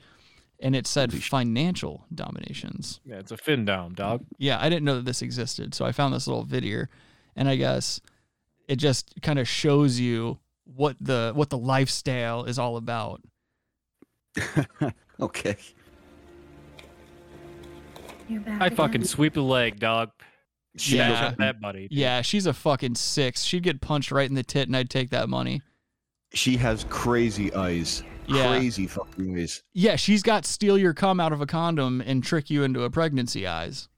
S7: and it said financial dominations.
S10: Yeah, it's a femdom, dog.
S7: Yeah, I didn't know that this existed. So I found this little video and I guess it just kind of shows you what the what the lifestyle is all about.
S11: okay.
S10: I fucking sweep the leg, dog. You
S7: Yeah.
S10: match up that buddy. dude.
S7: Yeah, she's a fucking six. She'd get punched right in the tit, and I'd take that money.
S11: She has crazy eyes.
S7: Yeah.
S11: Crazy fucking eyes.
S7: Yeah, she's got steal your cum out of a condom and trick you into a pregnancy eyes.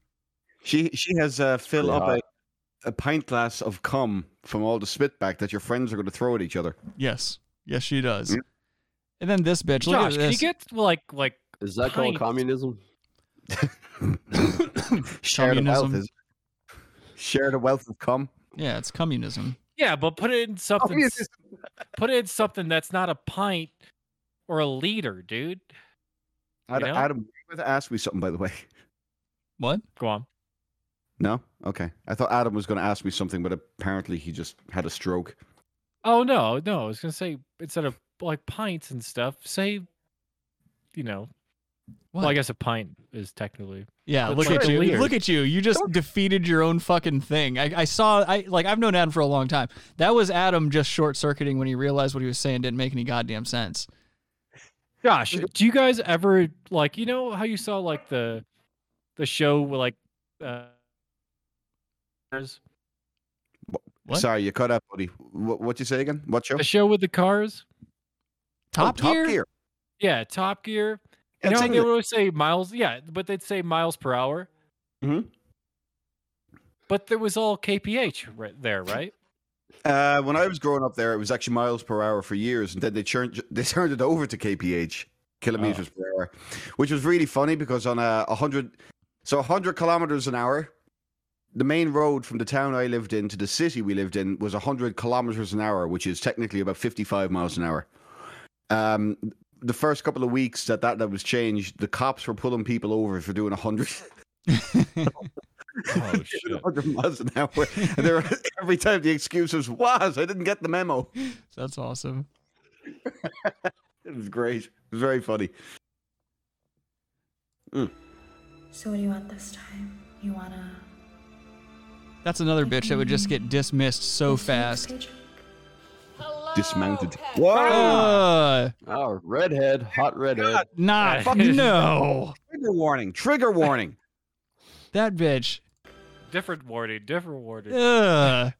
S11: She she has uh, fill
S8: pretty
S11: up a,
S8: hot.
S11: a pint glass of cum from all the spitback that your friends are going to throw at each other.
S7: Yes, yes, she does.
S11: Yep.
S7: And then this bitch. Look
S10: Josh,
S7: at
S10: can you
S7: this.
S10: get like like
S8: Is that
S10: Pints.
S8: called communism?
S11: Share the wealth
S7: Communism.
S11: is. Share the wealth of cum.
S7: yeah, it's communism.
S10: yeah, but put it in something
S11: yeah,
S10: s- put it in something that's not a pint or a liter, dude.
S11: Adam,
S10: know?
S11: Adam, you were to ask me something, by the way.
S7: What?
S10: Go on.
S11: No? Okay. I thought Adam was going to ask me something, but apparently he just had a stroke.
S10: Oh no, no, I was gonna say instead of like pints and stuff, say you know, Well, I guess a pint is technically.
S7: Yeah,
S10: That's
S7: look
S10: like
S7: at you.
S10: weird.
S7: Look at you. You just defeated your own fucking thing. I, I saw I like I've known Adam for a long time. That was Adam just short circuiting when he realized what he was saying didn't make any goddamn sense.
S11: Oh,
S10: Gosh, do you guys ever like you know how you saw like the the show with like uh the
S11: Sorry, you cut out, buddy. What what you say again? What show?
S10: show with the cars?
S11: Top Oh, Top Gear? Gear.
S10: Yeah, Top Gear. You
S11: That's
S10: know how they
S11: England.
S10: would always say miles. Yeah, but they'd say miles per hour.
S7: Mm-hmm.
S11: Mhm.
S10: But there was all kph right there, right?
S11: Uh, when I was growing up there, it was actually miles per hour for years, and then they turned they turned it over to kph, kilometers per hour, which was really funny because on a a hundred, so a hundred kilometers an hour, the main road from the town I lived in to the city we lived in was a hundred kilometers an hour, which is technically about fifty five miles an hour. Um, the first couple of weeks that that, that was changed, the cops were pulling people over for doing a hundred.
S10: Oh,
S11: 100 miles an hour. And there, every time the excuse was, was I didn't get the memo.
S7: That's awesome.
S11: It was great. It was very funny.
S15: So what do you want this time? You wanna
S7: That's another bitch that would just get dismissed so fast.
S11: Dismounted.
S8: Whoa!
S7: Uh,
S8: Oh, redhead, hot redhead.
S7: nah,
S11: fuck
S7: no.
S11: Trigger warning. Trigger warning.
S7: That bitch.
S10: Different warning, different warning.
S7: Ugh.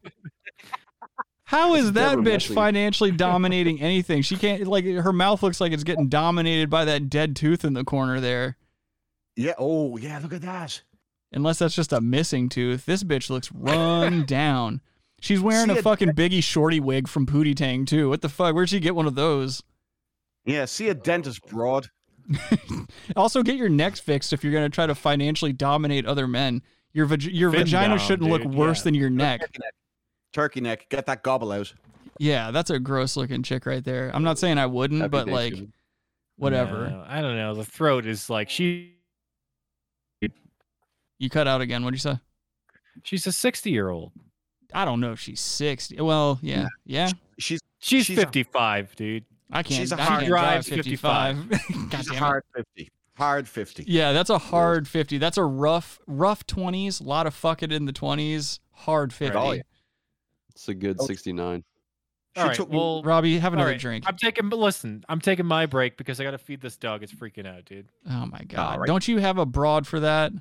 S7: How is that
S10: Deborah
S7: bitch
S10: Messing.
S7: financially dominating anything? She can't like her mouth looks like it's getting dominated by that dead tooth in the corner there.
S11: Yeah. Oh, yeah. Look at that.
S7: Unless that's just a missing tooth. This bitch looks run down. She's wearing
S11: See
S7: a
S11: a-
S7: fucking Biggie Shorty wig from Pootie Tang too. What the fuck? Where'd she get one of those?
S11: Yeah. See a dentist broad.
S7: Also, get your neck fixed if you're gonna try to financially dominate other men. Your vag- your
S11: Fin
S7: vagina
S11: down,
S7: shouldn't look
S11: dude,
S7: worse
S11: yeah.
S7: than your neck.
S11: Turkey neck. Get that gobble out.
S7: Yeah, that's a gross looking chick right there. I'm not saying I wouldn't,
S11: Happy
S7: Mm, but
S11: days,
S7: like,
S11: Susan.
S7: whatever.
S10: No, I don't know. The throat is like she.
S7: You cut out again. What'd you say?
S10: She's a 60 year old.
S7: I don't know if she's 60. Well, yeah, yeah.
S11: She's
S10: She's, 55, dude.
S7: I can't.
S10: She's
S7: She's
S10: a
S7: a
S10: hard
S7: can't
S10: drive
S7: drive 55. God damn it.
S11: hard 50. Hard 50.
S7: Yeah, that's a hard 50. That's a rough, rough 20s. A lot of fuck it in the 20s. Hard 50.
S8: Oh, yeah. It's a good 69.
S10: All right, well,
S7: Robbie, have
S10: all
S7: another
S10: right,
S7: drink.
S10: I'm taking, but listen, I'm taking my break because I got to feed this dog. It's freaking out, dude.
S7: Oh my God. Don't you have a broad for that?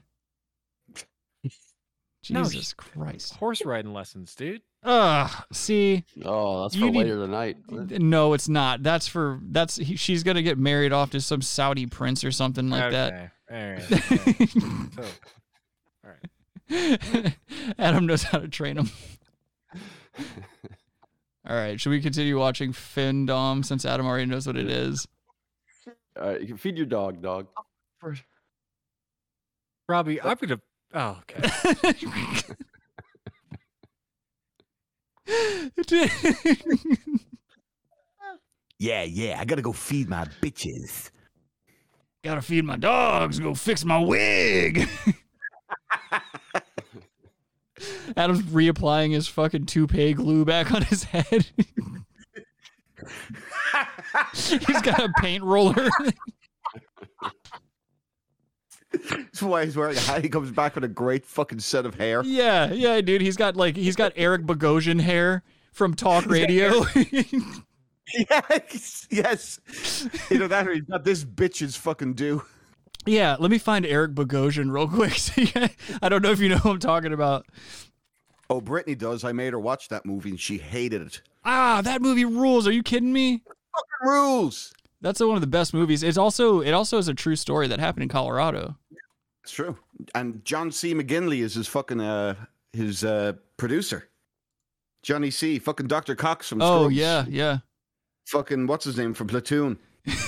S10: No,
S7: Jesus
S10: she's-
S7: Christ.
S10: Horse riding lessons, dude.
S7: Ugh. See,
S8: Oh, that's
S7: You
S8: for
S7: need-
S8: later tonight.
S7: no, it's not. That's for, that's, he, she's going to get married off to some Saudi prince or something like that.
S10: that. All right. So, all right.
S7: Adam knows how to train him. All right, should we continue watching Finn Dom since Adam already knows what it is?
S8: All right, you can feed your dog, dog.
S10: Robbie, I'm gonna. Oh, okay.
S11: Yeah. Yeah. I got to go feed my bitches.
S7: Gotta feed my dogs, go fix my wig. Adam's reapplying his fucking toupee glue back on his head. He's got a paint roller.
S11: That's why he's wearing a hat. He comes back with a great fucking set of hair.
S7: Yeah, yeah, dude. He's got like he's got Eric Bogosian hair from talk radio.
S11: yes, yes. Either that or he's got this bitch's fucking do.
S7: yeah, let me find Eric Bogosian real quick. So yeah, I don't know if you know who I'm talking about.
S11: Oh, Brittany does. I made her watch that movie and she hated it.
S7: Ah, that movie rules. Are you kidding me?
S11: Fucking rules.
S7: That's one of the best movies. It's also it also is a true story that happened in Colorado.
S11: It's true. And John C. McGinley is his fucking uh his uh producer. Johnny C. Fucking Dr. Cox from
S7: Oh
S11: Scrubs.
S7: yeah, yeah.
S11: Fucking what's his name from Platoon?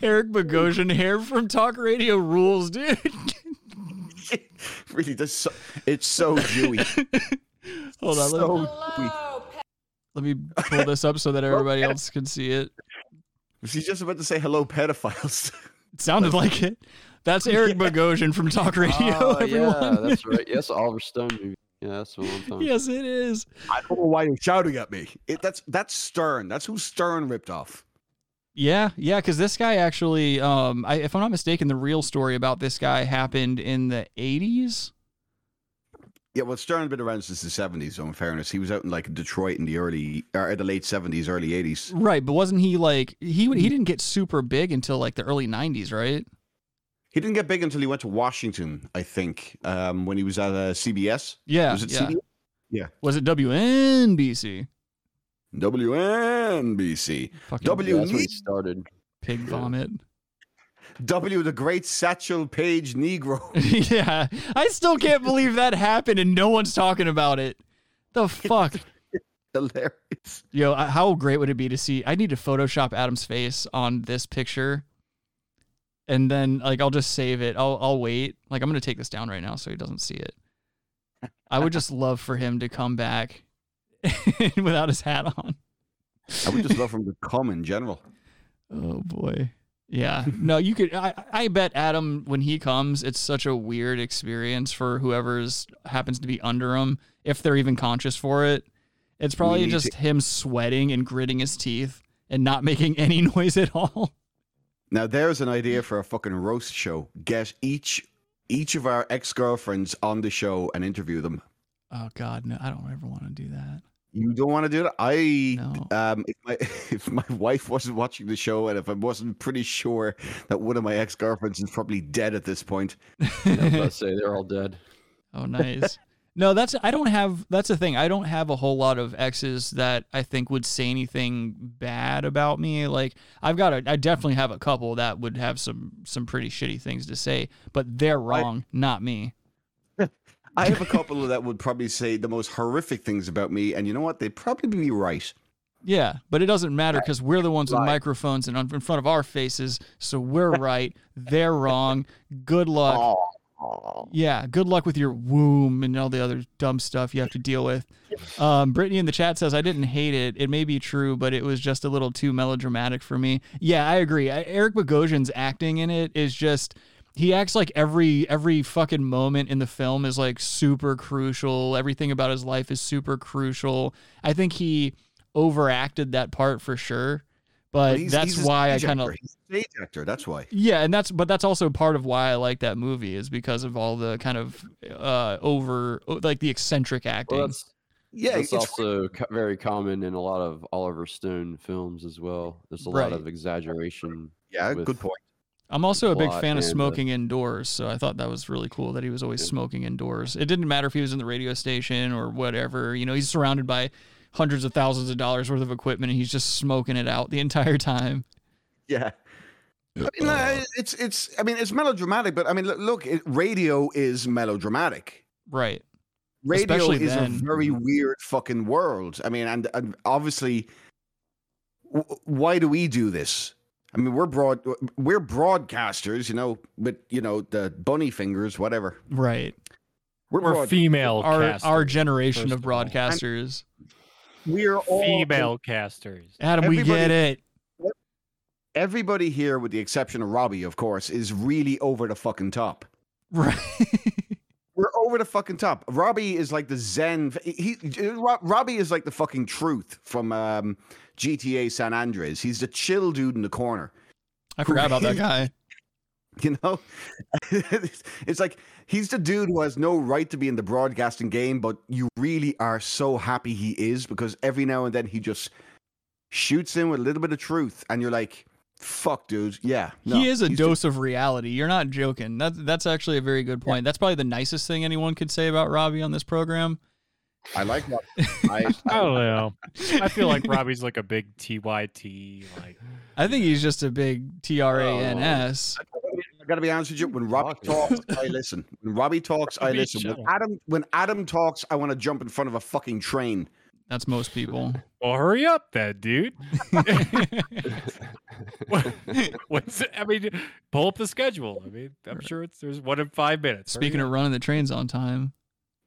S7: Eric Bogosian hair from talk radio rules, dude.
S11: Really, this so, it's so dewy.
S7: Hold on, let me,
S11: So dewy.
S7: let me pull this up so that everybody else can see it.
S11: Was he just about to say hello, pedophiles?
S7: It sounded like it. That's Eric Bogosian from
S11: Ah,
S7: Talk Radio,
S8: Oh, yeah,
S7: everyone.
S8: that's right. Yes, Oliver Stone movie. Yeah, that's what I'm talking
S7: yes, it is.
S11: I don't know why you're shouting at me. It, that's that's Stern. That's who Stern ripped off.
S7: Yeah, yeah, because this guy actually, um, I, if I'm not mistaken, the real story about this guy happened in the 80s.
S11: Yeah, well, Stern had been around since the 70s, so in fairness. He was out in like Detroit in the early, or the late 70s, early 80s.
S7: Right, but wasn't he like he he didn't get super big until like the early 90s, right?
S11: He didn't get big until he went to Washington, I think, um, when he was at uh, CBS.
S7: Yeah,
S11: Was it
S7: yeah.
S11: CBS? Yeah.
S7: Was it WNBC?
S11: WNBC.
S8: Yeah, that's when
S11: W.
S8: he started.
S7: Pig vomit.
S11: W. The Great Satchel Page Negro.
S7: yeah, I still can't believe that happened and no one's talking about it. The fuck.
S11: Hilarious.
S7: Yo, I- how great would it be to see? I need to Photoshop Adam's face on this picture, and then like I'll just save it. I'll I'll wait. Like I'm gonna take this down right now so he doesn't see it. I would just love for him to come back without his hat on.
S11: I would just love him to come in general.
S7: Oh boy. Yeah. No, you could I I bet Adam when he comes, it's such a weird experience for whoever's happens to be under him, if they're even conscious for it. It's probably
S11: need
S7: just him sweating and gritting his teeth and not making any noise at all.
S11: Now there's an idea for a fucking roast show. Get each each of our ex girlfriends on the show and interview them.
S7: Oh god, no, I don't ever want to do that.
S11: You don't want to do that. I um, if my if my wife wasn't watching the show and if I wasn't pretty sure that one of my ex girlfriends is probably dead at this point.
S8: I was about to say they're all dead.
S7: Oh, nice. no, that's I don't have. That's the thing. I don't have a whole lot of exes that I think would say anything bad about me. Like I've got a, I definitely have a couple that would have some some pretty shitty things to say, but they're wrong, not me.
S11: I have a couple that would probably say the most horrific things about me, and you know what? They'd probably be right.
S7: Yeah, but it doesn't matter because we're the ones with microphones and on- in front of our faces, so we're right. They're wrong. Good luck. Yeah, good luck with your womb and all the other dumb stuff you have to deal with. Um, Brittany in the chat says, I didn't hate it. It may be true, but it was just a little too melodramatic for me. Yeah, I agree. I, Eric Bogosian's acting in it is just. He acts like every every fucking moment in the film is like super crucial. Everything about his life is super crucial. I think he overacted that part for sure, but,
S11: he's-
S7: Uh, that's
S11: he's a
S7: why I
S11: stage
S7: kind of
S11: actor. He's a stage actor. That's why.
S7: yeah, and that's but that's also part of why I like that movie is because of all the kind of uh over like the eccentric acting.
S8: Well, that's
S11: yeah,
S8: That's
S11: it's
S8: also co- very common in a lot of Oliver Stone films as well. There's a
S7: Right.
S8: lot of exaggeration.
S11: Yeah,
S8: with-
S11: good point.
S7: I'm also a big
S8: plot
S7: fan of
S8: and the-
S7: smoking indoors, so I thought that was really cool that he was always smoking indoors. It didn't matter if he was in the radio station or whatever. You know, he's surrounded by hundreds of thousands of dollars worth of equipment and he's just smoking it out the entire time.
S11: Yeah. I mean, uh, it's it's. I mean, it's melodramatic, but I mean, look, look it, radio is melodramatic.
S7: Right.
S11: Radio
S7: Especially
S11: is
S7: then.
S11: a very weird fucking world. I mean, and, and obviously, w- why do we do this? I mean, we're broad, we're broadcasters, you know, but you know the bunny fingers, whatever.
S7: Right.
S11: We're,
S10: We're
S11: broad-
S10: female
S7: Our our
S10: casters,
S7: generation
S10: first
S7: of broadcasters.
S11: We're all
S10: female casters.
S7: Adam, we get
S11: everybody-
S7: it.
S11: Everybody here, with the exception of Robbie, of course, is really over the fucking top.
S7: Right.
S11: We're over the fucking top. Robbie is like the Zen. He, he Ro- Robbie is like the fucking truth from um, GTA San Andreas. He's the chill dude in the corner.
S7: I forgot about that
S11: really-
S7: guy.
S11: You know, it's like he's the dude who has no right to be in the broadcasting game, but you really are so happy he is because every now and then he just shoots in with a little bit of truth, and you're like, "Fuck, dude, yeah." no,
S7: he is a
S11: he's
S7: dose of reality. You're not joking. That, that's actually a very good point. That's probably the nicest thing anyone could say about Robbie on this program.
S11: The, I like that. I,
S10: I don't know. Oh, I feel like Robbie's like a big TYT. Like,
S7: I think he's just a big
S10: Oh,
S7: T-R-A-N-S.
S11: I gotta be honest with you. When Robbie talks, I listen. When Robbie talks, I
S10: Robbie,
S11: listen.
S10: shut
S11: When Adam, when Adam talks, I want to jump in front of a fucking train.
S7: That's most people.
S10: well, hurry up, then, dude. What- What's I mean, pull up the schedule. I mean, I'm sure it's there's one in five minutes. Hurry
S7: Speaking
S10: up.
S7: of running the trains on time,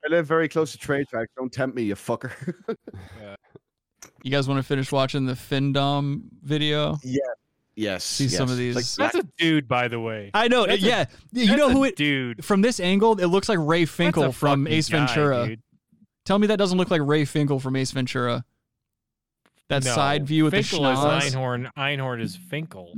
S11: I live very close to train tracks. Don't tempt me, you fucker.
S7: you guys want to finish watching the Findom video?
S11: yeah. Yes.
S7: See some
S11: yes.
S7: of
S11: It's
S7: these-
S11: Like,
S10: that's a dude, by the way.
S7: I know.
S10: That's a-
S7: yeah. you
S10: That's
S7: know
S10: a
S7: who it
S10: dude.
S7: from this angle, it looks like Ray
S10: That's a
S7: Finkel from
S10: fucking
S7: Ace
S10: guy,
S7: Ventura.
S10: dude.
S7: Tell me that doesn't look like Ray Finkel from Ace Ventura. that
S10: No,
S7: side view with
S10: Finkel
S7: the schnoz.
S10: is Einhorn. Einhorn is Finkel.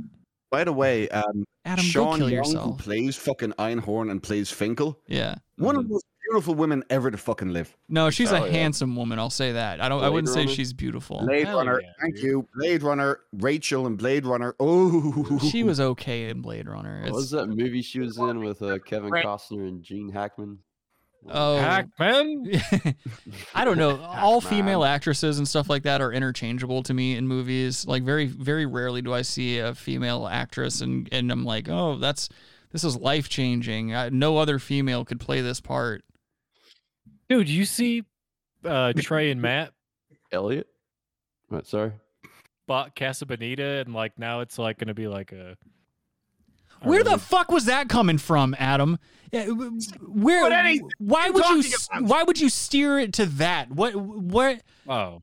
S11: By the way, um,
S7: Adam, go
S11: Sean
S7: kill
S11: Young, who
S7: yourself.
S11: plays fucking Einhorn and plays Finkel,
S7: Yeah.
S11: one of the most beautiful women ever to fucking live.
S7: No, she's
S11: Oh,
S7: a
S11: yeah.
S7: handsome woman. I'll say that. I don't. I
S11: Blade
S7: wouldn't
S11: Runner.
S7: say she's beautiful.
S11: Blade Runner, thank you. Blade Runner, Rachel and Blade Runner. Oh,
S7: She was okay in Blade Runner.
S8: What was
S7: It's,
S8: that movie she was in with uh, Kevin
S7: Right.
S8: Costner and Gene Hackman?
S7: oh,
S10: Hackman.
S7: I don't know. All female actresses and stuff like that are interchangeable to me in movies. Like very, very rarely do I see a female actress and and I'm like, oh, that's this is life changing. No other female could play this part.
S10: Dude, you see uh, Trey and Matt
S8: Elliot? What, sorry.
S10: bought Casa Bonita, and like now it's like gonna be like a
S7: Where the fuck was that coming from, Adam? Yeah, w- w- Where? why would you? s- Why would you steer it to that? What? What?
S10: oh.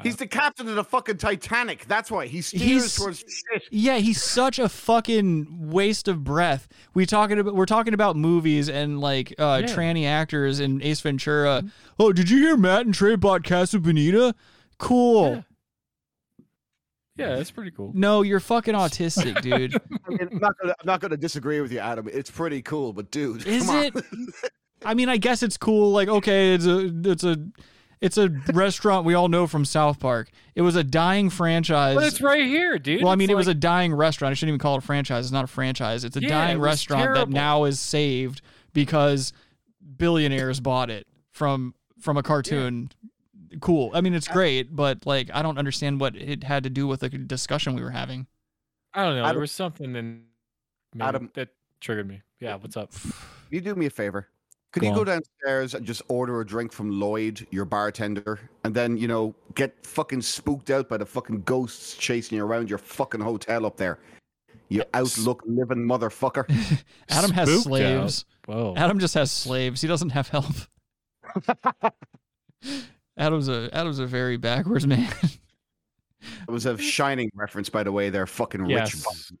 S11: He's the captain of the fucking Titanic. That's why he steers
S7: He's-
S11: towards shit.
S7: Yeah, he's such a fucking waste of breath. We talking about we're talking about movies and like uh
S11: Yeah.
S7: tranny actors and Ace Ventura.
S10: Mm-hmm.
S7: Oh, did you hear Matt and Trey bought Casa Bonita? Cool.
S10: Yeah, that's pretty cool.
S7: No, you're fucking autistic, dude.
S11: I mean, I'm not gonna, I'm not gonna disagree with you, Adam. It's pretty cool, but dude,
S7: Is
S11: come on.
S7: it? I mean, I guess it's cool. Like, okay, it's a it's a it's a restaurant we all know from South Park. It was a dying franchise.
S10: But it's right here, dude.
S7: well, I
S10: It's
S7: mean, it was
S10: like-
S7: a dying restaurant. I shouldn't even call it a franchise. It's not a franchise. It's a
S10: Yeah,
S7: dying
S10: it was
S7: restaurant that
S10: terrible.
S7: now is saved because billionaires bought it from from a cartoon. Cool. I mean,
S10: Uh,
S7: it's great, but like, I don't understand what it had to do with the discussion we were having.
S10: I don't know.
S11: Adam-
S10: there was something in maybe
S11: Adam-
S10: that triggered me. Yeah, what's up?
S11: Can you do me a favor? Could
S10: Go
S11: you go
S10: on.
S11: downstairs and just order a drink from Lloyd, your bartender, and then, you know, get fucking spooked out by the fucking ghosts chasing you around your fucking hotel up there? You outlook living motherfucker.
S7: Adam has
S11: Spooked out.
S7: slaves.
S10: Whoa.
S7: Adam just has slaves. He doesn't have help. Adam's a Adam's a very backwards man.
S11: It was a shining reference, by the way, there, fucking rich.
S10: Yes.
S11: bum.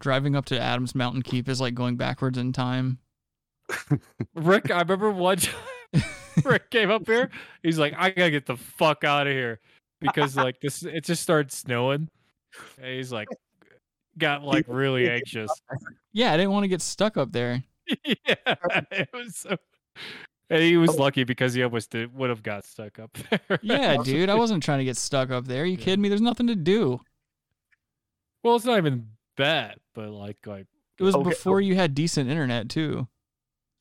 S7: Driving up to Adam's mountain keep is like going backwards in time.
S10: Rick, I remember one time Rick came up here. He's like, I gotta get the fuck out of here because like this, it just started snowing. And he's like, got like really anxious.
S7: Yeah, I didn't want to get stuck up there.
S10: yeah,
S7: Um,
S10: it was so. And he was lucky because he almost did, would have got stuck up there.
S7: Yeah, dude, I wasn't trying to get stuck up there. you kidding me? There's nothing to do.
S10: Well, it's not even that, but like, like
S7: It was
S11: Okay,
S7: before you had decent internet too.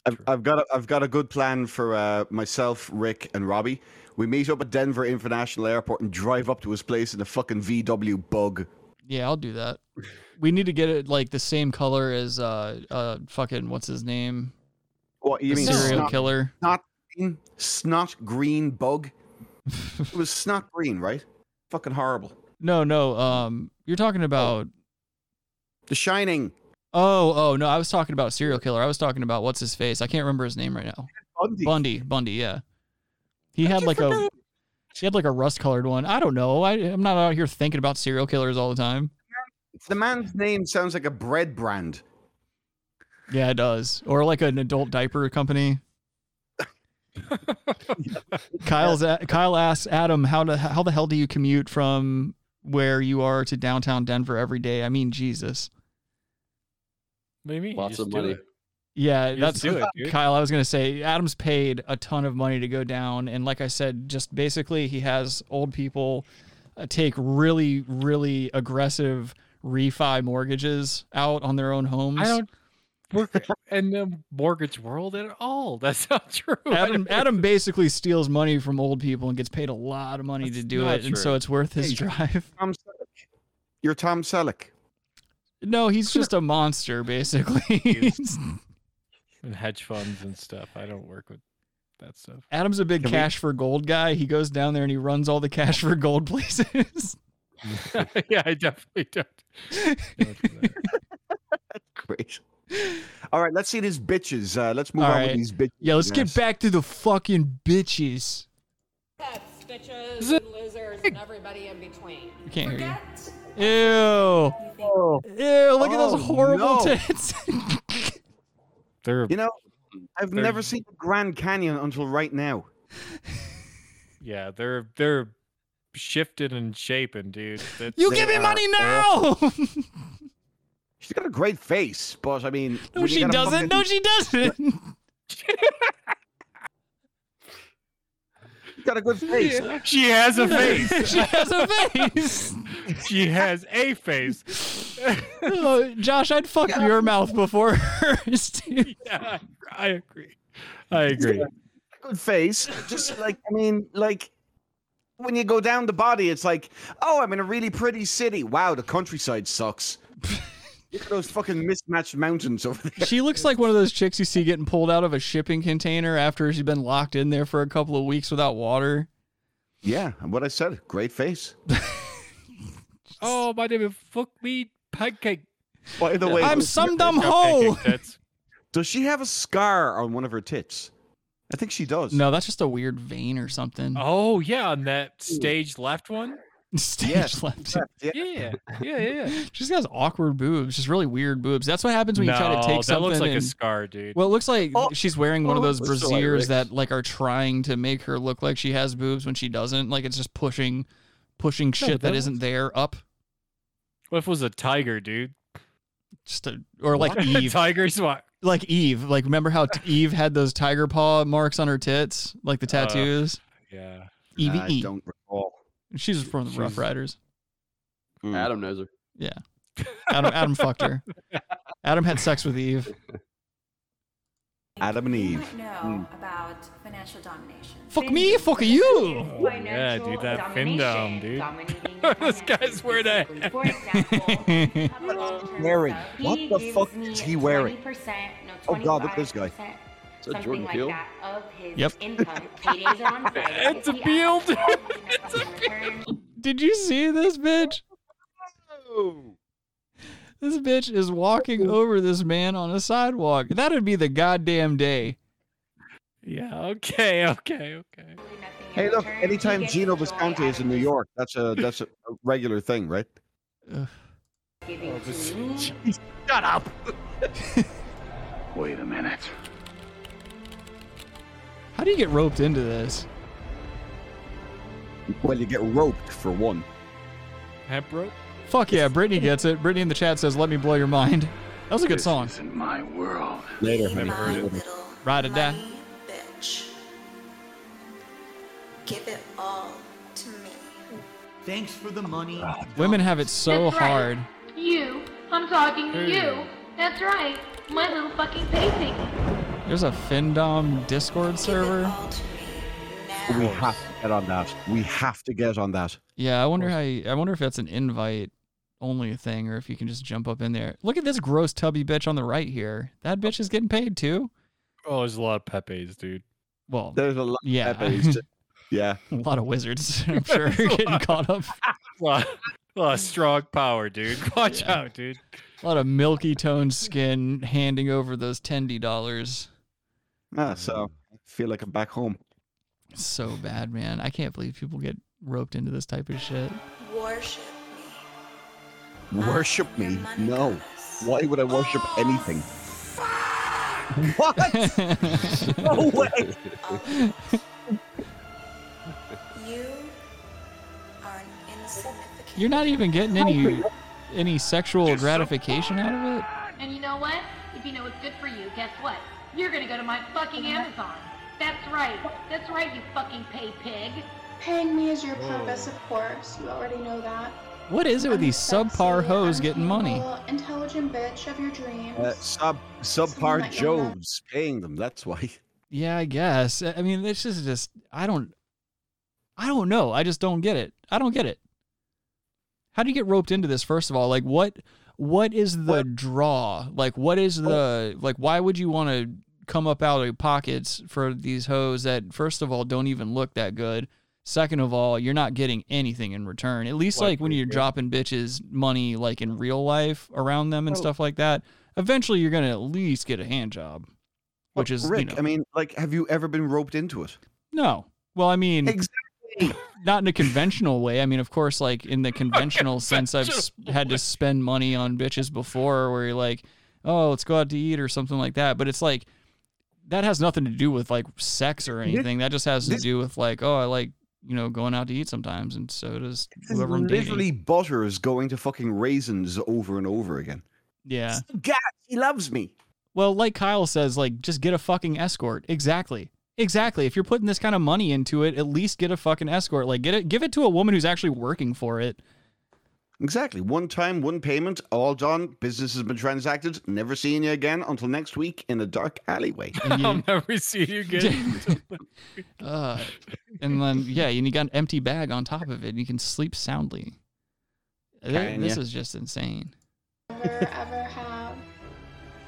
S11: I've, I've got a, I've got a good plan for uh, myself, Rick, and Robbie. We meet up at Denver International Airport and drive up to his place in a fucking VW bug.
S7: Yeah, I'll do that. We need to get it like the same color as uh uh fucking what's his name?
S11: What you
S7: The
S11: mean
S7: serial
S11: snot-
S7: killer.
S11: Snot green, snot green bug. it was snot green, right? Fucking horrible.
S7: No, no. Um you're
S11: Oh.
S7: talking about
S11: The Shining.
S7: Oh, oh no, I was talking about serial killer. I was talking about what's his face. I can't remember his name right now.
S11: Bundy.
S7: Bundy, Bundy, yeah. He had like a he had like a rust colored one. I don't know. I I'm not out here thinking about serial killers all the time.
S11: The man's name sounds like a bread brand.
S7: Yeah, it does. Or like an adult diaper company. Kyle's a- Kyle asks Adam, "How to how the hell do you commute from where you are to downtown Denver every day?" I mean, Jesus.
S10: maybe
S8: Lots of money.
S7: Yeah,
S10: You
S7: that's
S10: just do it, dude.
S7: Kyle. I was gonna say Adam's paid a ton of money to go down, and like I said, just basically he has old people uh, take really, really aggressive refi mortgages out on their own homes.
S10: I don't work in the mortgage world at all. That's not true. I
S7: Adam
S10: don't-
S7: Adam basically steals money from old people and gets paid a lot of money to do
S11: not
S7: it, and so
S11: true.
S7: it's worth his
S11: Hey.
S7: drive.
S11: Tom Selleck. You're Tom Selleck.
S7: No, he's just a monster, basically.
S10: and hedge funds and stuff. I don't work with that stuff.
S7: Adam's a big
S10: Can we-
S7: cash for gold guy. He goes down there and he runs all the cash for gold places.
S10: yeah, I definitely don't. don't do that.
S11: Great. All right, let's see these bitches. Uh, let's move
S7: All
S11: on
S7: right.
S11: with these bitches.
S7: Yeah, let's get
S11: Yes.
S7: back to the fucking bitches.
S16: bitches and losers and everybody in between.
S7: We can't hear you. Ew. Ew, look at
S11: Oh,
S7: those horrible
S11: no.
S7: tits.
S10: They're
S11: You know, I've
S10: They're-
S11: never seen the Grand Canyon until right now.
S10: yeah, they're they're shifted in shape, and dude, that's-
S7: You
S10: they
S7: give me
S10: are
S7: money now.
S10: awful.
S11: She's got a great face, but I mean,
S7: no,
S11: when you
S7: she
S11: got a
S7: doesn't. No,
S11: fucking-
S7: she doesn't.
S11: got a good face.
S10: She has a face.
S7: she has a face.
S10: she has a face.
S7: Oh, Josh, I'd fuck your mouth before hers. Dude.
S10: Yeah, I agree. I agree.
S11: good face. Just like I mean, like when you go down the body, it's like, oh, I'm in a really pretty city. Wow, the countryside sucks. Look at those fucking mismatched mountains over there.
S7: She looks like one of those chicks you see getting pulled out of a shipping container after she's been locked in there for a couple of weeks without water.
S11: Yeah, and what I said, great face.
S10: Oh, my name is Fuck Me Pancake.
S11: By the way,
S7: I'm
S11: does-
S7: some dumb hoe.
S11: Does she have a scar on one of her tits? I think she does.
S7: No, that's just a weird vein or something.
S10: Oh yeah, on that stage left one.
S7: Stage left.
S11: Yeah,
S10: yeah, yeah, yeah.
S7: She just has awkward boobs, just really weird boobs. That's what happens when you try
S10: No,
S7: to take
S10: that
S7: something.
S10: looks like a
S7: and-
S10: scar, dude.
S7: Well, it looks like she's wearing one of
S10: oh,
S7: those
S10: looks so like
S7: brasiers
S10: Rick's.
S7: that like are trying to make her look like she has boobs when she doesn't. Like it's just pushing, pushing shit
S10: that
S7: that isn't there up.
S10: What if it was a tiger, dude?
S7: Just a or like
S10: What?
S7: Eve.
S10: Tiger's what?
S7: Like Eve. Like remember how t- Eve had those tiger paw marks on her tits, like the
S10: Uh,
S7: tattoos.
S10: Yeah.
S7: Evie.
S11: I don't recall.
S7: She's from the Rough
S8: She's-
S7: Riders. Hmm.
S8: Adam knows her.
S7: Yeah. Adam Adam fucked her. Adam had sex with Eve.
S11: Adam and
S15: You
S11: Eve.
S15: might know
S11: Hmm.
S15: about financial domination.
S7: Fuck me, fuck you.
S10: Oh, yeah, dude, that findom, dude. this guy's wearing that.
S11: Wearing. What the fuck is he wearing?
S15: 20%, no,
S11: Oh god, look at this guy.
S15: Is that Jordan Peele? Like that of his
S11: Yep.
S15: income. Paydays are on Friday.
S10: It's a
S15: If he
S10: Peele,
S15: asks
S10: dude.
S15: for help, he must return.
S7: Did you see this bitch? This bitch is walking over this man on a sidewalk. That'd be the goddamn day.
S10: Yeah. Okay. Okay. Okay.
S11: Hey, look! Anytime Gino Visconti is in New York, that's a that's a a regular thing, right?
S10: Oh,
S15: Giving to
S11: Shut up!
S1: Wait a minute.
S7: How do you get roped into this?
S11: Well, you get roped for one.
S10: Hemp rope.
S7: Fuck yeah, Brittany gets it. Brittany in the chat says, "Let me blow your mind." That was a good song.
S1: My world.
S11: Later,
S7: Never
S15: heard it.
S7: Ride or die.
S15: bitch. Give it all to me.
S1: Thanks for the money.
S7: Women have it so
S17: That's right.
S7: hard.
S17: You. I'm talking to you. That's right. My little fucking painting.
S7: There's a Findom Discord server.
S11: We have to get on that. We have to get on that.
S7: Yeah, I wonder how. You, I wonder if that's an invite only thing, or if you can just jump up in there. Look at this gross tubby bitch on the right here. That bitch is getting paid too.
S10: Oh, there's a lot of Pepe's, dude.
S7: Well,
S11: There's a lot.
S7: yeah,
S11: Pepe's. Yeah.
S7: a lot of wizards. I'm sure getting caught up.
S10: A lot, a lot of strong power, dude. Watch
S7: Yeah.
S10: out, dude.
S7: A lot of milky toned skin handing over those tendy dollars.
S11: Ah, so I feel like I'm back home.
S7: So bad, man. I can't believe people get roped into this type of shit.
S15: Worship.
S11: Worship me? No. Why would I worship anything? What? no way.
S15: You are an insignificant.
S7: You're not even getting any any sexual gratification out of it.
S17: And you know what? If you know what's good for you, guess what? You're gonna go to my fucking Amazon. That's right. That's right, you fucking pay pig.
S18: Paying me is your purpose, of course. You already know that.
S7: What is it with these subpar hoes getting money?
S18: Little intelligent bitch of your dreams.
S11: Uh, sub
S18: Someone
S11: subpar
S18: that you'll love.
S11: Joe's paying them. That's why.
S7: Yeah, I guess. I I mean, this is just I don't I don't know. I just don't get it. I don't get it. How do you get roped into this first of all? Like what what is the draw? Like what is the like why would you want to come up out of your pockets for these hoes that first of all don't even look that good? Second of all, you're not getting anything in return. At least like when you're dropping bitches money like in real life around them and
S11: Well-
S7: stuff like that, eventually you're going to at least get a hand job. Which
S11: Well,
S7: is you
S11: Rick.
S7: know-
S11: I mean, like, have you ever been roped into it?
S7: no. Well, I mean, not in a conventional way. I mean, of course, like in the conventional sense, I've s- had to spend money on bitches before where you're like, oh, let's go out to eat or something like that. But it's like, that has nothing to do with like sex or anything. That just has to do with like, oh, I like you know, going out to eat sometimes, and so does
S11: This is
S7: whoever I'm
S11: literally
S7: dating.
S11: butters going to fucking raisins over and over again.
S7: Yeah.
S11: God, he loves me.
S7: Well, like Kyle says, like just get a fucking escort. Exactly. Exactly. If you're putting this kind of money into it, at least get a fucking escort. Like get it give it to a woman who's actually working for it.
S11: Exactly. One time, one payment, all done. Business has been transacted. Never seeing you again until next week in a dark alleyway.
S7: Um,
S10: I'll never see you again.
S7: Uh, and then yeah, and you got an empty bag on top of it, and you can sleep soundly. Th-
S11: Can
S7: this
S11: ya?
S7: is just insane.
S18: ever, ever have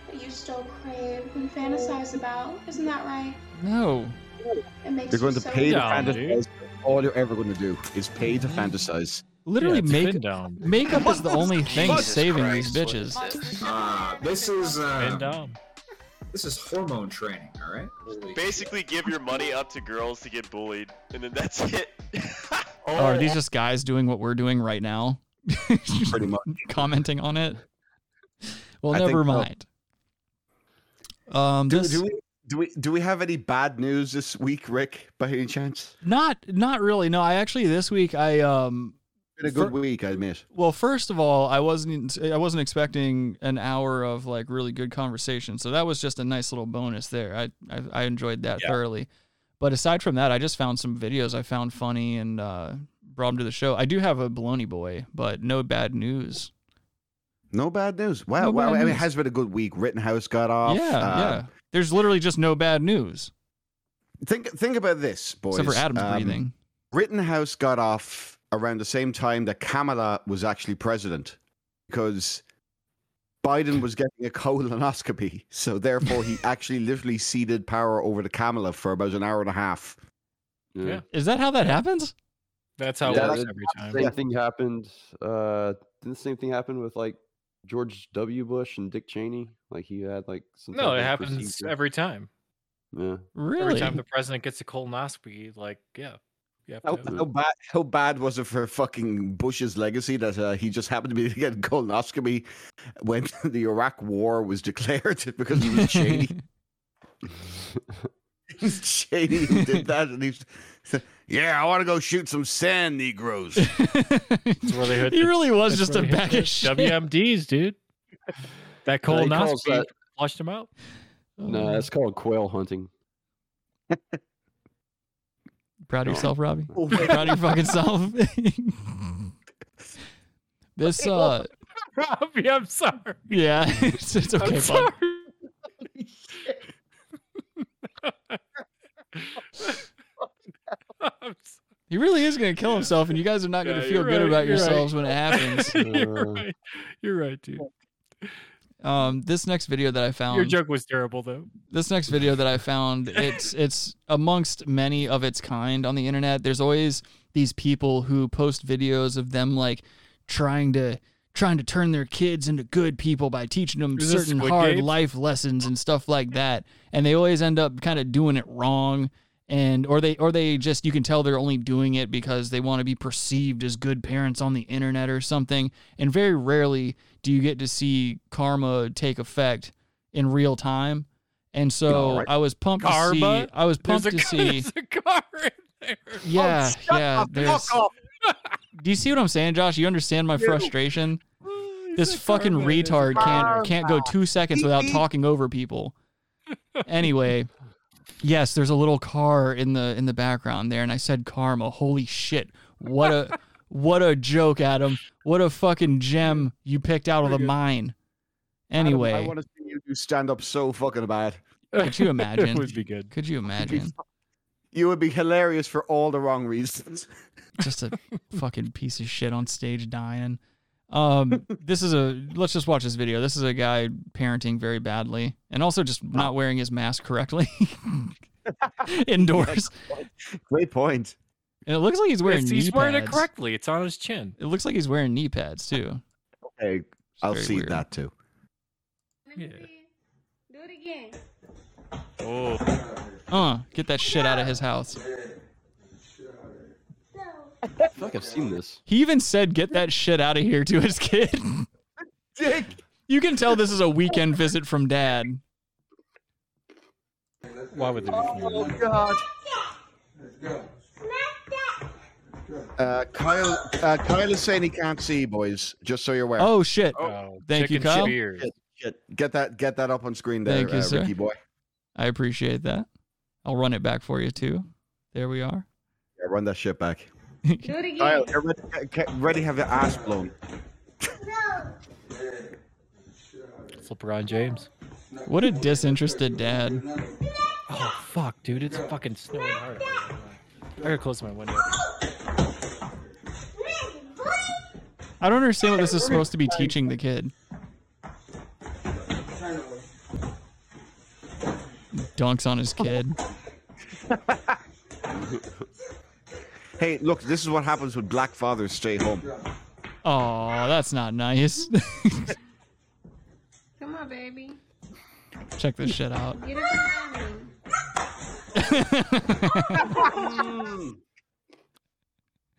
S18: that you still crave and fantasize about. Isn't that right?
S7: No.
S18: It makes
S11: You're going
S18: you
S11: to
S18: so
S11: pay to
S18: happy.
S11: fantasize. All you're ever going to do is pay to fantasize.
S7: Literally,
S10: it's
S7: make,
S10: been down.
S7: makeup is the only thing
S19: Jesus
S7: saving these
S19: Christ, what
S7: bitches.
S19: is this? Uh, this is
S10: Been
S19: uh,
S10: down.
S19: this is hormone training. All right.
S20: Basically, give your money up to girls to get bullied, and then that's it.
S7: Oh, are these just guys doing what we're doing right now?
S11: Pretty much.
S7: Commenting on it. Well,
S11: I think
S7: never
S11: so.
S7: mind. Um,
S11: do,
S7: this-
S11: do we do we do we have any bad news this week, Rick? By any chance?
S7: Not, not really. No, I actually this week I um.
S11: Been a good
S7: fir-
S11: week, I admit.
S7: Well, first of all, I wasn't I wasn't expecting an hour of like really good conversation, so that was just a nice little bonus there. I I, I enjoyed that
S3: Yeah.
S7: thoroughly. But aside from that, I just found some videos I found funny and uh, brought them to the show. I do have a baloney boy, but no bad news.
S11: No bad news. Wow,
S7: No
S11: wow.
S7: bad
S11: I mean, it
S7: news.
S11: has been a good week. Rittenhouse got off.
S7: yeah,
S11: uh,
S7: yeah. There's literally just no bad news.
S11: Think think about this, boys. Um,
S7: Except for Adam's breathing.
S11: Rittenhouse got off around the same time that Kamala was actually president, because Biden was getting a colonoscopy, so therefore he actually literally ceded power over to Kamala for about an hour and a half.
S10: Yeah.
S7: Is that how that happens?
S10: That's how
S8: Yeah,
S10: it works
S8: that-
S10: every time.
S8: Same thing happened. Uh, didn't the same thing happen with like George W. Bush and Dick Cheney? Like he had like some.
S10: No,
S8: type
S10: it
S8: of
S10: happens
S8: procedure.
S10: every time.
S8: Yeah.
S10: Every time the president gets a colonoscopy, like yeah, you have
S8: Oh,
S11: How,
S10: to.
S11: how bad how bad was it for fucking Bush's legacy that uh, he just happened to be getting colonoscopy when the Iraq War was declared because he was Cheney? It was Cheney who did that, and he's yeah, I want to go shoot some sand Negroes.
S10: That's where they hit
S7: He
S10: the-
S7: really was
S10: that's
S7: just
S10: where
S7: a
S10: they hit
S7: bag
S10: the
S7: of shit.
S10: WMDs, dude. That
S8: No, he
S10: colonoscopy
S8: calls that-
S10: flushed him out.
S8: No, that's called quail hunting.
S7: Proud of yourself, Robbie.
S11: Oh my
S7: Proud of your fucking self. this uh
S10: Robbie, I'm sorry.
S7: yeah, it's, it's okay, bud.
S10: I'm sorry.
S7: He really is gonna kill himself, and you guys are not gonna
S10: Yeah,
S7: feel
S10: you're
S7: good
S10: right,
S7: about
S10: you're right.
S7: yourselves when it happens.
S8: uh,
S10: you're right. You're right, dude.
S7: Um, this next video that I found.
S10: Your joke was terrible, though.
S7: this next video that I found, it's it's amongst many of its kind on the internet. There's always these people who post videos of them like trying to trying to turn their kids into good people by teaching them
S3: Is this
S7: certain
S3: Squid
S7: hard
S3: Games?
S7: life lessons and stuff like that. And they always end up kind of doing it wrong and or they or they just you can tell they're only doing it because they want to be perceived as good parents on the internet or something. And very rarely do you get to see karma take effect in real time. And so
S3: Alright.
S7: I was pumped to
S3: Karma?
S7: see. I was
S3: There's
S7: pumped to
S3: a-
S7: see.
S3: there's
S7: Yeah, yeah.
S3: the
S7: There's. Do you see what I'm saying, Josh? You understand my frustration?
S10: Oh,
S7: This fucking retard can't can't go two seconds without talking over people. Anyway, yes, there's a little car in the in the background there, and I said karma. Holy shit! What a what a joke, Adam. What a fucking gem you picked out of the mine. Anyway,
S11: I want to see you do stand up so fucking bad.
S7: Could you imagine?
S10: it would be good.
S7: Could you imagine?
S11: You would be hilarious for all the wrong reasons.
S7: Just a fucking piece of shit on stage dying. Um, this is a let's just watch this video. This is a guy parenting very badly and also just not wearing his mask correctly indoors.
S11: Great point.
S7: And it looks like he's wearing
S10: Yes,
S7: knee
S10: he's wearing it
S7: pads.
S10: correctly. It's on his chin.
S7: It looks like he's wearing knee pads too.
S11: Okay, I'll
S7: very
S11: see
S7: weird.
S11: that too.
S17: Do it again.
S10: Oh.
S7: Uh, get that shit out of his house.
S8: I feel like I've seen this.
S7: He even said, "Get that shit out of here" to his kid. You can tell this is a weekend visit from dad.
S10: Why would they be
S11: Oh god.
S17: Smack that.
S11: Uh, Kyle, uh, Kyle is saying he can't see, boys. Just so you're aware.
S7: Oh, shit. Oh, Thank you, chicken Kyle. spears.
S11: Shit, shit. Get that, get that up on screen there,
S7: Thank you,
S11: uh,
S7: sir.
S11: Ricky boy.
S7: I appreciate that. I'll run it back for you too. There we are.
S11: Yeah, run that shit back.
S17: Do it again.
S11: Kyle, get ready, get ready to have your ass blown.
S10: It's LeBron James.
S7: What a disinterested dad.
S10: Oh fuck, dude, it's fucking snowing hard. outside. I gotta close my window.
S7: I don't understand what this is supposed to be teaching the kid. Dunks on his kid.
S11: Hey, look, this is what happens when black fathers stay home.
S7: Oh, that's not nice.
S18: Come on, baby.
S7: Check this shit out.
S18: Get it down.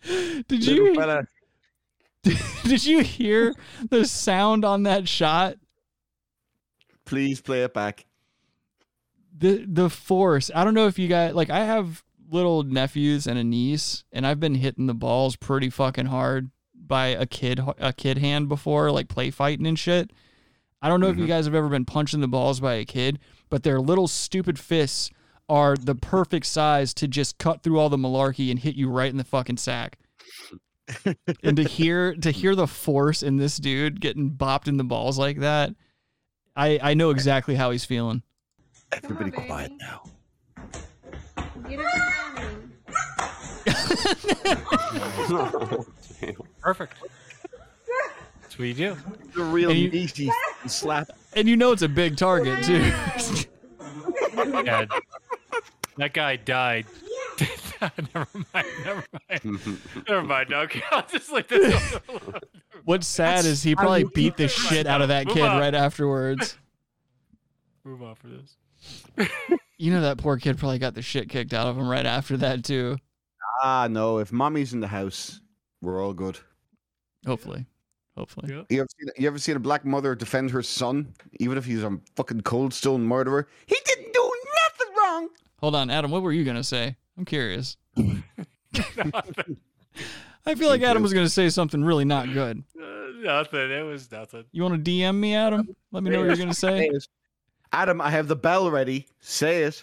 S7: Did
S11: Little
S7: you
S11: fella.
S7: did you hear the sound on that shot?
S11: Please play it back.
S7: the the force. I don't know if you guys like I have little nephews and a niece and I've been hitting the balls pretty fucking hard by a kid a kid hand before like play fighting and shit. I don't know if you guys have ever been punching the balls by a kid, but their little stupid fists are the perfect size to just cut through all the malarkey and hit you right in the fucking sack. and to hear to hear the force in this dude getting bopped in the balls like that, I I know exactly how he's feeling.
S11: Everybody quiet now.
S18: Get it down.
S10: Perfect. That's what you do.
S11: The real
S7: And you-
S11: meaty slap.
S7: And you know it's a big target too.
S10: Yeah. That guy died. never mind. Never mind. never mind. Okay, I'll just leave this. one alone.
S7: What's sad is he probably beat the shit out of that
S10: Move
S7: kid
S10: on.
S7: right afterwards.
S10: Move on for this.
S7: You know that poor kid probably got the shit kicked out of him right after that too.
S11: Ah, no. If mommy's in the house, we're all good.
S7: Hopefully, hopefully.
S11: You ever seen, you ever seen a black mother defend her son, even if he's a fucking cold stone murderer? He didn't do nothing wrong.
S7: Hold on, Adam. What were you gonna say? I'm curious. I feel like Adam was gonna say something really not good.
S10: Uh, nothing. It was nothing.
S7: You want to DM me, Adam? Let me know what you're gonna say.
S11: Adam, I have the bell ready. Say it.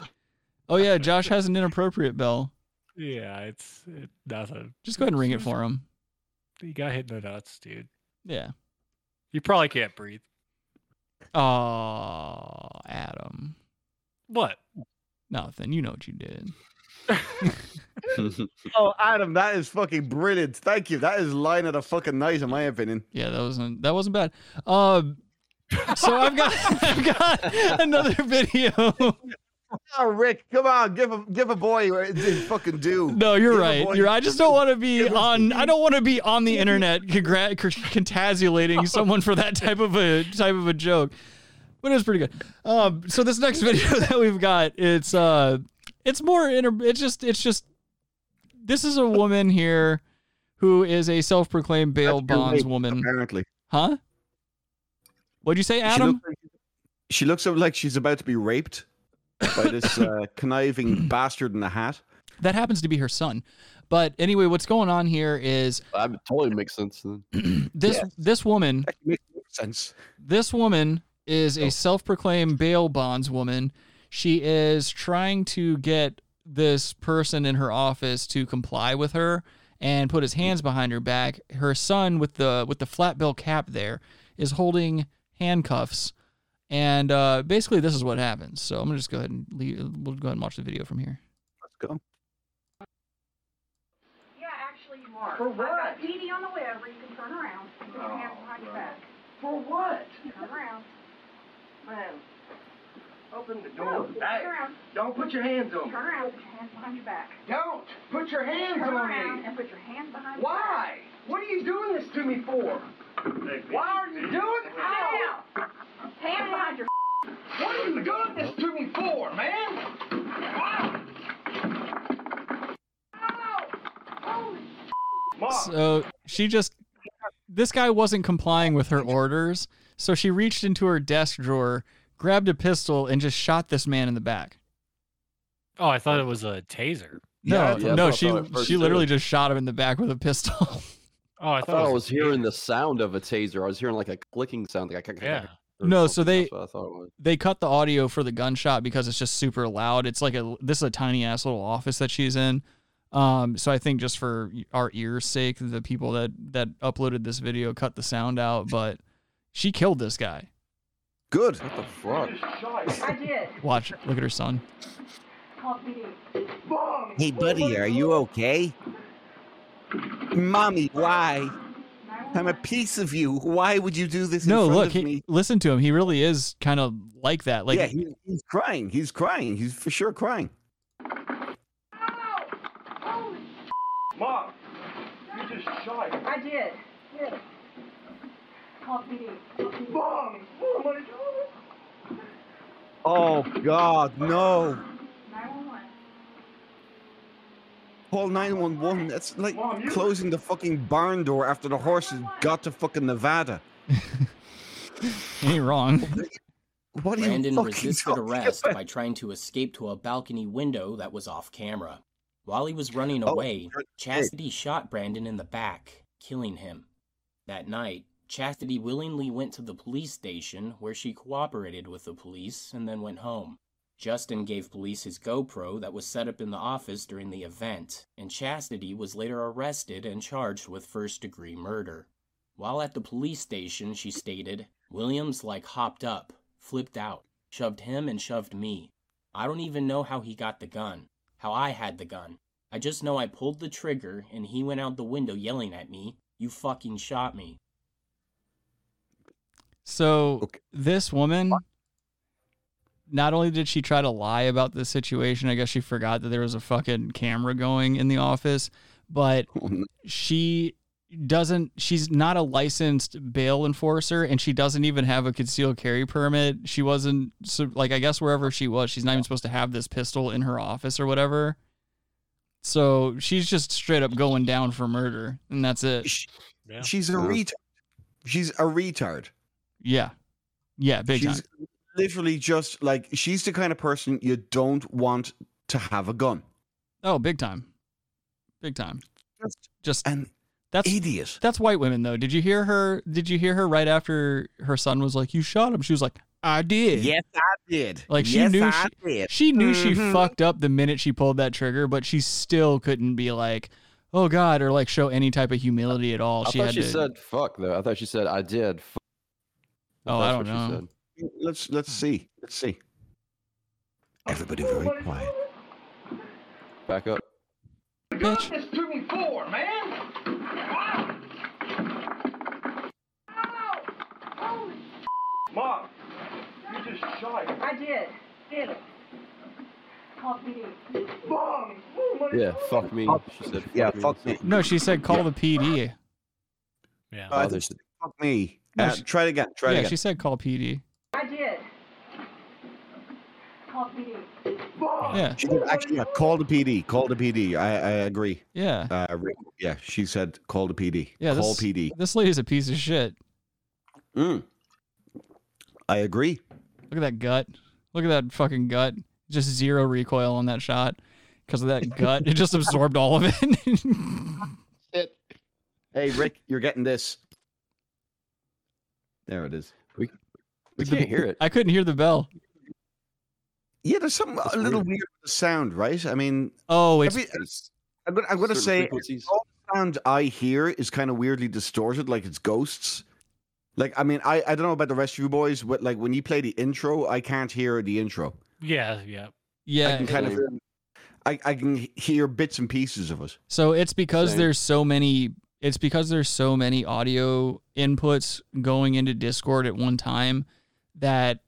S7: Oh yeah, Josh has an inappropriate bell.
S10: Yeah, it's it, nothing.
S7: Just go ahead and ring it for him.
S10: You got hit in the nuts, dude.
S7: Yeah.
S10: You probably can't breathe.
S7: Oh, Adam.
S10: What?
S7: Nothing. You know what you did.
S11: oh, Adam, that is fucking brilliant. Thank you. That is line of the fucking night, in my opinion.
S7: Yeah, that wasn't that wasn't bad. Um, so I've got I've got another video.
S11: Oh, Rick, come on, give a give a boy his fucking due.
S7: No, you're
S11: Give a
S7: right.
S11: boy-
S7: You're. I just don't want to be on. I don't want to be on the internet congrat- cr- contasulating someone for that type of a type of a joke. But it was pretty good. Um, so this next video that we've got, it's uh, it's more inter- It's just it's just. This is a woman here, who is a self-proclaimed bail
S11: That's your rape,
S7: bondswoman.
S11: apparently.
S7: Huh? What'd you say,
S11: She
S7: Adam?
S11: looks, like, she looks like she's about to be raped by this uh,
S7: Hmm.
S11: conniving bastard in a hat.
S7: That happens to be her son. But anyway, what's going on here is
S8: That totally makes sense then.
S7: this this woman
S11: Makes no sense.
S7: this woman is a self-proclaimed bail bondswoman. She is trying to get this person in her office to comply with her and put his hands behind her back. Her son with the with the flat bill cap there is holding handcuffs. And uh, basically, this is what happens. So I'm gonna just go ahead and leave, we'll go ahead and watch the video from here.
S11: Let's go.
S17: Yeah, actually you are. For what? I got PD on the way over. You can turn around. You can put
S6: Oh,
S17: your hands behind your back.
S6: For what?
S17: Turn around.
S6: Man, open the
S17: No,
S6: door.
S17: turn
S6: Hey,
S17: around.
S6: don't put your hands on
S17: Turn
S6: me.
S17: around. Put your hands behind your back.
S6: Don't put your hands
S17: turn
S6: on
S17: around
S6: me.
S17: and put your hands behind your back.
S6: Why? What are you doing this to me for? Why are you doing? Ow!
S17: Sit down. Hands behind your
S6: What are you doing this to me for, man? Ow!
S7: So she just this guy wasn't complying with her orders, so she reached into her desk drawer, grabbed a pistol, and just shot this man in the back.
S10: Oh, I thought it was a taser.
S7: No,
S8: Yeah,
S7: no,
S8: that's
S7: she
S8: what I thought at first,
S7: she literally
S8: too.
S7: just shot him in the back with a pistol.
S10: Oh, I
S8: thought, I was hearing the sound of a taser. I was hearing like a clicking sound. Like, I
S10: Yeah.
S7: No, so they
S8: That's what I thought it was.
S7: they cut the audio for the gunshot because it's just super loud. It's like a this is a tiny ass little office that she's in. Um, so I think just for our ears' sake, the people that that uploaded this video cut the sound out, but she killed this guy.
S11: Good.
S8: What the fuck?
S21: I did.
S7: Watch, look at her son.
S21: Hey, buddy,
S22: are you okay? Mommy, why? I'm a piece of you. Why would you do this?
S7: No,
S22: in front
S7: look,
S22: of
S7: he,
S22: me?
S7: listen to him. He really is kind of like that. Like,
S22: Yeah, he-
S11: He's crying. He's crying. He's for sure crying.
S6: Mom, you just shot him.
S21: I did.
S6: Mom, somebody-
S22: Oh God, no!
S11: Call 911. That's like closing the fucking barn door after the horses got to fucking Nevada.
S7: Ain't wrong.
S11: What are you
S23: Brandon
S11: fucking
S23: resisted
S11: talking
S23: arrest by trying to escape to a balcony window that was off camera. While he was
S11: Oh,
S23: running away, Chastity shot Brandon in the back, killing him. That night, Chastity willingly went to the police station where she cooperated with the police and then went home. Justin gave police his GoPro that was set up in the office during the event, and Chastity was later arrested and charged with first degree murder. While at the police station, she stated, Williams like hopped up, flipped out, shoved him and shoved me. I don't even know how he got the gun, how I had the gun. I just know I pulled the trigger and he went out the window yelling at me, You fucking shot me.
S7: So this woman, not only did she try to lie about the situation, I guess she forgot that there was a fucking camera going in the office, but she doesn't she's not a licensed bail enforcer and she doesn't even have a concealed carry permit she wasn't so like i guess wherever she was she's not even supposed to have this pistol in her office or whatever so she's just straight up going down for murder and that's it
S11: She's a retard. She's a retard.
S7: yeah yeah big
S11: she's
S7: time
S11: literally just like she's the kind of person you don't want to have a gun.
S7: Oh, big time. Big time.
S11: Just,
S7: an that's
S11: idiot.
S7: That's white women though. Did you hear her did you hear her right after her son was like, You shot him? She was like, I did.
S22: Yes, I did.
S7: Like she
S22: Yes,
S7: knew
S22: I
S7: she,
S22: did.
S7: she knew she
S22: Mhm.
S7: fucked up the minute she pulled that trigger, but she still couldn't be like, Oh God, or like show any type of humility at all.
S8: I
S7: she
S8: thought
S7: had
S8: she
S7: to
S8: said fuck though. I thought she said I did. F-
S7: Oh, I
S8: That's
S7: don't
S8: what she
S7: know.
S11: Let's let's see. Let's see. Everybody very quiet.
S8: Back up.
S6: Bitch. This to me for, man. Mom, you just shot him.
S21: I did. Did.
S6: Mom, somebody-
S8: Yeah, fuck me. She said.
S11: Yeah, fuck me.
S7: No, she said call the PD.
S10: Yeah.
S11: Uh, this- fuck me.
S7: No,
S11: Uh,
S7: she-
S11: try it again. Try it
S7: yeah,
S11: again.
S7: she said call PD.
S21: I did.
S7: Yeah.
S11: She did actually yeah, call the PD. Call the PD. I, I agree.
S7: Yeah.
S11: Uh, re- yeah. She said call the PD.
S7: Yeah,
S11: Call
S7: this,
S11: PD.
S7: This lady's a piece of shit.
S11: Mm. I agree.
S7: Look at that gut. Look at that fucking gut. Just zero recoil on that shot because of that gut. It just absorbed all of it.
S11: Hey Rick, you're getting this. There it is.
S8: We we can't hear it.
S7: I couldn't hear the bell.
S11: Yeah, there's some a little weird with the sound, right? I mean,
S7: oh,
S11: it's. I'm gonna, I'm gonna
S8: Certain
S11: say
S8: frequencies.
S11: all the sound I hear is kind of weirdly distorted, like it's ghosts. Like I mean, I, I don't know about the rest of you boys, but like when you play the intro, I can't hear the intro.
S10: Yeah, yeah.
S11: I can kind of, I, I can hear bits and pieces of it.
S7: So it's because
S11: Same.
S7: there's so many. It's because there's so many audio inputs going into Discord at one time that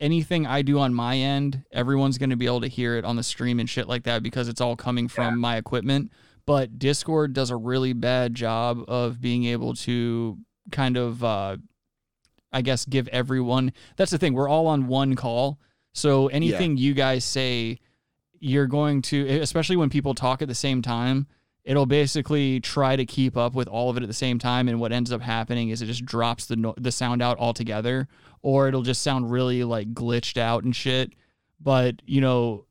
S7: anything I do on my end, everyone's going to be able to hear it on the stream and shit like that because it's all coming from my equipment. But Discord does a really bad job of being able to kind of uh, I guess give everyone that's the thing. We're all on one call. So anything you guys say, you're going to e, especially when people talk at the same time, it'll basically try to keep up with all of it at the same time and what ends up happening is it just drops the no- the sound out altogether or it'll just sound really like glitched out and shit. But, you know,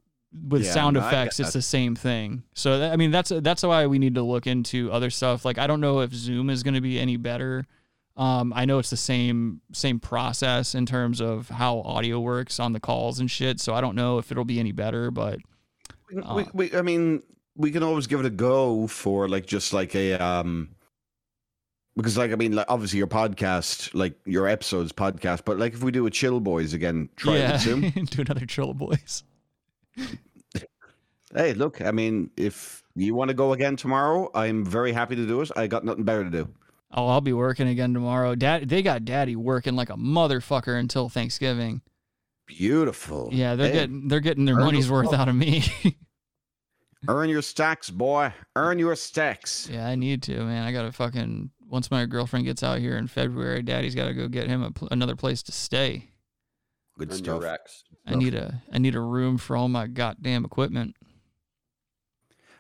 S7: with
S11: Yeah,
S7: sound
S11: no, I
S7: effects,
S11: get
S7: it's
S11: that.
S7: the same thing. So that, I mean, that's that's why we need to look into other stuff. Like I don't know if Zoom is going to be any better. Um, I know it's the same same process in terms of how audio works on the calls and shit. So I don't know if it'll be any better, but
S11: We-
S7: Uh.
S11: we, we, I mean, we can always give it a go for like just like a um, because like I mean, like, obviously your podcast, like your episodes podcast, but like if we do a Chill Boys again, try it
S7: yeah,
S11: with Zoom.
S7: do another Chill Boys.
S11: hey, look, I mean, if you want to go again tomorrow, I'm very happy to do it. I got nothing better to do.
S7: Oh, I'll be working again tomorrow. Dad, they got Daddy working like a motherfucker until Thanksgiving.
S11: Beautiful.
S7: Yeah, they're
S11: Hey,
S7: getting they're getting their
S11: earn
S7: money's
S11: your-
S7: worth out of me.
S11: Earn your stacks, boy. Earn your stacks.
S7: yeah, I need to, man. I gotta fucking once my girlfriend gets out here in February, Daddy's gotta go get him a pl- another place to stay.
S11: Good
S8: Earn your
S11: stuff.
S8: racks.
S7: I need a I need a room for all my goddamn equipment.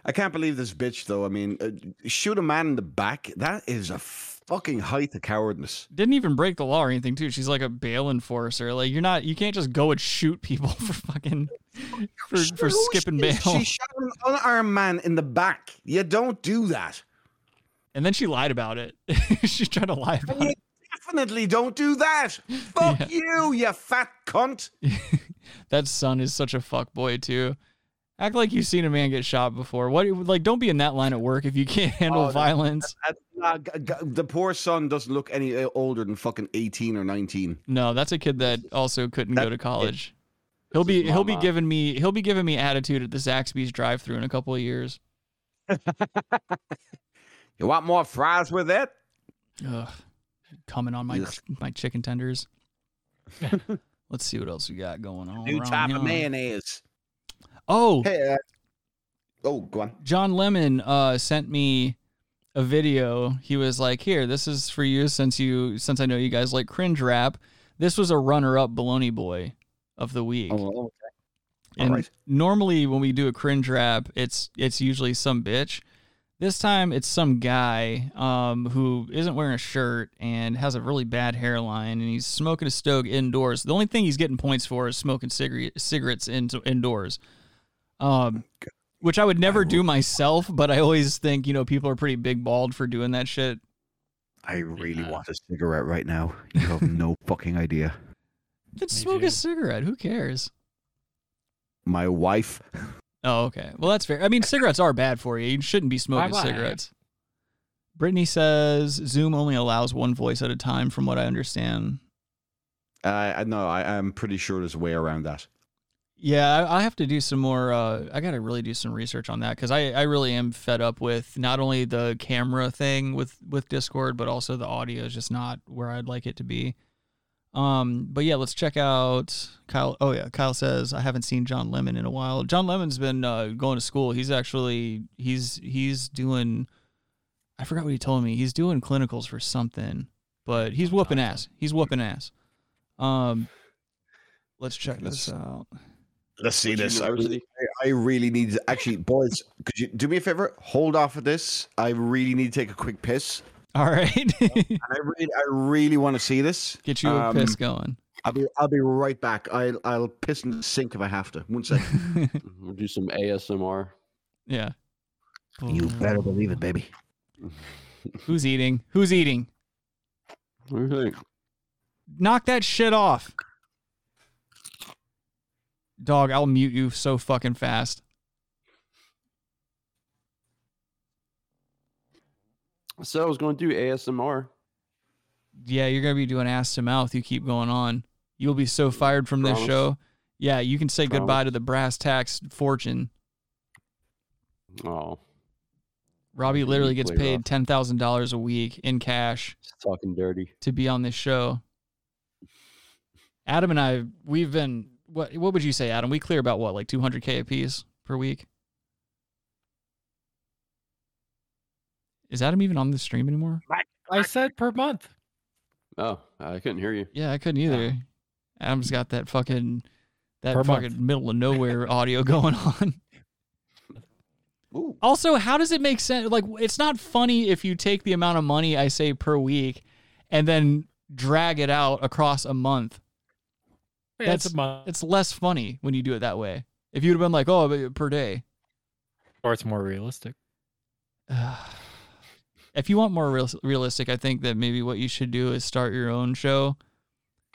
S11: I can't believe this bitch, though. I mean, uh, shoot a man in the back. That is a fucking height of cowardness.
S7: Didn't even break the law or anything too. She's like a bail enforcer. Like you're not you can't just go and shoot people for fucking for, for
S11: Who
S7: skipping
S11: she-
S7: bail.
S11: She shot an unarmed man in the back. You don't do that.
S7: And then she lied about it. She's trying to lie about
S11: you
S7: it.
S11: Definitely don't do that. Fuck you, you fat cunt.
S7: That son is such a fuckboy too. Act like you've seen a man get shot before. What like don't be in that line at work if you can't handle
S11: Oh, no.
S7: violence.
S11: Uh, uh, g- g- the poor son doesn't look any uh, older than fucking 18 or 19.
S7: No, that's a kid that also couldn't go to college. He'll
S11: This
S7: be
S11: is
S7: he'll be
S11: mama.
S7: giving me he'll be giving me attitude at the Zaxby's drive through in a couple of years.
S11: You want more fries with it?
S7: Ugh. Coming on my
S11: Ugh.
S7: my chicken tenders. Let's see what else we got going on.
S11: New
S7: around
S11: type
S7: here.
S11: of mayonnaise.
S7: Oh,
S11: Hey, uh, oh, go on.
S7: John Lemon uh, sent me a video. He was like, "Here, this is for you since you since I know you guys like cringe rap. This was a runner-up Baloney Boy of the week."
S11: Oh, okay.
S7: And
S11: All right.
S7: normally when we do a cringe rap, it's it's usually some bitch. This time it's some guy um, who isn't wearing a shirt and has a really bad hairline, and he's smoking a stogie indoors. The only thing he's getting points for is smoking cigarette, cigarettes in, indoors, um, which I would never do myself. But I always think you know people are pretty big bald for doing that shit.
S11: I really want a cigarette right now. You have no fucking idea.
S7: Then smoke a cigarette. Who cares?
S11: My wife.
S7: Oh, okay. Well, that's fair. I mean, cigarettes are bad for you. You shouldn't be smoking
S11: Why, why?
S7: cigarettes. Brittany says Zoom only allows one voice at a time, from what I understand.
S11: Uh, I know. I, I'm pretty sure there's a way around that.
S7: Yeah, I, I have to do some more. Uh, I got to really do some research on that because I, I really am fed up with not only the camera thing with, with Discord, but also the audio is just not where I'd like it to be. Um, but yeah, let's check out Kyle. Oh yeah, Kyle says I haven't seen John Lemon in a while. John Lemon's been uh, going to school. He's actually he's he's doing. I forgot what he told me. He's doing clinicals for something, but he's whooping ass. He's whooping ass. Um, let's check this out.
S11: Let's see this. I, was, I really need to actually, boys. Could you do me a favor? Hold off of this. I really need to take a quick piss.
S7: All right.
S11: And I really, I really want to see this.
S7: Get you a piss going.
S11: I'll be, I'll be right back. I'll, I'll piss in the sink if I have to. One second.
S8: We'll Mm-hmm. do some ASMR.
S7: Yeah.
S11: you better believe it, baby.
S7: Who's eating? Who's eating?
S8: What do you think?
S7: Knock that shit off. Dog, I'll mute you so fucking fast.
S8: So I was going to do ASMR.
S7: Yeah, you're gonna be doing ass to mouth. You keep going on. You'll be so fired from this
S8: Promise.
S7: show. Yeah, you can say goodbye to the brass tax fortune.
S8: Oh,
S7: Robbie literally gets
S8: cleared
S7: paid
S8: off.
S7: ten thousand dollars a week in cash
S8: talking dirty.
S7: to be on this show. Adam and I, we've been what? What would you say, Adam? We clear about what, like two hundred k apiece per week. Is Adam even on the stream anymore?
S10: I said per month.
S8: Oh, I couldn't hear you.
S7: Yeah, I couldn't either. Adam's got that fucking that
S8: Per month.
S7: fucking middle of nowhere audio going on.
S11: Ooh.
S7: Also, how does it make sense? Like, it's not funny if you take the amount of money I say per week and then drag it out across a month.
S10: Yeah, it's a month.
S8: Uh-huh.
S7: It's less funny when you do it that way. If you'd have been like, oh, but per day,
S10: or it's more realistic.
S7: if you want more real- realistic, I think that maybe what you should do is start your own show.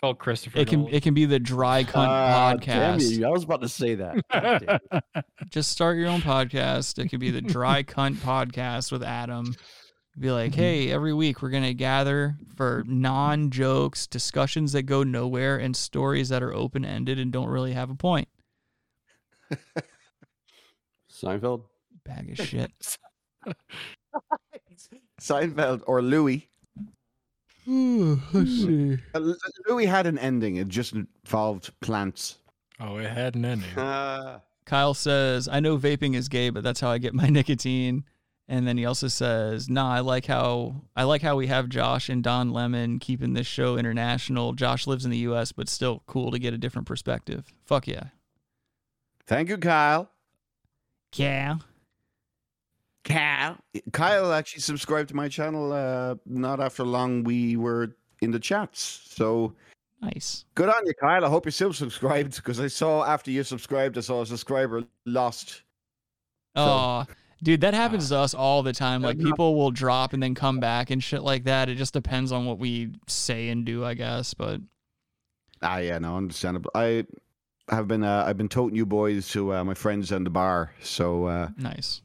S10: Called Christopher.
S7: It can it can be the Dry Cunt
S8: Ah, damn
S7: Podcast.
S8: you. I was about to say that.
S7: Just start your own podcast. It could be the Dry Cunt Podcast with Adam. Be like,
S8: Mm-hmm.
S7: hey, every week we're gonna gather for non jokes, discussions that go nowhere, and stories that are open ended and don't really have a point.
S8: Seinfeld.
S7: Bag of shit.
S11: Seinfeld or Louis.
S7: Let's see.
S11: Uh, Louis had an ending. It just involved plants.
S10: Oh, it had an ending.
S7: Kyle says, I know vaping is gay, but that's how I get my nicotine. And then he also says, Nah, I like how I like how we have Josh and Don Lemon keeping this show international. Josh lives in the US, but still cool to get a different perspective. Fuck yeah.
S11: Thank you, Kyle.
S7: Yeah.
S11: Kyle. Kyle actually subscribed to my channel. Uh, not after long, we were in the chats. So
S7: nice.
S11: Good on you, Kyle. I hope you're still subscribed because I saw after you subscribed, I saw a subscriber lost.
S7: Oh, dude, that happens to us all the time. Like people will drop and then come back and shit like that. It just depends on what we say and do, I guess. But
S11: Ah, yeah, no, understandable. I have been, uh, I've been toting you boys to uh, my friends on the bar. So uh,
S7: nice.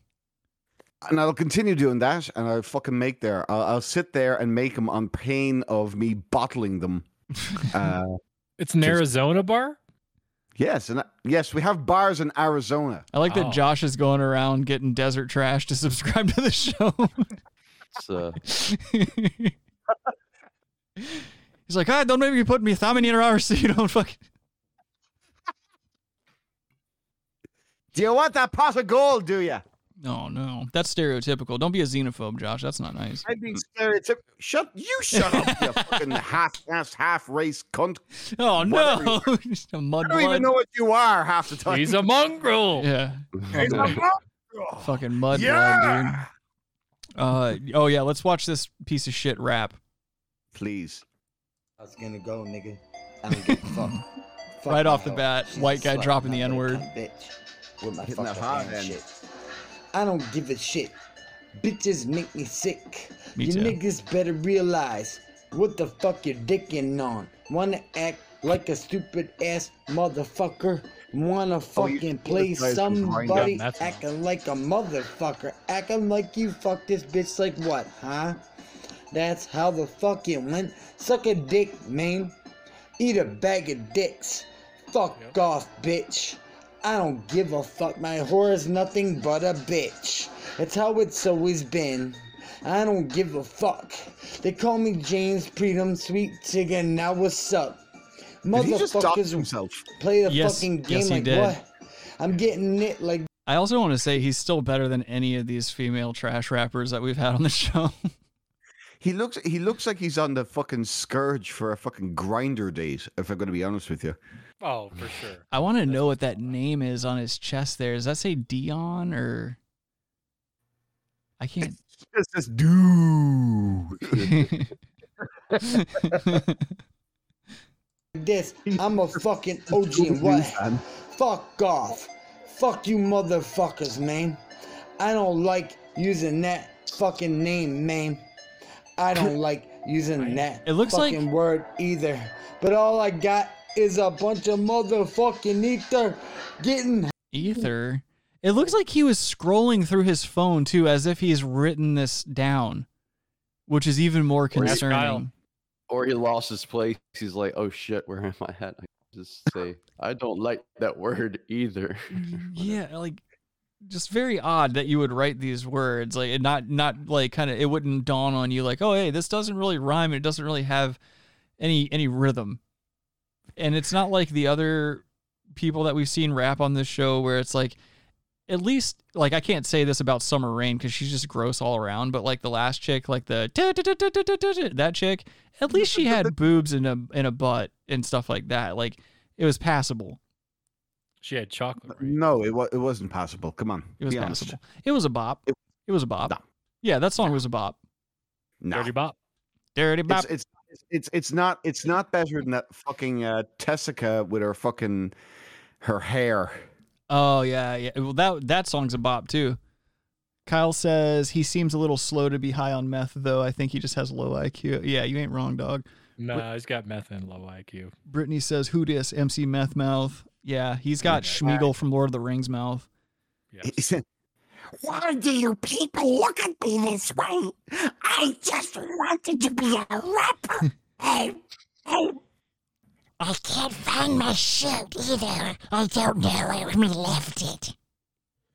S11: And I'll continue doing that, and I'll fucking make there. I'll, I'll sit there and make them on pain of me bottling them. Uh,
S10: it's an Arizona bar.
S11: Yes, and uh, yes, we have bars in Arizona.
S7: I like that Josh is going around getting desert trash to subscribe to the show.
S8: uh,
S7: He's like, ah, don't make me put me thumb in your arse so you don't fucking.
S11: Do you want that pot of gold? Do you?
S7: No, no, that's stereotypical. Don't be a xenophobe, Josh. That's not nice.
S11: I'd be stereotypical. Shut you! Shut up, you fucking half-assed, half-race cunt.
S7: Oh
S11: no!
S7: A mud
S11: I don't even know what you are half the time.
S10: He's a mongrel.
S7: Yeah.
S11: He's a mongrel.
S7: Fucking mud
S11: Yeah!
S7: blood, dude. Uh, oh yeah, let's watch this piece of shit rap.
S11: Please.
S4: I was gonna go, nigga. I don't give a fuck. Fuck
S7: right
S4: my
S7: off the
S4: hoe.
S7: bat,
S4: She's
S7: white
S4: a
S7: guy
S4: slut,
S7: dropping
S4: and
S7: the
S4: I'm
S7: N
S4: gonna
S7: word.
S4: come, Bitch, with my
S11: Hitting the
S4: fucking
S11: hard
S4: hand
S11: end.
S4: shit. I don't give a shit. Bitches make me sick.
S7: Me
S4: you
S7: too.
S4: niggas better realize what the fuck you're dicking on. Wanna act like a stupid ass motherfucker?
S24: Oh,
S4: Wanna fucking play
S24: guys was grinding.
S4: somebody
S24: That's not-
S4: acting like a motherfucker? Acting like you fucked this bitch like what, huh? That's how the fuck it went. Suck a dick, man. Eat a bag of dicks. Fuck off, bitch. I don't give a fuck. My whore is nothing but a bitch. That's how it's always been. I don't give a fuck. They call me James Freedom, sweet nigga. Now what's up?
S11: Did he just stop
S4: Motherfuckers
S11: himself?
S4: play the
S7: Yes,
S4: fucking game
S7: yes, he
S4: like
S7: did.
S4: what? I'm getting it like
S7: I also want to say he's still better than any of these female trash rappers that we've had on the show.
S11: He looks he looks like he's on the fucking scourge for a fucking grinder date, if I'm gonna be honest with you.
S10: Oh, for sure.
S7: I want to know what that name is on his chest there. Does that say Dion or I can't
S11: It's this dude.
S4: this. I'm a fucking
S11: Oh,
S4: OG and what? Fuck off. Fuck you motherfuckers, man. I don't like using that fucking name, man. I don't like using that
S7: It looks like-
S4: fucking word either. But all I got is a bunch of motherfucking ether getting
S7: Ether. It looks like he was scrolling through his phone too, as if he's written this down, which is even more
S8: Or he's-
S7: concerning.
S8: Or he lost his place. He's like, oh shit, where am I at? I just say, I don't like that word either.
S7: Yeah, like just very odd that you would write these words like and not not like kind of it wouldn't dawn on you like oh hey this doesn't really rhyme and it doesn't really have any any rhythm and it's not like the other people that we've seen rap on this show where it's like at least like I can't say this about Summer Rain because she's just gross all around, but like the last chick, like the "Ta, ta, ta, ta, ta, ta, ta, ta," that chick, at least she had boobs and a and a butt and stuff like that. Like it was passable.
S10: She had chocolate.
S11: no, it wa- it wasn't possible. Come on.
S7: It was
S11: be honest.
S7: passable. It was a bop. It, was a bop. Yeah, that song was a bop.
S11: No. Dirty
S10: bop.
S7: Dirty bop.
S11: It's, it's it's it's not it's not better than that fucking uh, Tessica with her fucking her hair.
S7: Oh yeah, yeah. Well, that that song's a bop too. Kyle says he seems a little slow to be high on meth, though. I think he just has low IQ. Yeah, you ain't wrong, dog.
S10: Nah, he's got meth and low IQ.
S7: Brittany says, "Who dis MC Meth Mouth?" Yeah, he's got Schmeagle from Lord of the Rings mouth.
S21: Why do you people look at me this way? I just wanted to be a
S11: Hmm.
S21: rapper. I, I, I can't find my shirt either. I don't know where we left it.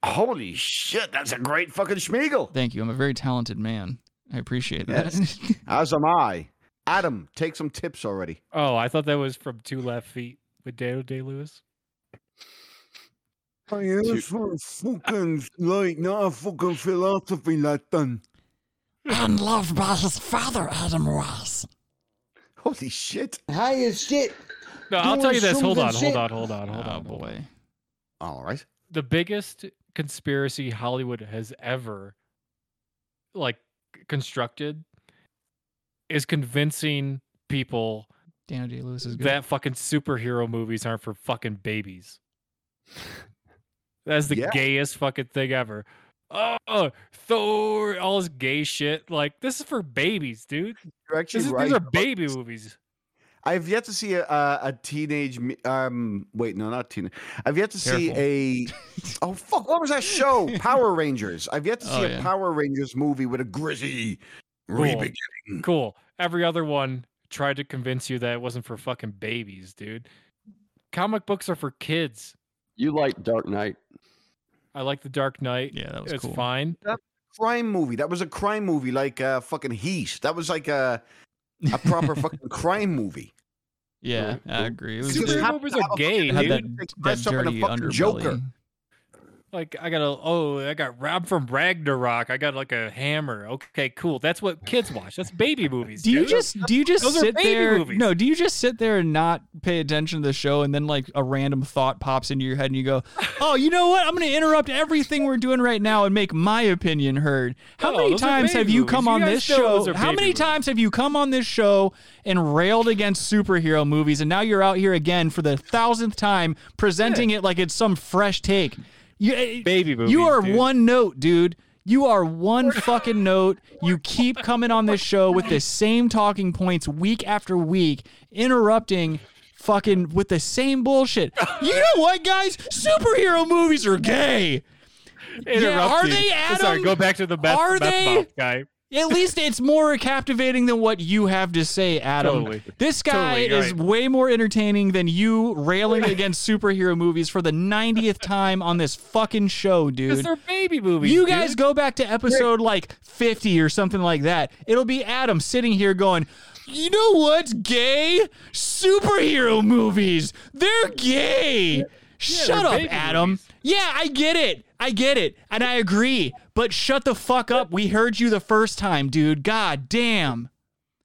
S11: Holy shit, that's a great fucking Schmeagle.
S7: Thank you. I'm a very talented man. I appreciate that.
S11: As am I. Adam, take some tips already.
S10: Oh, I thought that was from Two Left Feet with Daniel Day Lewis.
S2: I am for fucking like not a fucking philosophy like that.
S21: And loved by his father, Adam was.
S11: Holy shit.
S4: High as shit.
S10: No, I'll
S4: Doing
S10: tell you this.
S4: shrooms
S10: Hold
S4: and
S10: on,
S4: shit.
S10: hold on, hold on, hold on.
S7: Oh, boy.
S11: All right.
S10: The biggest conspiracy Hollywood has ever like constructed is convincing people
S7: Daniel Day Lewis is good.
S10: that fucking superhero movies aren't for fucking babies. That's the
S7: Yeah.
S10: gayest fucking thing ever. Oh, Thor, all this gay shit. Like this is for babies, dude.
S11: You're actually
S10: This is-
S11: right
S10: These are
S11: about
S10: baby movies.
S11: I've yet to see a, a, a teenage. me- Um, wait, no, not teenage. I've yet to see a. Oh fuck! What was that show? Power Rangers. I've yet to see
S10: Oh,
S11: a
S10: yeah.
S11: Power Rangers movie with a gritty re-beginning. Hmm.
S10: Cool. Every other one tried to convince you that it wasn't for fucking babies, dude. Comic books are for kids.
S8: You like Dark Knight.
S10: I like The Dark Knight.
S7: Yeah, that
S11: was
S10: it's
S11: cool.
S10: fine.
S11: That crime movie. That was a crime movie, like uh, fucking Heat. That was like a a proper fucking crime movie.
S7: yeah, I agree. It was
S10: Superhero
S7: just-
S10: movies are gay,
S7: had that,
S10: dude.
S7: that
S11: Dress up in a
S7: dirty
S11: fucking
S7: underbelly.
S11: Joker.
S10: Like I got a oh, I got robbed from Ragnarok. I got like a hammer. Okay, cool. That's what kids watch. That's baby movies.
S7: Do you
S10: dude.
S7: just do you just
S10: Those are
S7: sit
S10: baby
S7: there?
S10: Movies.
S7: No, do you just sit there and not pay attention to the show, and then like a random thought pops into your head, and you go, "Oh, you know what? I'm going to interrupt everything we're doing right now and make my opinion heard." How
S10: No,
S7: many
S10: Oh, those are
S7: times
S10: baby
S7: have you
S10: movies.
S7: come
S10: You
S7: on
S10: guys
S7: this
S10: know those
S7: show?
S10: are
S7: How
S10: baby
S7: many
S10: movies.
S7: times have you come on this show and railed against superhero movies, and now you're out here again for the thousandth time presenting it like it's some fresh take? You, eh,
S10: baby movies.
S7: you are
S10: dude.
S7: one note, dude. You are one fucking note. You keep coming on this show with the same talking points week after week, interrupting fucking with the same bullshit. You know what, guys? Superhero movies are gay.
S10: Interrupt
S7: Yeah, are
S10: you.
S7: they,
S10: I'm Sorry,
S7: Adam?
S10: go back to the best,
S7: Are
S10: best
S7: they?
S10: mouth guy.
S7: At least it's more captivating than what you have to say, Adam.
S10: Totally.
S7: This guy
S10: Totally, you're
S7: is
S10: right.
S7: way more entertaining than you railing against superhero movies for the 90th time on this fucking show, dude.
S10: Because they're baby movies.
S7: You guys
S10: dude.
S7: go back to episode like 50 or something like that. It'll be Adam sitting here going, you know what's gay? Superhero movies. They're gay. shut
S10: they're
S7: up,
S10: baby
S7: Adam. Yeah, I get it. I get it. And I agree. But shut the fuck up. We heard you the first time, dude. God damn.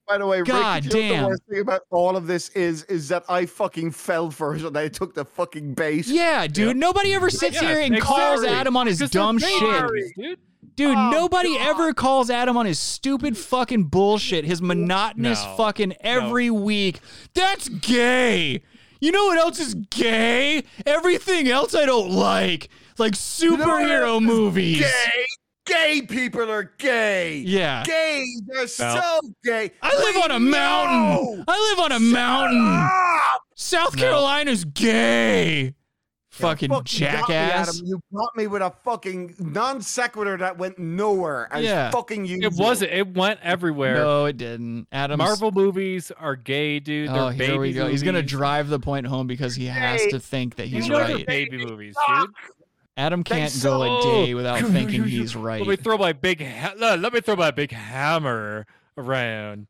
S11: By the way,
S7: God
S11: Rick, you know what
S7: damn.
S11: the worst thing about all of this is is that I fucking fell for it and I took the fucking base.
S7: Yeah, dude. Nobody ever sits here and calls
S11: Sorry.
S7: Adam on his
S11: Because they're
S7: dumb
S11: baby
S7: shit.
S11: movies,
S10: dude.
S7: Dude,
S11: Oh,
S7: nobody ever calls Adam on his stupid fucking bullshit, his monotonous
S10: No.
S7: fucking every week. That's gay. You know what else is gay? Everything else I don't like. Like superhero movies.
S11: Gay, gay people are gay.
S7: Yeah.
S11: gay. They're so gay.
S7: I live
S11: We
S7: on a mountain.
S11: know.
S7: I live on a mountain. South
S11: No.
S7: Carolina's gay. fucking
S11: Fuck, you got me,
S7: jackass.
S11: Adam. You got me with a fucking non sequitur that went nowhere. As
S7: Yeah.
S11: fucking you.
S10: It wasn't. It went everywhere.
S7: No, it didn't. Adam
S10: Marvel movies are gay, dude. They're
S7: Oh, here
S10: baby
S7: we go. He's gonna
S10: movies.
S7: drive the point home because he has
S10: Hey,
S7: to think that
S10: You
S7: he's
S10: know they're
S7: right.
S10: Baby movies, dude.
S7: Adam
S10: They
S7: can't go a day
S10: suck.
S7: without thinking he's right.
S10: Let me throw my big ha- let let me throw my big hammer around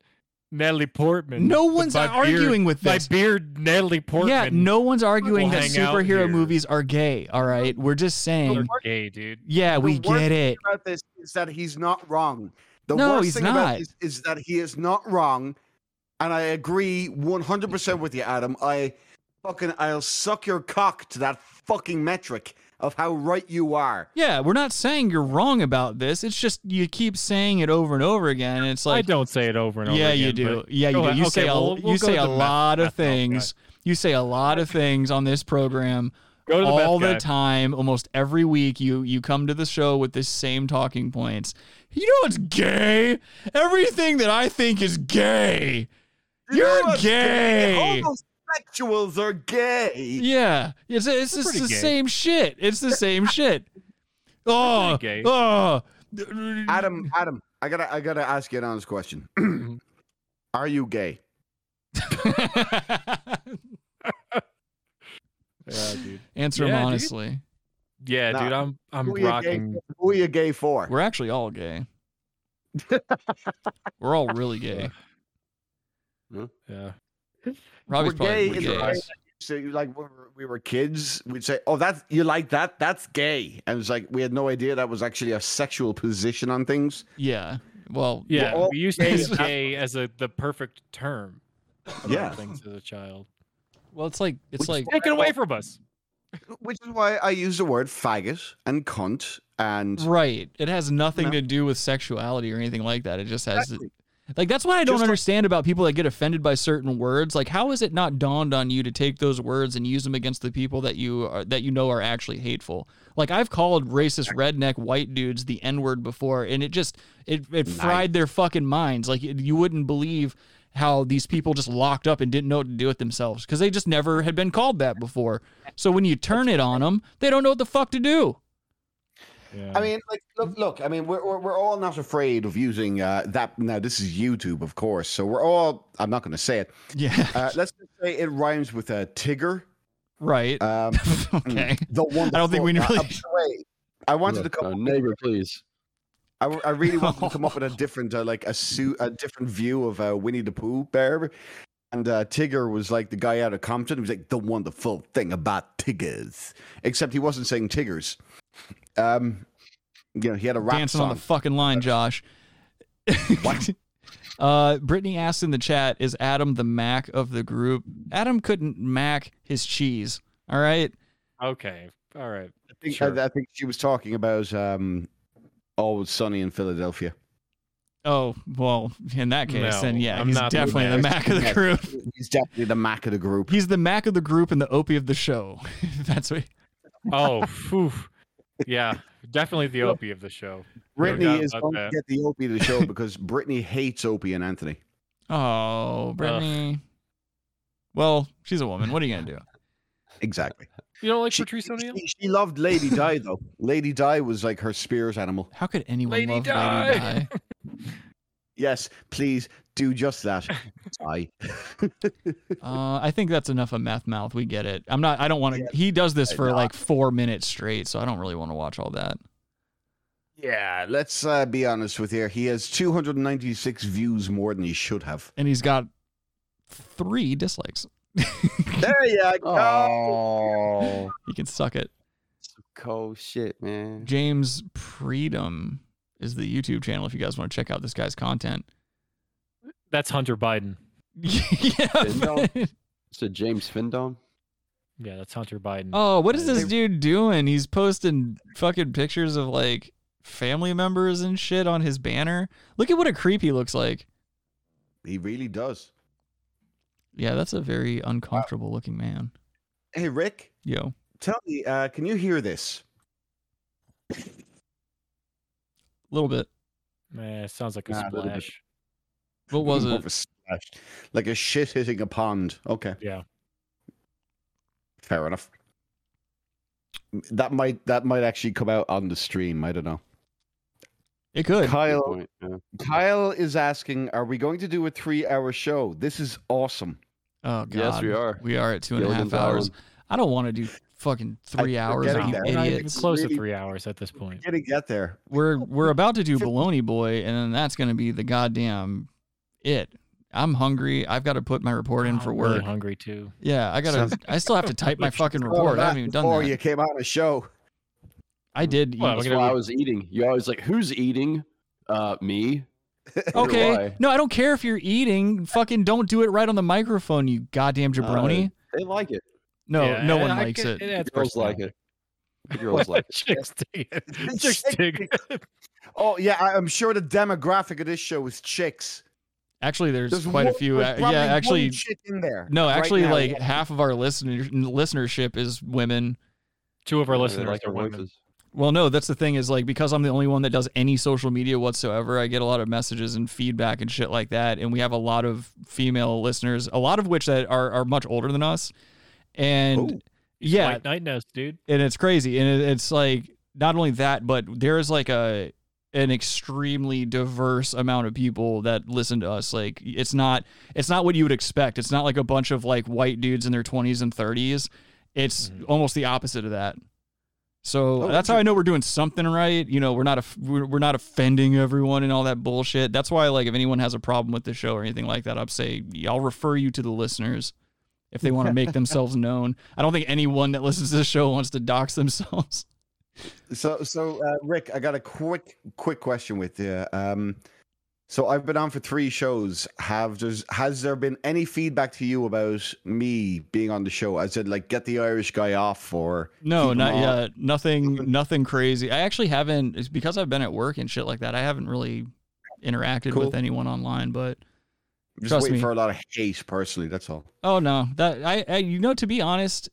S10: Natalie Portman.
S7: No
S10: with
S7: one's
S10: my
S7: arguing
S10: beard-
S7: with this.
S10: My beard, Natalie Portman.
S7: Yeah, no one's arguing
S10: We'll
S7: that
S10: hang out
S7: superhero
S10: here.
S7: movies are gay. All right, we're just
S10: They're
S7: saying.
S10: gay, dude.
S7: Yeah, we
S11: The worst
S7: get
S11: thing
S7: it.
S11: About this is that he's not wrong. The
S7: No,
S11: worst
S7: he's
S11: thing
S7: not.
S11: about this is that he is not wrong, and I agree one hundred percent with you, Adam. I fucking I'll suck your cock to that fucking metric of how right you are.
S7: Yeah, we're not saying you're wrong about this. It's just you keep saying it over and over again. And it's
S10: I
S7: like
S10: don't say it over and over.
S7: yeah,
S10: again,
S7: you do.
S10: but-
S7: Yeah, you
S10: Go
S7: do.
S10: ahead.
S7: You
S10: Okay,
S7: say a,
S10: well, we'll
S7: you
S10: go
S7: say
S10: to
S7: a
S10: meth-
S7: lot of
S10: meth health guy.
S7: things. You say a lot of things on this program
S10: Go to the
S7: all
S10: best
S7: the
S10: guy.
S7: time, almost every week. You you come to the show with the same talking points. You know it's gay. Everything that I think is gay. You're gay.
S11: Homosexuals are gay.
S7: Yeah, it's it's,
S11: They're
S7: it's
S11: pretty
S7: the
S11: gay.
S7: same shit. It's the same shit. Oh, oh.
S11: Adam, Adam, I gotta, I gotta ask you an honest question. Are you gay?
S7: Answer him
S10: Yeah, dude.
S7: honestly.
S10: Yeah,
S11: Nah.
S10: dude, I'm I'm
S11: Who you gay
S10: rocking.
S11: for? Who are you gay for?
S7: We're actually all gay. We're all really gay.
S10: Yeah.
S7: Robbie's
S11: We're
S7: probably
S11: gay
S7: really
S11: is
S7: gay.
S11: a way- So you like when we were- we were kids, we'd say, "Oh, that's you like that? That's gay," and it's like we had no idea that was actually a sexual position on things.
S7: Yeah. Well,
S10: Yeah,
S11: all
S10: we used to use
S11: gay.
S10: gay as a the perfect term. about
S11: Yeah.
S10: things as a child.
S7: Well, it's like it's like
S10: Take it away from us.
S11: Which is why I use the word faggot and cunt and
S7: Right. It has nothing
S11: No.
S7: to do with sexuality or anything like that. It just has to, like that's what I don't understand about people that get offended by certain words. Like how is it not dawned on you to take those words and use them against the people that you are that you know are actually hateful? Like I've called racist redneck white dudes the n-word before and it just it it fried their fucking minds. Like it- you wouldn't believe how these people just locked up and didn't know what to do with themselves because they just never had been called that before. So when you turn it on them, they don't know what the fuck to do.
S11: I mean, like, look, look. I mean, we're, we're we're all not afraid of using uh, that. Now, this is YouTube, of course, so we're all. I'm not going to say it.
S7: Yeah.
S11: Uh, let's just say it rhymes with a uh, Tigger.
S7: Right.
S11: Um,
S7: okay.
S11: The one.
S7: I don't think we
S11: uh,
S7: really-
S11: uh, wait, I wanted to come.
S8: Uh, neighbor, please.
S11: I, I really wanted to come up with a different, uh, like a suit, a different view of uh, Winnie the Pooh bear. And uh, Tigger was like the guy out of Compton. He was like the wonderful thing about Tiggers, except he wasn't saying Tiggers. Um, you know, he had a rap
S7: dancing
S11: song.
S7: on the fucking line, Josh. uh, Brittany asked in the chat, "Is Adam the Mac of the group?" Adam couldn't Mac his cheese. All right.
S10: Okay. All right.
S11: I think, I, I think she was talking about um, always sunny in Philadelphia.
S7: Oh well, in that case,
S11: No,
S7: then yeah,
S11: I'm
S7: he's
S11: not the
S7: definitely the Mac
S11: Mac.
S7: of the group.
S11: He's definitely the Mac of the group.
S7: He's the Mac of the group and the Opie of the show. That's what.
S10: Oh, phew. yeah, definitely the opie of the show. No
S11: Brittany
S10: doubt
S11: is
S10: about
S11: going
S10: that.
S11: to get the Opie to the show because Brittany hates Opie and Anthony.
S7: Oh, Brittany. Well, she's a woman. What are you gonna do?
S11: Exactly.
S10: You don't like Patrice O'Neill?
S11: She loved Lady Di though. Lady Di was like her spirit animal.
S7: How could anyone
S10: Lady
S7: love Lady
S10: Di.
S7: Di?
S11: Yes, please do just that. I.
S7: Uh, I think that's enough of meth mouth. We get it. I'm not. I don't want to. He does this for like four minutes straight, so I don't really want to watch all that.
S11: Yeah, let's uh, be honest with you. He has 296 views more than he should have.
S7: And he's got three dislikes.
S11: There you
S8: go.
S7: You can suck it.
S8: Cold shit, man.
S7: James Freedom is the YouTube channel if you guys want to check out this guy's content.
S10: That's Hunter Biden.
S8: Findom? So James Findom.
S10: Yeah, that's Hunter Biden.
S7: Oh, what is
S10: Uh,
S7: this dude doing? He's posting fucking pictures of like family members and shit on his banner. Look at what a creep he looks like.
S11: He really does.
S7: Yeah, that's a very uncomfortable looking man.
S11: Hey, Rick,
S7: Yo.
S11: tell me, uh, can you hear this?
S7: A little bit.
S10: Eh, it sounds like a
S11: Nah, a little bit.
S10: splash.
S7: What was
S11: More
S7: it?
S11: of a splash. Like a shit hitting a pond. Okay.
S10: Yeah.
S11: Fair enough. That might that might actually come out on the stream. I don't know.
S7: It could.
S11: Kyle Kyle is asking, are we going to do a three hour show? This is awesome.
S7: Oh god.
S8: Yes, we are.
S7: We are at two and a half
S8: Billions
S7: hours.
S8: hours.
S7: I don't want to do fucking three hours,
S11: forgetting
S7: you
S11: that.
S10: We're not even
S7: idiots.
S10: close to three hours at this point.
S11: Gonna get there.
S7: We're we're about to do Baloney Boy, and then that's gonna be the goddamn it. I'm hungry. I've got to put my report in for
S10: I'm really
S7: work.
S10: hungry too.
S7: Yeah, I gotta.
S10: Sounds-
S7: I still have to type my fucking
S11: Oh,
S7: report. I
S11: that
S7: haven't even done
S11: before
S7: that.
S11: you came on a show.
S7: I did. eat-
S8: Well, that's why I was eating. You're always like, who's eating? Uh, me. I wonder
S7: Okay.
S8: why.
S7: No, I don't care if you're eating. Fucking don't do it right on the microphone, you goddamn jabroni.
S8: Uh, they like it.
S7: No,
S10: Yeah,
S7: no
S10: and
S7: one
S10: I
S7: likes
S10: get-
S7: it.
S10: it adds
S8: The girls like it. The girls like it.
S10: Chicks dig it. Chicks dig it.
S11: Oh yeah, I, I'm sure the demographic of this show is chicks.
S7: Actually, there's,
S11: There's
S7: quite a
S11: one-
S7: few.
S11: there's
S7: uh,
S11: probably
S7: yeah,
S11: one
S7: actually,
S11: chick in there
S7: no,
S11: right
S7: actually,
S11: now.
S7: like half of our listener listenership is women.
S10: Two of our
S8: Yeah, they
S10: listeners
S8: like
S10: are
S8: our
S10: women.
S8: voices.
S7: Well, no, that's the thing is like because I'm the only one that does any social media whatsoever, I get a lot of messages and feedback and shit like that. And we have a lot of female listeners, a lot of which that are, are much older than us. And yeah,
S10: White night nest, dude.
S7: and it's crazy and it, it's like not only that but there is like a an extremely diverse amount of people that listen to us like it's not it's not what you would expect it's not like a bunch of like white dudes in their 20s and 30s it's almost the opposite of that so
S5: Oh,
S7: that's how I know we're doing something right. You know, we're not aff- we're, we're not offending everyone and all that bullshit. That's why, like, if anyone has a problem with the show or anything like that, I'd say I'll refer you to the listeners if they want to make themselves known. I don't think anyone that listens to the show wants to dox themselves.
S11: So, so uh, Rick, I got a quick, quick question with you. Um, so I've been on for three shows. Have there's has there been any feedback to you about me being on the show? I said like get the Irish guy off or
S7: No,
S11: keep him
S7: not
S11: on.
S7: yet. Nothing, nothing crazy. I actually haven't it's because I've been at work and shit like that. I haven't really interacted
S11: Cool.
S7: with anyone online, but
S11: I'm just
S7: trust
S11: waiting
S7: me.
S11: for a lot of hate personally. That's all.
S7: Oh no, that I, I you know to be honest,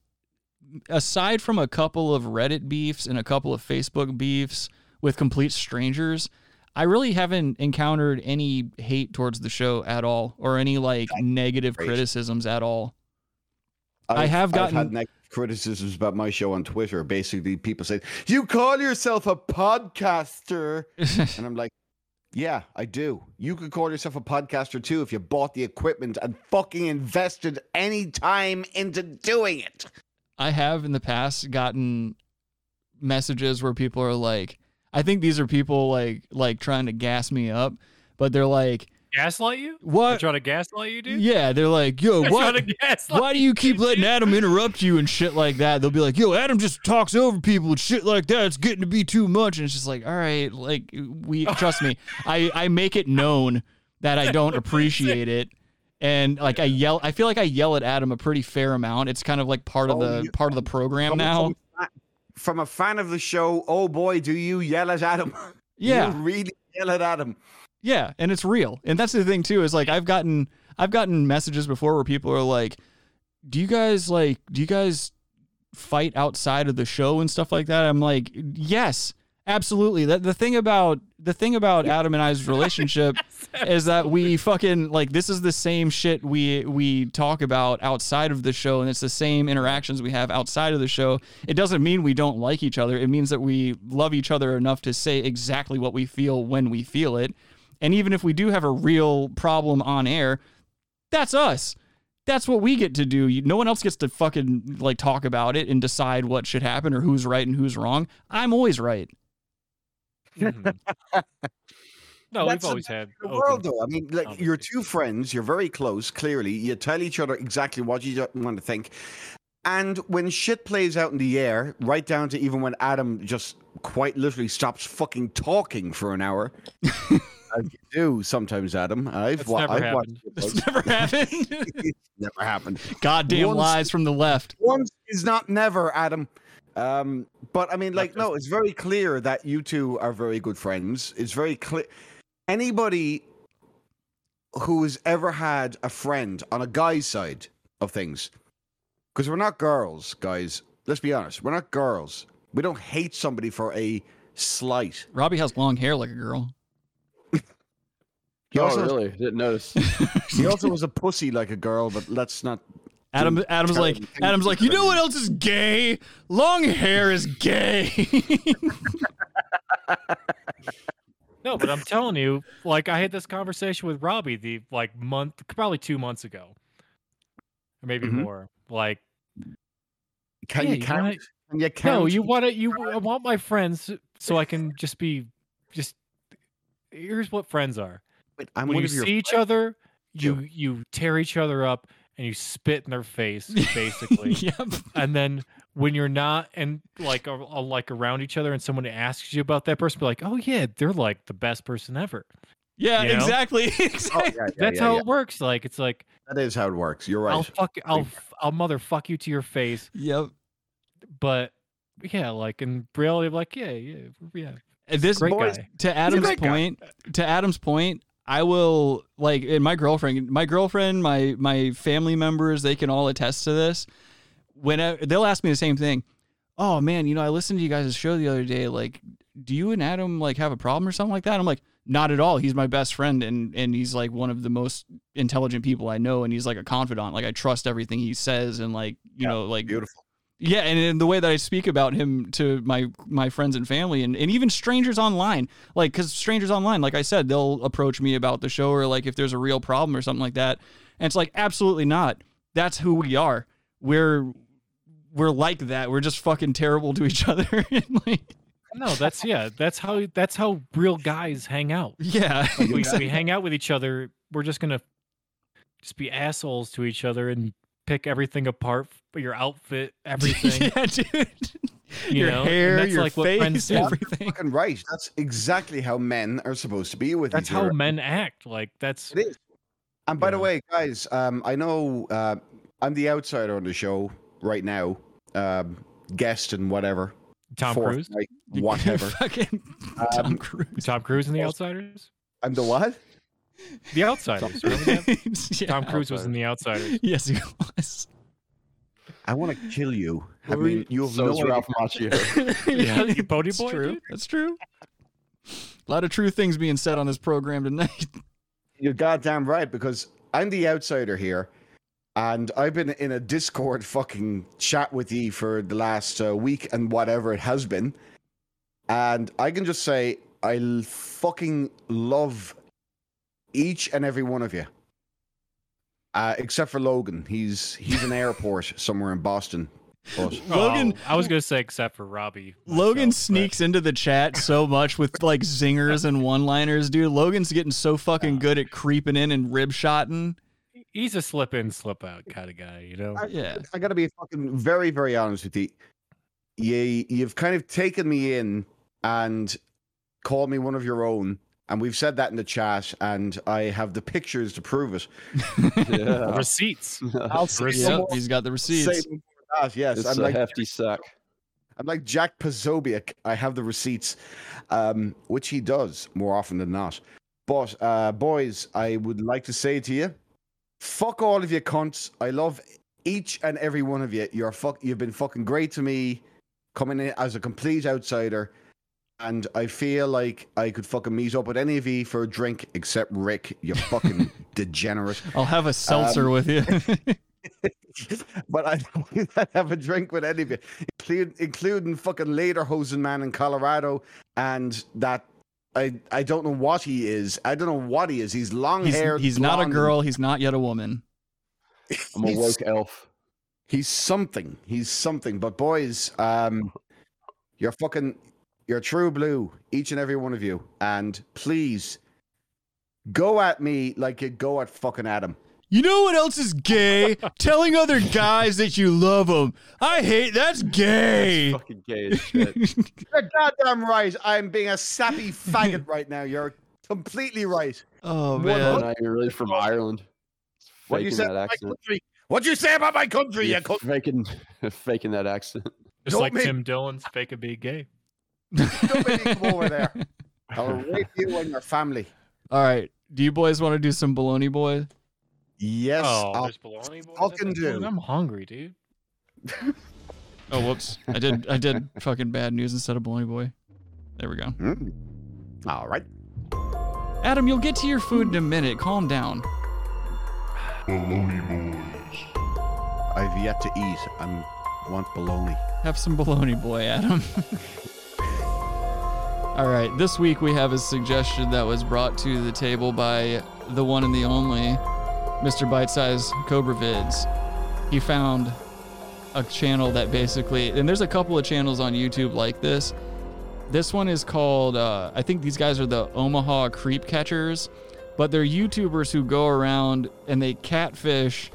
S7: aside from a couple of Reddit beefs and a couple of Facebook beefs with complete strangers, I really haven't encountered any hate towards the show at all or any like negative criticisms at all. I
S11: I've-
S7: have gotten
S11: I've had negative criticisms about my show on Twitter. Basically, people say you call yourself a podcaster, and I'm like, yeah, I do. You could call yourself a podcaster too if you bought the equipment and fucking invested any time into doing it.
S7: I have in the past gotten messages where people are like, I think these are people like like trying to gas me up, but they're like
S10: Gaslight you?
S7: What?
S10: They try to gaslight you, dude?
S7: Yeah, they're like, yo,
S10: They're
S7: why,
S10: trying to gaslight
S7: why do you keep letting Adam interrupt you and shit like that? They'll be like, yo, Adam just talks over people and shit like that. It's getting to be too much. And it's just like, all right, like, we, trust me, I, I make it known that I don't appreciate it. And like I yell, I feel like I yell at Adam a pretty fair amount. It's kind of like part of
S10: Oh,
S7: the part of the program now.
S11: From a fan of the show, oh boy, do you yell at Adam?
S7: Yeah.
S11: you really yell at Adam.
S7: Yeah, and it's real. And that's the thing too is like I've gotten I've gotten messages before where people are like, "Do you guys like do you guys fight outside of the show and stuff like that?" I'm like, "Yes, absolutely." That the thing about the thing about Adam and I's relationship is that we fucking like this is the same shit we we talk about outside of the show and it's the same interactions we have outside of the show. It doesn't mean we don't like each other. It means that we love each other enough to say exactly what we feel when we feel it. And even if we do have a real problem on air, that's us. That's what we get to do. You, no one else gets to fucking like talk about it and decide what should happen or who's right and who's wrong. I'm always right.
S10: No,
S11: That's
S10: we've always
S11: the
S10: had
S11: the
S10: open-
S11: world, though. I mean, like you're two friends, you're very close. Clearly, you tell each other exactly what you don't want to think. And when shit plays out in the air, right down to even when Adam just quite literally stops fucking talking for an hour, as you do sometimes, Adam. I've,
S7: That's
S11: wa-
S7: never
S11: I've
S7: happened.
S11: watched.
S7: That's never happened.
S11: never happened.
S7: Goddamn
S11: Once-
S7: lies from the left.
S11: Once is not never, Adam. Um, but I mean, like, no, it's very clear that you two are very good friends. It's very clear. Anybody who has ever had a friend on a guy's side of things, because we're not girls, guys. Let's be honest. We're not girls. We don't hate somebody for a slight.
S7: Robbie has long hair like a girl.
S11: He
S8: Oh,
S11: also has-
S8: really? Didn't notice.
S11: he also was a pussy like a girl, but let's not.
S7: Adam Adam's like Adam's like, you know what else is gay? Long hair is gay.
S10: No, but I'm telling you, like I had this conversation with Robbie the like month, probably two months ago, or maybe
S11: Mhm.
S10: more. Like,
S11: Can
S10: yeah,
S11: you count?
S10: wanna-
S11: Can you
S10: No,
S11: count?
S10: you want to. You I want my friends so I can just be just. Here's what friends are.
S11: I'm
S10: when
S11: one
S10: you
S11: of your
S10: see each other, you you tear each other up and you spit in their face, basically. And then when you're not and like a, a- like around each other, and someone asks you about that person, be like, "Oh yeah, they're like the best person ever."
S7: Yeah,
S10: You know?
S7: exactly.
S11: Oh,
S7: exactly.
S10: That's how it works. Like it's like
S11: That is how it works. You're right.
S10: I'll fuck, I'll, f- I'll motherfuck you to your face.
S7: Yep.
S10: But yeah, like in reality, I'm like yeah, yeah, yeah.
S7: At this
S10: great
S7: point,
S10: guy. He's a
S7: to Adam's
S10: great guy.
S7: point, to Adam's point, I will like and my girlfriend, my girlfriend, my my family members, they can all attest to this. When I- they'll ask me the same thing, oh man, you know, I listened to you guys' show the other day. Like, do you and Adam like have a problem or something like that? I'm like, not at all. He's my best friend, and and he's like one of the most intelligent people I know, and he's like a confidant. Like, I trust everything he says, and like you know, like
S11: beautiful.
S7: Yeah, and in the way that I speak about him to my my friends and family, and, and even strangers online, like because strangers online, like I said, they'll approach me about the show or like if there's a real problem or something like that, and it's like absolutely not. That's who we are. We're we're like that. We're just fucking terrible to each other.
S10: No, that's yeah. That's how that's how real guys hang out.
S7: Yeah.
S10: Like, we, we hang out with each other. We're just gonna just be assholes to each other and pick everything apart. Your outfit, everything.
S7: yeah, dude.
S10: You
S7: Your
S10: know,
S7: hair,
S10: and that's
S7: your
S10: like what
S7: face,
S10: friends do.
S7: everything.
S11: Fucking right. That's exactly how men are supposed to be with
S10: That's
S11: each
S10: how
S11: other.
S10: men act. Like that's
S11: it is. And by the way, guys, um, I know uh, I'm the outsider on the show right now, um, guest and whatever.
S10: Tom
S11: fourth
S10: Cruise?
S11: night, whatever.
S10: Tom Cruise. Tom Cruise in The Outsiders.
S11: I'm the what?
S10: The Outsiders. remember that?
S11: Yeah.
S10: Tom Cruise was in The Outsiders.
S7: Yes, he was.
S11: I want to kill you. I
S10: Were we-
S11: mean, you have
S10: So
S11: no
S10: is
S11: idea.
S10: Ralph Yeah, you pony
S7: That's
S10: boy,
S7: True.
S10: dude.
S7: That's true. A lot of true things being said on this program tonight.
S11: You're goddamn right because I'm the outsider here, and I've been in a Discord fucking chat with ye for the last uh, week and whatever it has been, and I can just say I l- fucking love each and every one of you. Uh, except for Logan, he's he's an airport somewhere in Boston. But-
S7: Logan-
S10: Oh, I was gonna say except for Robbie.
S7: Logan sneaks into the chat so much with like zingers and one-liners, dude. Logan's getting so fucking good at creeping in and rib shotting.
S10: He's a slip in, slip out kind of guy, you know.
S11: I,
S7: yeah.
S11: I gotta be fucking very, very honest with you. You you've kind of taken me in and called me one of your own. And we've said that in the chat, and I have the pictures to prove it.
S10: Receipts.
S11: I'll say
S7: Receipts.
S11: no more-
S7: He's got the
S11: say
S7: receipts.
S11: no more than that, Yes,
S8: It's
S11: I'm
S8: a
S11: like
S8: hefty sack.
S11: I'm like Jack Pozobiec. I have the receipts, um, which he does more often than not. But uh, boys, I would like to say to you, fuck all of you cunts. I love each and every one of you. You're fuck. You've been fucking great to me, coming in as a complete outsider, and I feel like I could fucking meet up with any of you for a drink except Rick. You fucking degenerate.
S7: I'll have a seltzer
S11: Um,
S7: with you.
S11: but I don't have a drink with any of you, including, including fucking Lederhosen man in Colorado, and that I I don't know what he is. I don't know what he is. He's long
S7: he's
S11: haired.
S7: he's not a girl. He's not yet a woman.
S11: I'm a woke elf. He's something. He's something. But boys, um, you're fucking, you're true blue, each and every one of you. And please, go at me like you go at fucking Adam.
S7: You know what else is gay? Telling other guys that you love them. I hate that's gay.
S8: fucking gay as shit.
S11: You're goddamn right. I'm being a sappy faggot right now. You're completely right.
S7: Oh
S11: What man.
S8: And you're really from Ireland.
S11: What you
S8: Faking
S11: said
S8: that
S11: about my
S8: accent.
S11: country? What'd you say about my country?
S8: You're
S11: you cunt?
S8: faking, faking that accent.
S10: Just
S11: Don't
S10: like
S11: make-
S10: Tim Dillon's fake a be gay.
S11: Come over there. I'll rape you and your family.
S7: All right. Do you boys want to do some baloney boy?
S11: Yes.
S10: Oh,
S11: I'll
S10: there's bologna boys.
S11: fucking
S10: at that
S11: do.
S10: point? I'm hungry, dude.
S7: Oh whoops. I did I did fucking bad news instead of baloney boy. There we go.
S11: All right.
S7: Adam, you'll get to your food in a minute. Calm down.
S11: I've yet to eat and want bologna.
S7: Have some baloney boy, Adam. All right. This week we have a suggestion that was brought to the table by the one and the only Mr. Bite Size Cobra Vids. He found a channel that basically, and there's a couple of channels on YouTube like this. This one is called, uh, I think these guys are the Omaha Creep Catchers, but they're YouTubers who go around and they catfish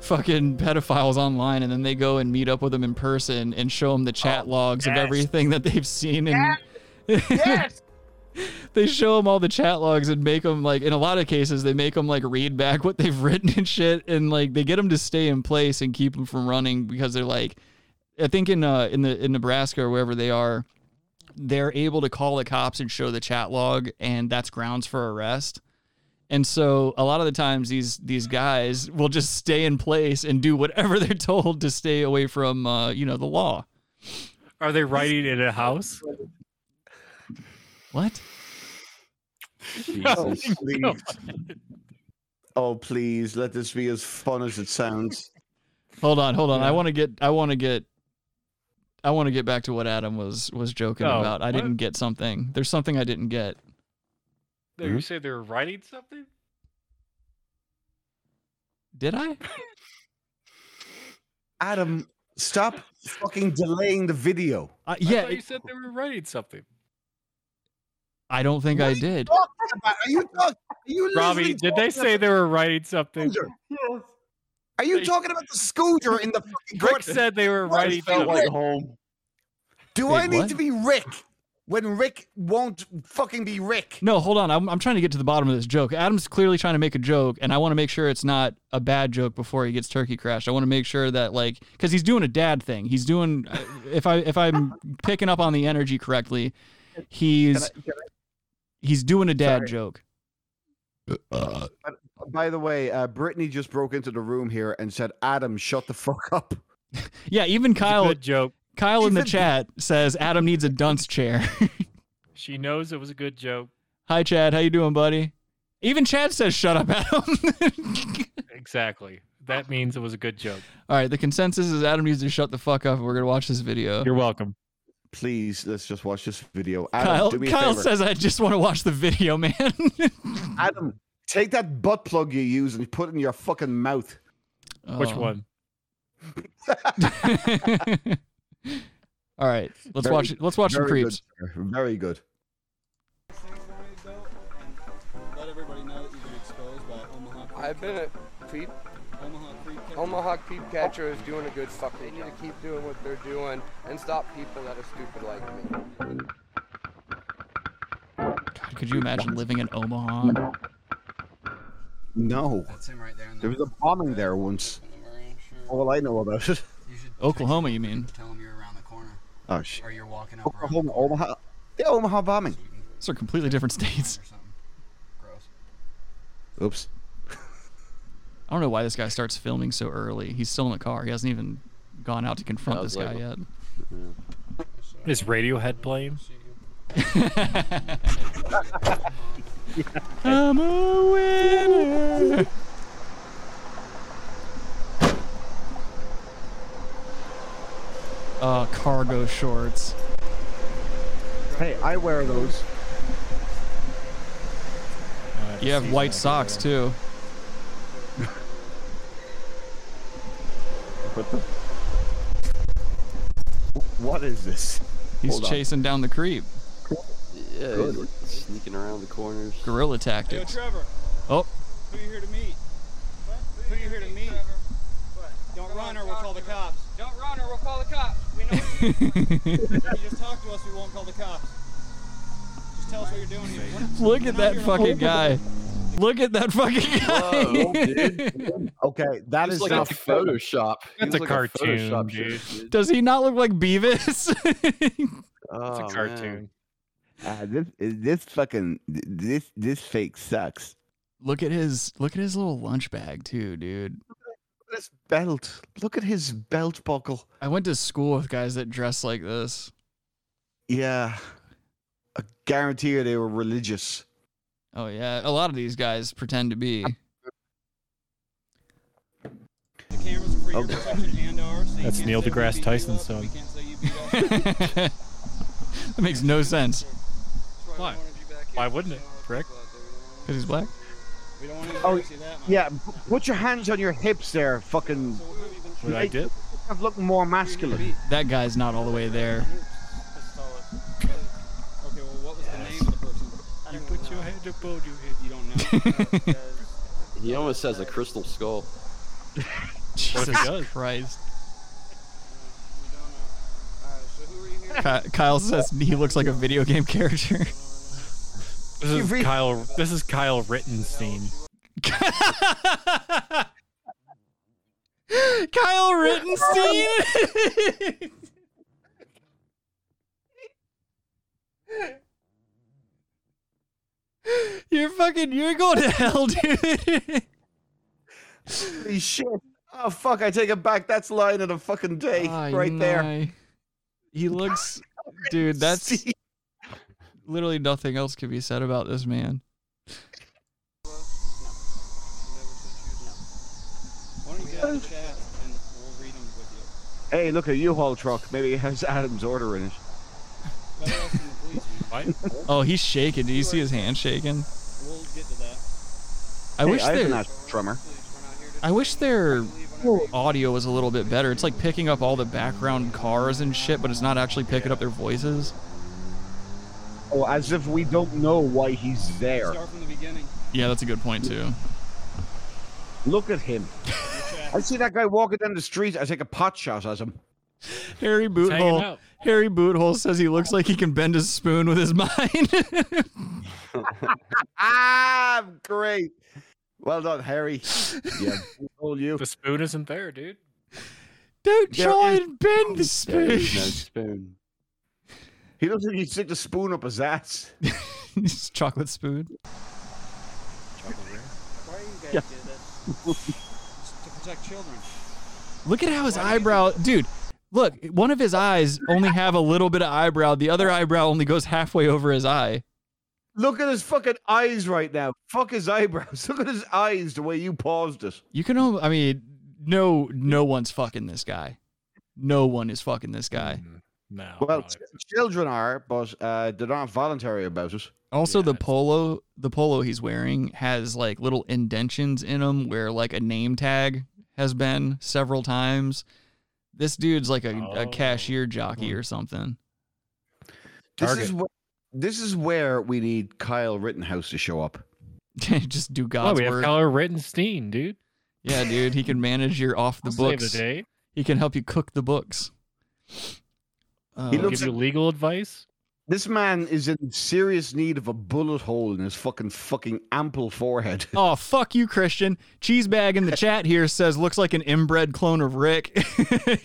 S7: fucking pedophiles online and then they go and meet up with them in person and show them the chat logs of
S21: Oh, yes.
S7: everything that they've seen and
S21: Yes!
S7: they show them all the chat logs and make them like in a lot of cases they make them like read back what they've written and shit and like they get them to stay in place and keep them from running because they're like i think in uh in the in nebraska or wherever they are they're able to call the cops and show the chat log and that's grounds for arrest and so a lot of the times these these guys will just stay in place and do whatever they're told to stay away from uh you know the law
S10: Are they writing in a house?
S7: What?
S11: Oh, please. oh, please, let this be as fun as it sounds.
S7: Hold on, hold on. I want to get. I want to get. I want to get back to what Adam was was joking
S10: Oh,
S7: about. I
S10: what?
S7: didn't get something. There's something I didn't get.
S10: No, You say they're writing something?
S7: Did I?
S9: Adam, stop fucking delaying the video.
S7: Uh,
S10: I
S7: yeah,
S10: thought you said they were writing something.
S7: I don't think I did.
S9: What Are you talking? Are you
S10: Robbie,
S9: literally
S10: did they
S9: talking
S10: say they were writing something?
S9: about- Are you talking about the scooter in the fucking
S10: Rick
S9: garden?
S10: said they were
S9: What
S10: writing
S9: is that?
S10: something.
S9: Do
S7: Wait,
S9: I need
S7: what?
S9: to be Rick when Rick won't fucking be Rick?
S7: No, hold on. I'm, I'm trying to get to the bottom of this joke. Adam's clearly trying to make a joke, and I want to make sure it's not a bad joke before he gets turkey crashed. I want to make sure that like because he's doing a dad thing. He's doing uh, if I if I'm picking up on the energy correctly, he's he's doing a dad
S11: Sorry.
S7: joke.
S11: By the way, uh, Brittany just broke into the room here and said, "Adam, shut the fuck up."
S7: Yeah, even Kyle
S10: joke.
S7: Kyle in the chat says Adam needs a dunce chair.
S10: She knows it was a good joke.
S7: Hi Chad, how you doing, buddy? Even Chad says shut up, Adam.
S10: Exactly. That means it was a good joke.
S7: All right, the consensus is Adam needs to shut the fuck up. and We're gonna watch this video.
S10: You're welcome.
S11: Please, let's just watch this video. Adam,
S7: Kyle,
S11: do me a
S7: Kyle
S11: favor.
S7: says I just want to watch the video, man.
S11: Adam, take that butt plug you use and put it in your fucking mouth.
S10: Which
S7: Uh-huh.
S10: one?
S7: All right, let's
S11: Very-
S7: watch. Let's watch some
S11: very
S7: creeps.
S11: good, sir. Very good.
S5: Let everybody know that you've been exposed by Omaha.
S24: I've been a creep. Omaha creep catcher is doing a good fucking. They need to keep doing what they're doing and stop people that are stupid like me.
S7: God, could you imagine living in Omaha?
S11: No. There was a bombing there once. All I know about it.
S7: Oklahoma, you mean?
S11: Oh shit. Oklahoma, Omaha. The Omaha bombing.
S7: These are completely different states.
S11: Oops.
S7: I don't know why this guy starts filming so early. He's still in the car. He hasn't even gone out to confront
S10: I was
S7: this guy
S10: like-
S7: yet.
S10: Is Radiohead playing?
S7: I'm a winner. Uh, cargo shorts.
S11: Hey, I wear those.
S7: You have white socks too.
S11: What the? What is this?
S7: He's
S11: Hold on.
S7: chasing down the creep.
S8: Yeah,
S7: Good.
S8: he's sneaking around the corners.
S7: Guerrilla tactics. Oh,
S5: Who you here to meet? Who you here to meet? Don't run or we'll call the cops. Don't run or we'll call the cops. We know. if you just talk to us, we won't call the cops. Just tell us what you're doing here. What-
S7: look
S5: we're
S7: at
S5: not
S7: that
S5: here to-
S7: fucking guy. Look at that fucking guy.
S8: Whoa, dude.
S11: Okay, that
S8: He's
S11: is
S8: like
S11: not
S8: a
S11: fair.
S8: Photoshop. He
S10: That's
S8: was
S10: a
S8: like
S10: cartoon,
S8: Photoshop
S10: dude.
S8: shit,
S7: Does he not look like Beavis?
S8: Oh, man.
S11: Uh, this this fucking this this fake sucks.
S7: look at his look at his little lunch bag too, dude.
S11: This belt. Look at his belt buckle.
S7: I went to school with guys that dress like this.
S11: Yeah, I guarantee you they were religious.
S7: Oh yeah, a lot of these guys pretend to be.
S5: The cameras are for your protection and ours. so you
S10: That's
S5: can't
S10: Neil
S5: say we
S10: deGrasse
S5: beat you
S10: Tyson's
S5: up,
S10: son.
S5: We can't say you beat us.
S7: that makes no sense
S10: Why? Why wouldn't it, Rick?
S7: because he's black.
S5: We don't want to
S11: Oh
S5: see that.
S11: yeah, p- put your hands on your hips there, fucking.
S10: What I did?
S11: I've looked more masculine.
S7: That guy's not all the way there.
S5: Okay, well, what was the name of the person? You put your hand up on your head. You don't know.
S8: He almost has a crystal skull.
S7: Jesus
S10: does?
S7: Christ. Ky- Kyle says he looks like a video game character.
S10: This is Kyle. This is Kyle Rittenstein.
S7: Kyle Rittenstein. you're fucking. You're going to hell, dude.
S11: Holy shit! Oh fuck! I take it back. That's line of the fucking day,
S7: Ay,
S11: right
S7: nay.
S11: there.
S7: He looks, dude. That's literally nothing else could be said about this man.
S5: Why don't you get out the chat and we'll read them with you.
S11: Hey, look, a U-Haul truck. Maybe it has Adam's order in it.
S5: Better off than the police. What?
S7: Oh, he's shaking. Do you see his hand shaking?
S5: We'll get to that.
S7: I
S11: Hey,
S7: wish
S11: I've been
S7: their
S11: a drummer.
S7: I wish their audio was a little bit better. It's like picking up all the background cars and shit, but it's not actually picking up their voices.
S9: Oh, as if we don't know why he's there.
S5: Start from the beginning.
S7: Yeah, that's a good point too.
S9: Look at him.
S11: I see that guy walking down the street. I take a pot shot at him.
S7: Harry
S11: hanging
S7: Boothole.
S11: out.
S7: Harry Boothole says he looks like he can bend his spoon with his mind.
S11: ah, great. Well done, Harry. Yeah, told you.
S10: The spoon isn't there, dude.
S7: Don't
S11: There
S7: try
S11: is-
S7: and bend the spoon.
S11: spoon. He looks like he stick the spoon up his ass.
S7: It's chocolate spoon.
S5: Why do you guys
S7: Yeah.
S5: do this? It's to protect children.
S7: Look at how his eyebrow, dude. Look, one of his eyes only have a little bit of eyebrow. The other eyebrow only goes halfway over his eye.
S11: Look at his fucking eyes right now. Fuck his eyebrows. Look at his eyes the way you paused it.
S7: You can, al- I mean, no, no one's fucking this guy. No one is fucking this guy.
S10: Mm, No.
S11: Well, ch- children are, but uh, they're not voluntary about it.
S7: Also, the polo, the polo he's wearing has like little indentions in them where like a name tag has been several times. This dude's like a,
S10: Oh.
S7: a cashier jockey
S10: Hmm.
S7: or something.
S11: This
S7: Target.
S11: is wh- this is where we need Kyle Rittenhouse to show up.
S7: Just do
S10: Oh,
S7: God's
S10: we have
S7: work.
S10: Keller Rittenstein, dude.
S7: Yeah, dude, he can manage your off the
S10: I'll save the
S7: books.
S10: day.
S7: He can help you cook the books. Uh,
S11: He looks
S10: give you
S11: like-
S10: legal advice.
S11: This man is in serious need of a bullet hole in his fucking fucking ample forehead.
S7: oh fuck you, Christian. Cheesebag in the chat here says looks like an inbred clone of Rick.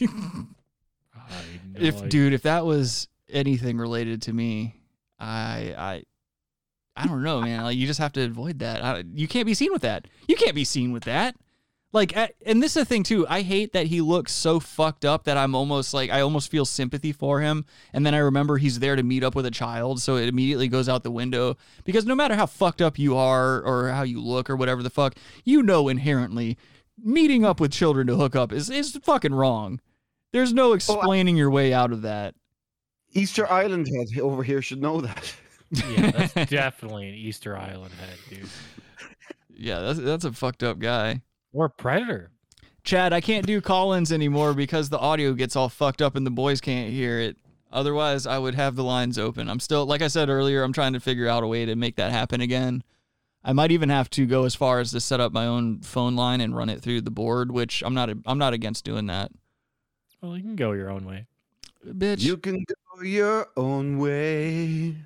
S7: if dude, if that was anything related to me, I I I don't know, man. Like you just have to avoid that. I, you can't be seen with that. You can't be seen with that. Like, a- and this is the thing too. I hate that he looks so fucked up that I'm almost like I almost feel sympathy for him, and then I remember he's there to meet up with a child, so it immediately goes out the window. Because no matter how fucked up you are or how you look or whatever the fuck, you know inherently meeting up with children to hook up is is fucking wrong. There's no explaining your way out of that.
S11: Easter Island head over here should know that.
S10: Yeah, that's definitely an Easter Island head, dude.
S7: Yeah, that's that's a fucked up guy.
S10: Or a predator.
S7: Chad, I can't do call-ins anymore because the audio gets all fucked up and the boys can't hear it. Otherwise, I would have the lines open. I'm still, like I said earlier, I'm trying to figure out a way to make that happen again. I might even have to go as far as to set up my own phone line and run it through the board, which I'm not. I'm not against doing that.
S10: Well, you can go your own way.
S7: Bitch.
S11: You can go your own way.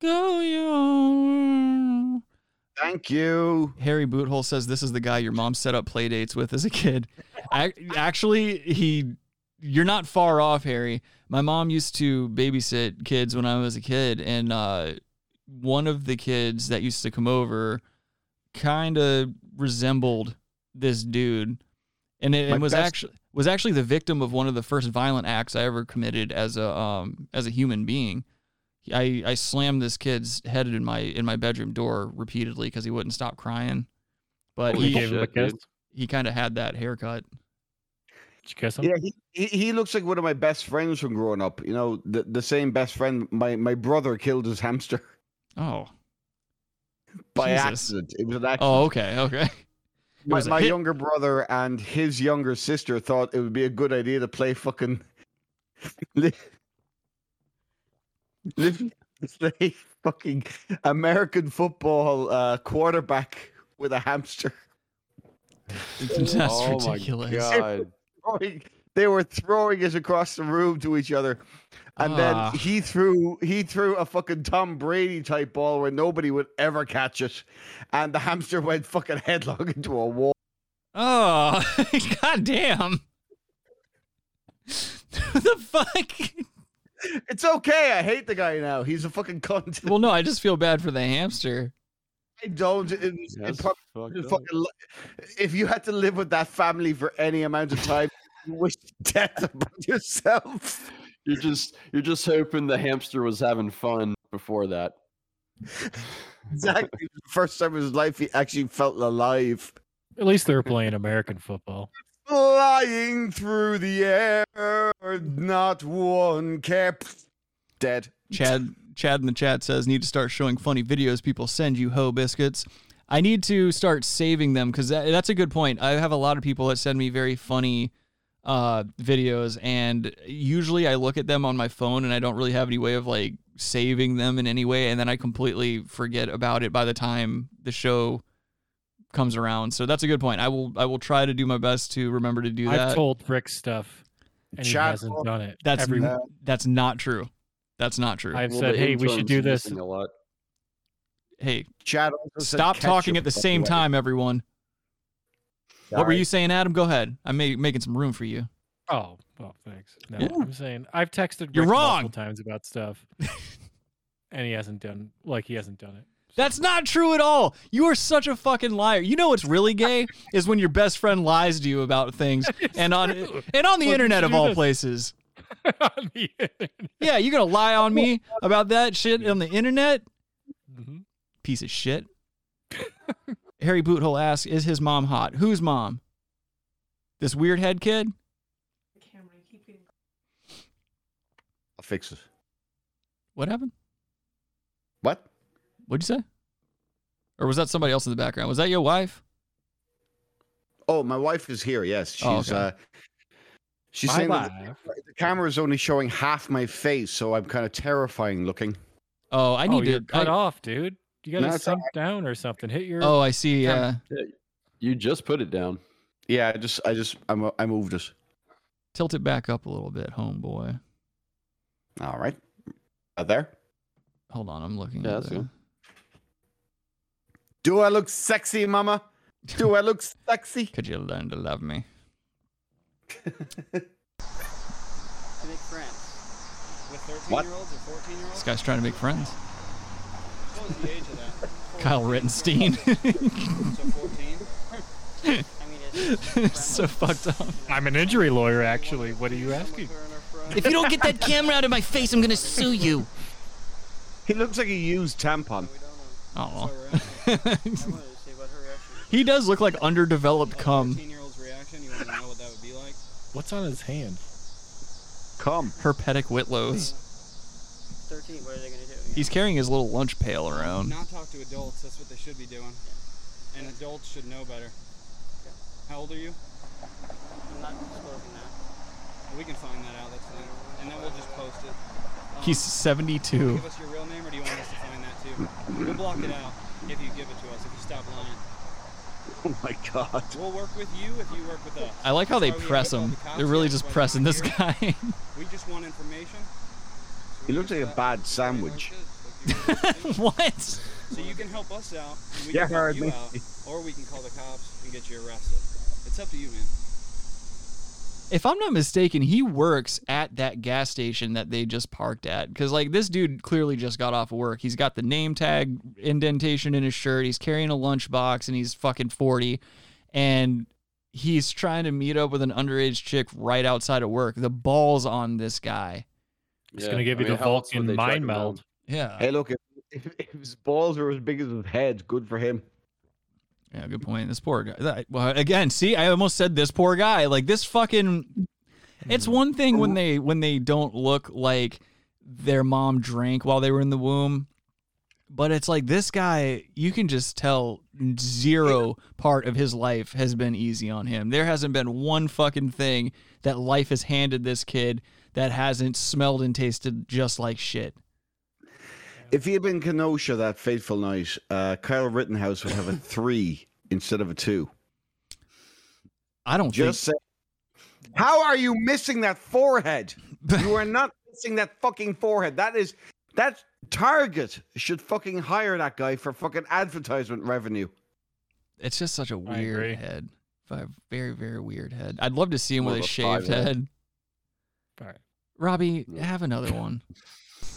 S7: Go your own.
S11: Thank you.
S7: Harry Boothole says this is the guy your mom set up play dates with as a kid. I, actually, he, you're not far off, Harry. My mom used to babysit kids when I was a kid, and uh, one of the kids that used to come over kind of resembled this dude, and it,
S14: My
S7: and was
S14: best-
S7: actually was actually the victim of one of the first violent acts I ever committed as a um, as a human being. I, I slammed this kid's head in my in my bedroom door repeatedly because he wouldn't stop crying. But
S10: Holy
S7: he
S10: shit, Gave him a kiss? dude.
S7: He kind of had that haircut.
S10: Did you kiss him?
S11: Yeah, he, he he looks like one of my best friends from growing up. You know, the, the same best friend. My my brother killed his hamster
S7: Oh,
S11: by
S7: Jesus.
S11: accident. It was an accident.
S7: Oh, okay, okay. It
S11: My,
S7: was a
S11: my
S7: hit.
S11: younger brother and his younger sister thought it would be a good idea to play fucking li- li- play fucking American football uh, quarterback with a hamster.
S7: That's Oh my ridiculous. God.
S11: Throwing- They were throwing it across the room to each other, and
S7: Ah.
S11: then he threw he threw a fucking Tom Brady type ball where nobody would ever catch it, and the hamster went fucking headlong into a wall.
S7: Oh, god damn. the fuck?
S11: It's okay. I hate the guy now. He's a fucking cunt.
S7: Well, no, I just feel bad for the hamster.
S11: I don't. It, was- it
S7: That's
S11: probably-
S7: fucked up.
S11: fucking, li- if you had to live with that family for any amount of time, you wish death upon yourself.
S8: You're just you're just hoping the hamster was having fun before that.
S11: Exactly. First time in his life, he actually felt alive.
S10: At least they're playing American football.
S11: Flying through the air, not one kept dead.
S7: Chad Chad in the chat says need to start showing funny videos people send you hoe biscuits. I need to start saving them because that, that's a good point. I have a lot of people that send me very funny uh, videos, and usually I look at them on my phone and I don't really have any way of like saving them in any way, and then I completely forget about it by the time the show comes around. So that's a good point. I will I will try to do my best to remember to do
S10: I've
S7: that.
S10: told Rick stuff, and he
S7: Chad-
S10: hasn't done it.
S7: That's
S10: Every-
S7: n- that's not true. That's not true.
S10: I've Well, said, the "Hey, we should intern's do this." missing
S7: Hey,
S11: Chad,
S7: stop talking at the same time, everyone. What were
S10: Sorry.
S7: you saying, Adam? Go ahead. I'm ma- making some room for you.
S10: Oh, well, thanks. No,
S7: Yeah.
S10: I'm saying I've texted
S7: You're
S10: Rick
S7: wrong.
S10: multiple times about stuff, and he hasn't done like he hasn't done it.
S7: That's not true at all. You are such a fucking liar. You know what's really gay is when your best friend lies to you about things and on
S10: true.
S7: and on the
S10: Well,
S7: internet
S10: you
S7: of
S10: do
S7: all
S10: this.
S7: places. Yeah, you're gonna lie on me about that shit on the internet. Piece of shit. Harry Boothole asks, "Is his mom hot? Whose mom? This weird head kid?
S11: I'll fix it.
S7: What happened?
S11: What?
S7: What'd you say? Or was that somebody else in the background? Was that your wife?
S11: Oh, my wife is here. Yes, she's.
S7: Oh, okay.
S11: uh She's
S7: My
S11: saying that the, the camera is only showing half my face, so I'm kind of terrifying looking.
S7: Oh, I need
S10: oh, you're
S7: to
S10: cut
S7: I-
S10: off, dude. You
S11: No,
S10: gotta
S11: it's all
S10: sink down or something. Hit your.
S7: Oh, I see. Yeah.
S8: You just put it down.
S11: Yeah, I just, I just, I'm, I moved it.
S7: Tilt it back up a little bit, homeboy.
S11: All right, uh, there.
S7: Hold on, I'm looking.
S11: Yeah,
S7: at
S11: that's
S7: the-
S11: good. Do I look sexy, Mama? Do I look sexy?
S7: Could you learn to love me?
S5: to make friends with 13
S7: What?
S5: year olds or 14 year olds.
S7: This guy's trying to make friends.
S5: What was the age of that?
S7: Kyle Rittenstein.
S5: so 14. I mean, it's
S7: so fucked up.
S10: I'm an injury lawyer, actually. What are you asking?
S14: If you don't get that camera out of my face, I'm gonna sue you.
S11: He looks like a used tampon.
S7: Oh. he does look like underdeveloped cum.
S10: What's on his hand?
S11: Cum.
S7: Herpetic Whitlows.
S5: 13. What are they gonna do?
S7: He's carrying his little lunch pail around.
S5: Not talk to adults. That's what they should be doing. And adults should know better. How old are you? I'm not disclosing that. We can find that out. That's fine. And then we'll just post it. Um,
S7: He's
S5: do
S7: 72.
S5: you Give us your real name, or do you want us to find that too? We'll block it out if you give it to us. If you stop lying.
S11: Oh my god.
S5: We'll work with you if you work with us.
S7: I like how they
S5: That's why we
S7: press
S5: equip all
S7: him.
S5: the cops
S7: They're really
S5: now,
S7: just
S5: but
S7: pressing this
S5: here,
S7: guy.
S5: We just want information.
S11: He looks like a bad sandwich.
S7: what?
S5: So you can help us out, and we
S11: You
S5: can help
S11: heard
S5: you
S11: me.
S5: out, or we can call the cops and get you arrested. It's up to you, man.
S7: If I'm not mistaken, he works at that gas station that they just parked at. Because, like, this dude clearly just got off of work. He's got the name tag indentation in his shirt. He's carrying a lunchbox and he's fucking 40. And he's trying to meet up with an underage chick right outside of work. The ball's on this guy.
S10: It's gonna give you the Vulcan mind meld.
S7: Yeah.
S11: Hey, look, if, if, if his balls were as big as his head, good for him.
S7: Yeah, good point. This poor guy. that- well, again, see, I almost said this poor guy. Like this fucking. It's one thing when they when they don't look like their mom drank while they were in the womb, but it's like this guy. You can just tell zero part of his life has been easy on him. There hasn't been one fucking thing that life has handed this kid that hasn't smelled and tasted just like shit.
S11: If he had been Kenosha that fateful night, uh, Kyle Rittenhouse would have a three instead of a two.
S7: I don't
S11: just say. How are you missing that forehead? you are not missing that fucking forehead. That is that Target should fucking hire that guy for fucking advertisement revenue.
S7: It's just such a
S10: agree.
S7: weird head. Fi- Very very weird head. I'd love to see him
S10: More
S7: with
S10: of
S7: a
S10: a five
S7: shaved
S10: head.
S7: head.
S10: All right.
S7: Robbie, have another one.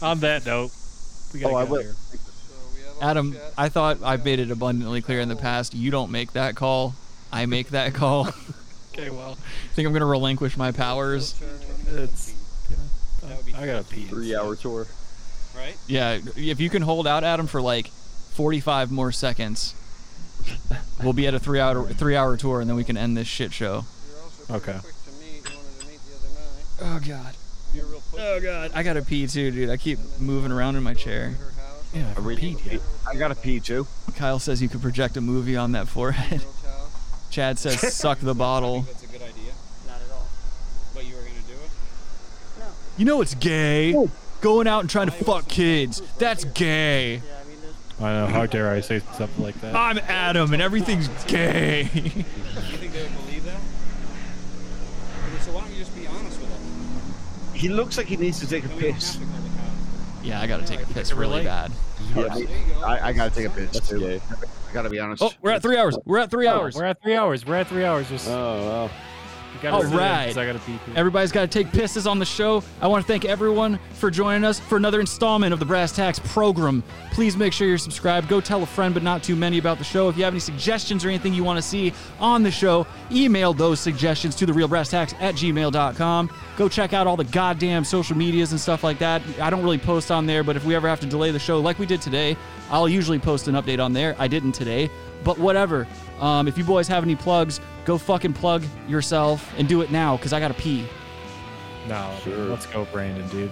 S10: On that note, we gotta
S7: Oh, I
S10: go
S7: will.
S10: here.
S7: Adam, I thought I've made it abundantly clear in the past. You don't make that call. I make that call. I
S10: Okay, well,
S7: think I'm going to relinquish my powers.
S10: it's. Yeah, I
S5: That would be
S10: I gotta pee.
S8: Three hour tour.
S5: right.
S7: Yeah, if you can hold out, Adam, for like 45 more seconds, we'll be at a three hour three hour tour, and then we can end this shit show.
S10: Okay.
S7: Oh god. Oh god. I gotta pee too, dude. I keep moving around in my chair. Yeah, I
S1: I gotta pee too.
S7: Kyle says you could project a movie on that forehead. Chad says suck the bottle.
S5: That's a good idea. Not at all. But you were gonna do it.
S7: You know it's gay. Going out and trying to fuck kids. That's gay.
S10: I know. How dare I say something like that?
S7: I'm Adam and everything's gay.
S5: you think they would believe that? Okay, so why don't you just be honest with us?
S1: He looks like he needs to take a piss.
S7: Yeah, I gotta take a piss really bad.
S1: Yeah, I, I gotta take a piss too. I gotta be honest.
S7: Oh, we're at three hours. We're at three
S10: Oh,
S7: hours.
S10: We're at three hours. We're at three hours. Just
S8: oh wow.
S10: You gotta
S7: All
S10: sit in 'cause
S7: right.
S10: I gotta pee. too.
S7: Everybody's got to take pisses on the show. I want to thank everyone for joining us for another installment of the Brass Tax program. Please make sure you're subscribed. Go tell a friend, but not too many, about the show. If you have any suggestions or anything you want to see on the show, email those suggestions to therealbrasstax at gmail.com. Go check out all the goddamn social medias and stuff like that. I don't really post on there, but if we ever have to delay the show like we did today, I'll usually post an update on there. I didn't today, but whatever. Um, if you boys have any plugs, go fucking plug yourself and do it now because I got to pee.
S10: No, let's go, Brandon, dude.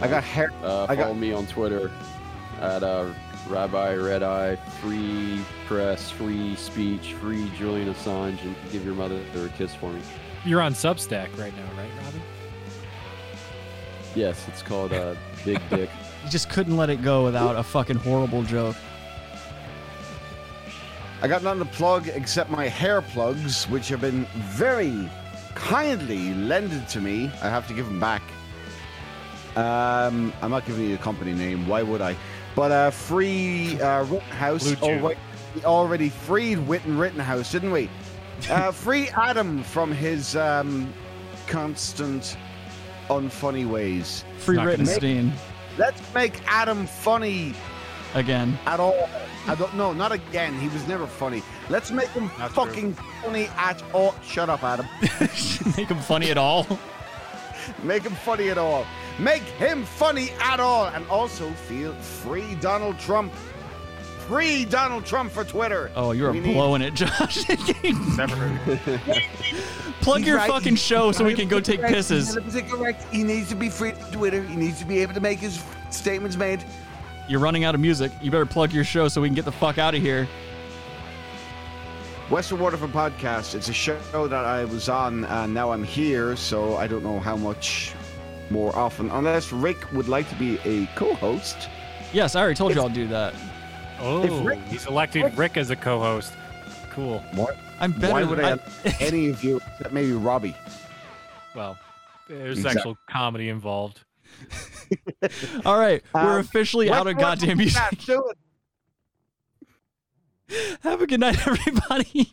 S8: I got hair. Uh, follow me on Twitter at uh, Rabbi Red Eye. Free press, free speech, free Julian Assange, and give your mother a kiss for me.
S10: You're on Substack right now, right, Robin?
S8: Yes, it's called uh, Big Dick.
S7: You just couldn't let it go without a fucking horrible joke.
S11: I got nothing to plug except my hair plugs, which have been very kindly lended to me. I have to give them back. Um, I'm not giving you a company name. Why would I? But uh, free uh, Rittenhouse.
S10: Blue
S11: Oh,
S10: Chew.
S11: wait, we already freed Witten Rittenhouse, didn't we? Uh, free Adam from his um, constant unfunny ways.
S7: Free
S11: Make-
S7: Rittenstein
S11: Let's make Adam funny
S7: again.
S11: at all. I don't know, not again. He was never funny. Let's make him fucking funny at all. Shut up, Adam.
S7: Make him funny at all.
S11: make him funny at all. Make him funny at all. And also feel free Donald Trump. Free Donald Trump for Twitter.
S7: Oh, you are
S11: We need-
S7: blowing it, Josh.
S10: Never heard.
S7: Plug
S11: He's
S7: your
S11: right,
S7: fucking
S11: he's
S7: show so we can go
S11: 100%
S7: take
S11: correct,
S7: pisses.
S11: 100% correct. He needs to be free on Twitter. He needs to be able to make his statements made.
S7: You're running out of music. You better plug your show so we can get the fuck out of here.
S11: Western Waterford Podcast. It's a show that I was on and now I'm here, so I don't know how much more often. Unless Rick would like to be a co host.
S7: Yes, I already told you I'll do that.
S10: Oh,
S11: Rick-
S10: he's electing Rick as a co-host. Cool.
S11: What?
S7: I'm better
S11: Why would
S7: than-
S11: I have any of you except maybe Robbie?
S10: Well, there's
S11: Exact-
S10: actual comedy involved.
S7: All right, we're
S10: Um,
S7: officially out of
S10: Westworld
S7: goddamn music.
S10: podcast,
S7: Have a good night, everybody.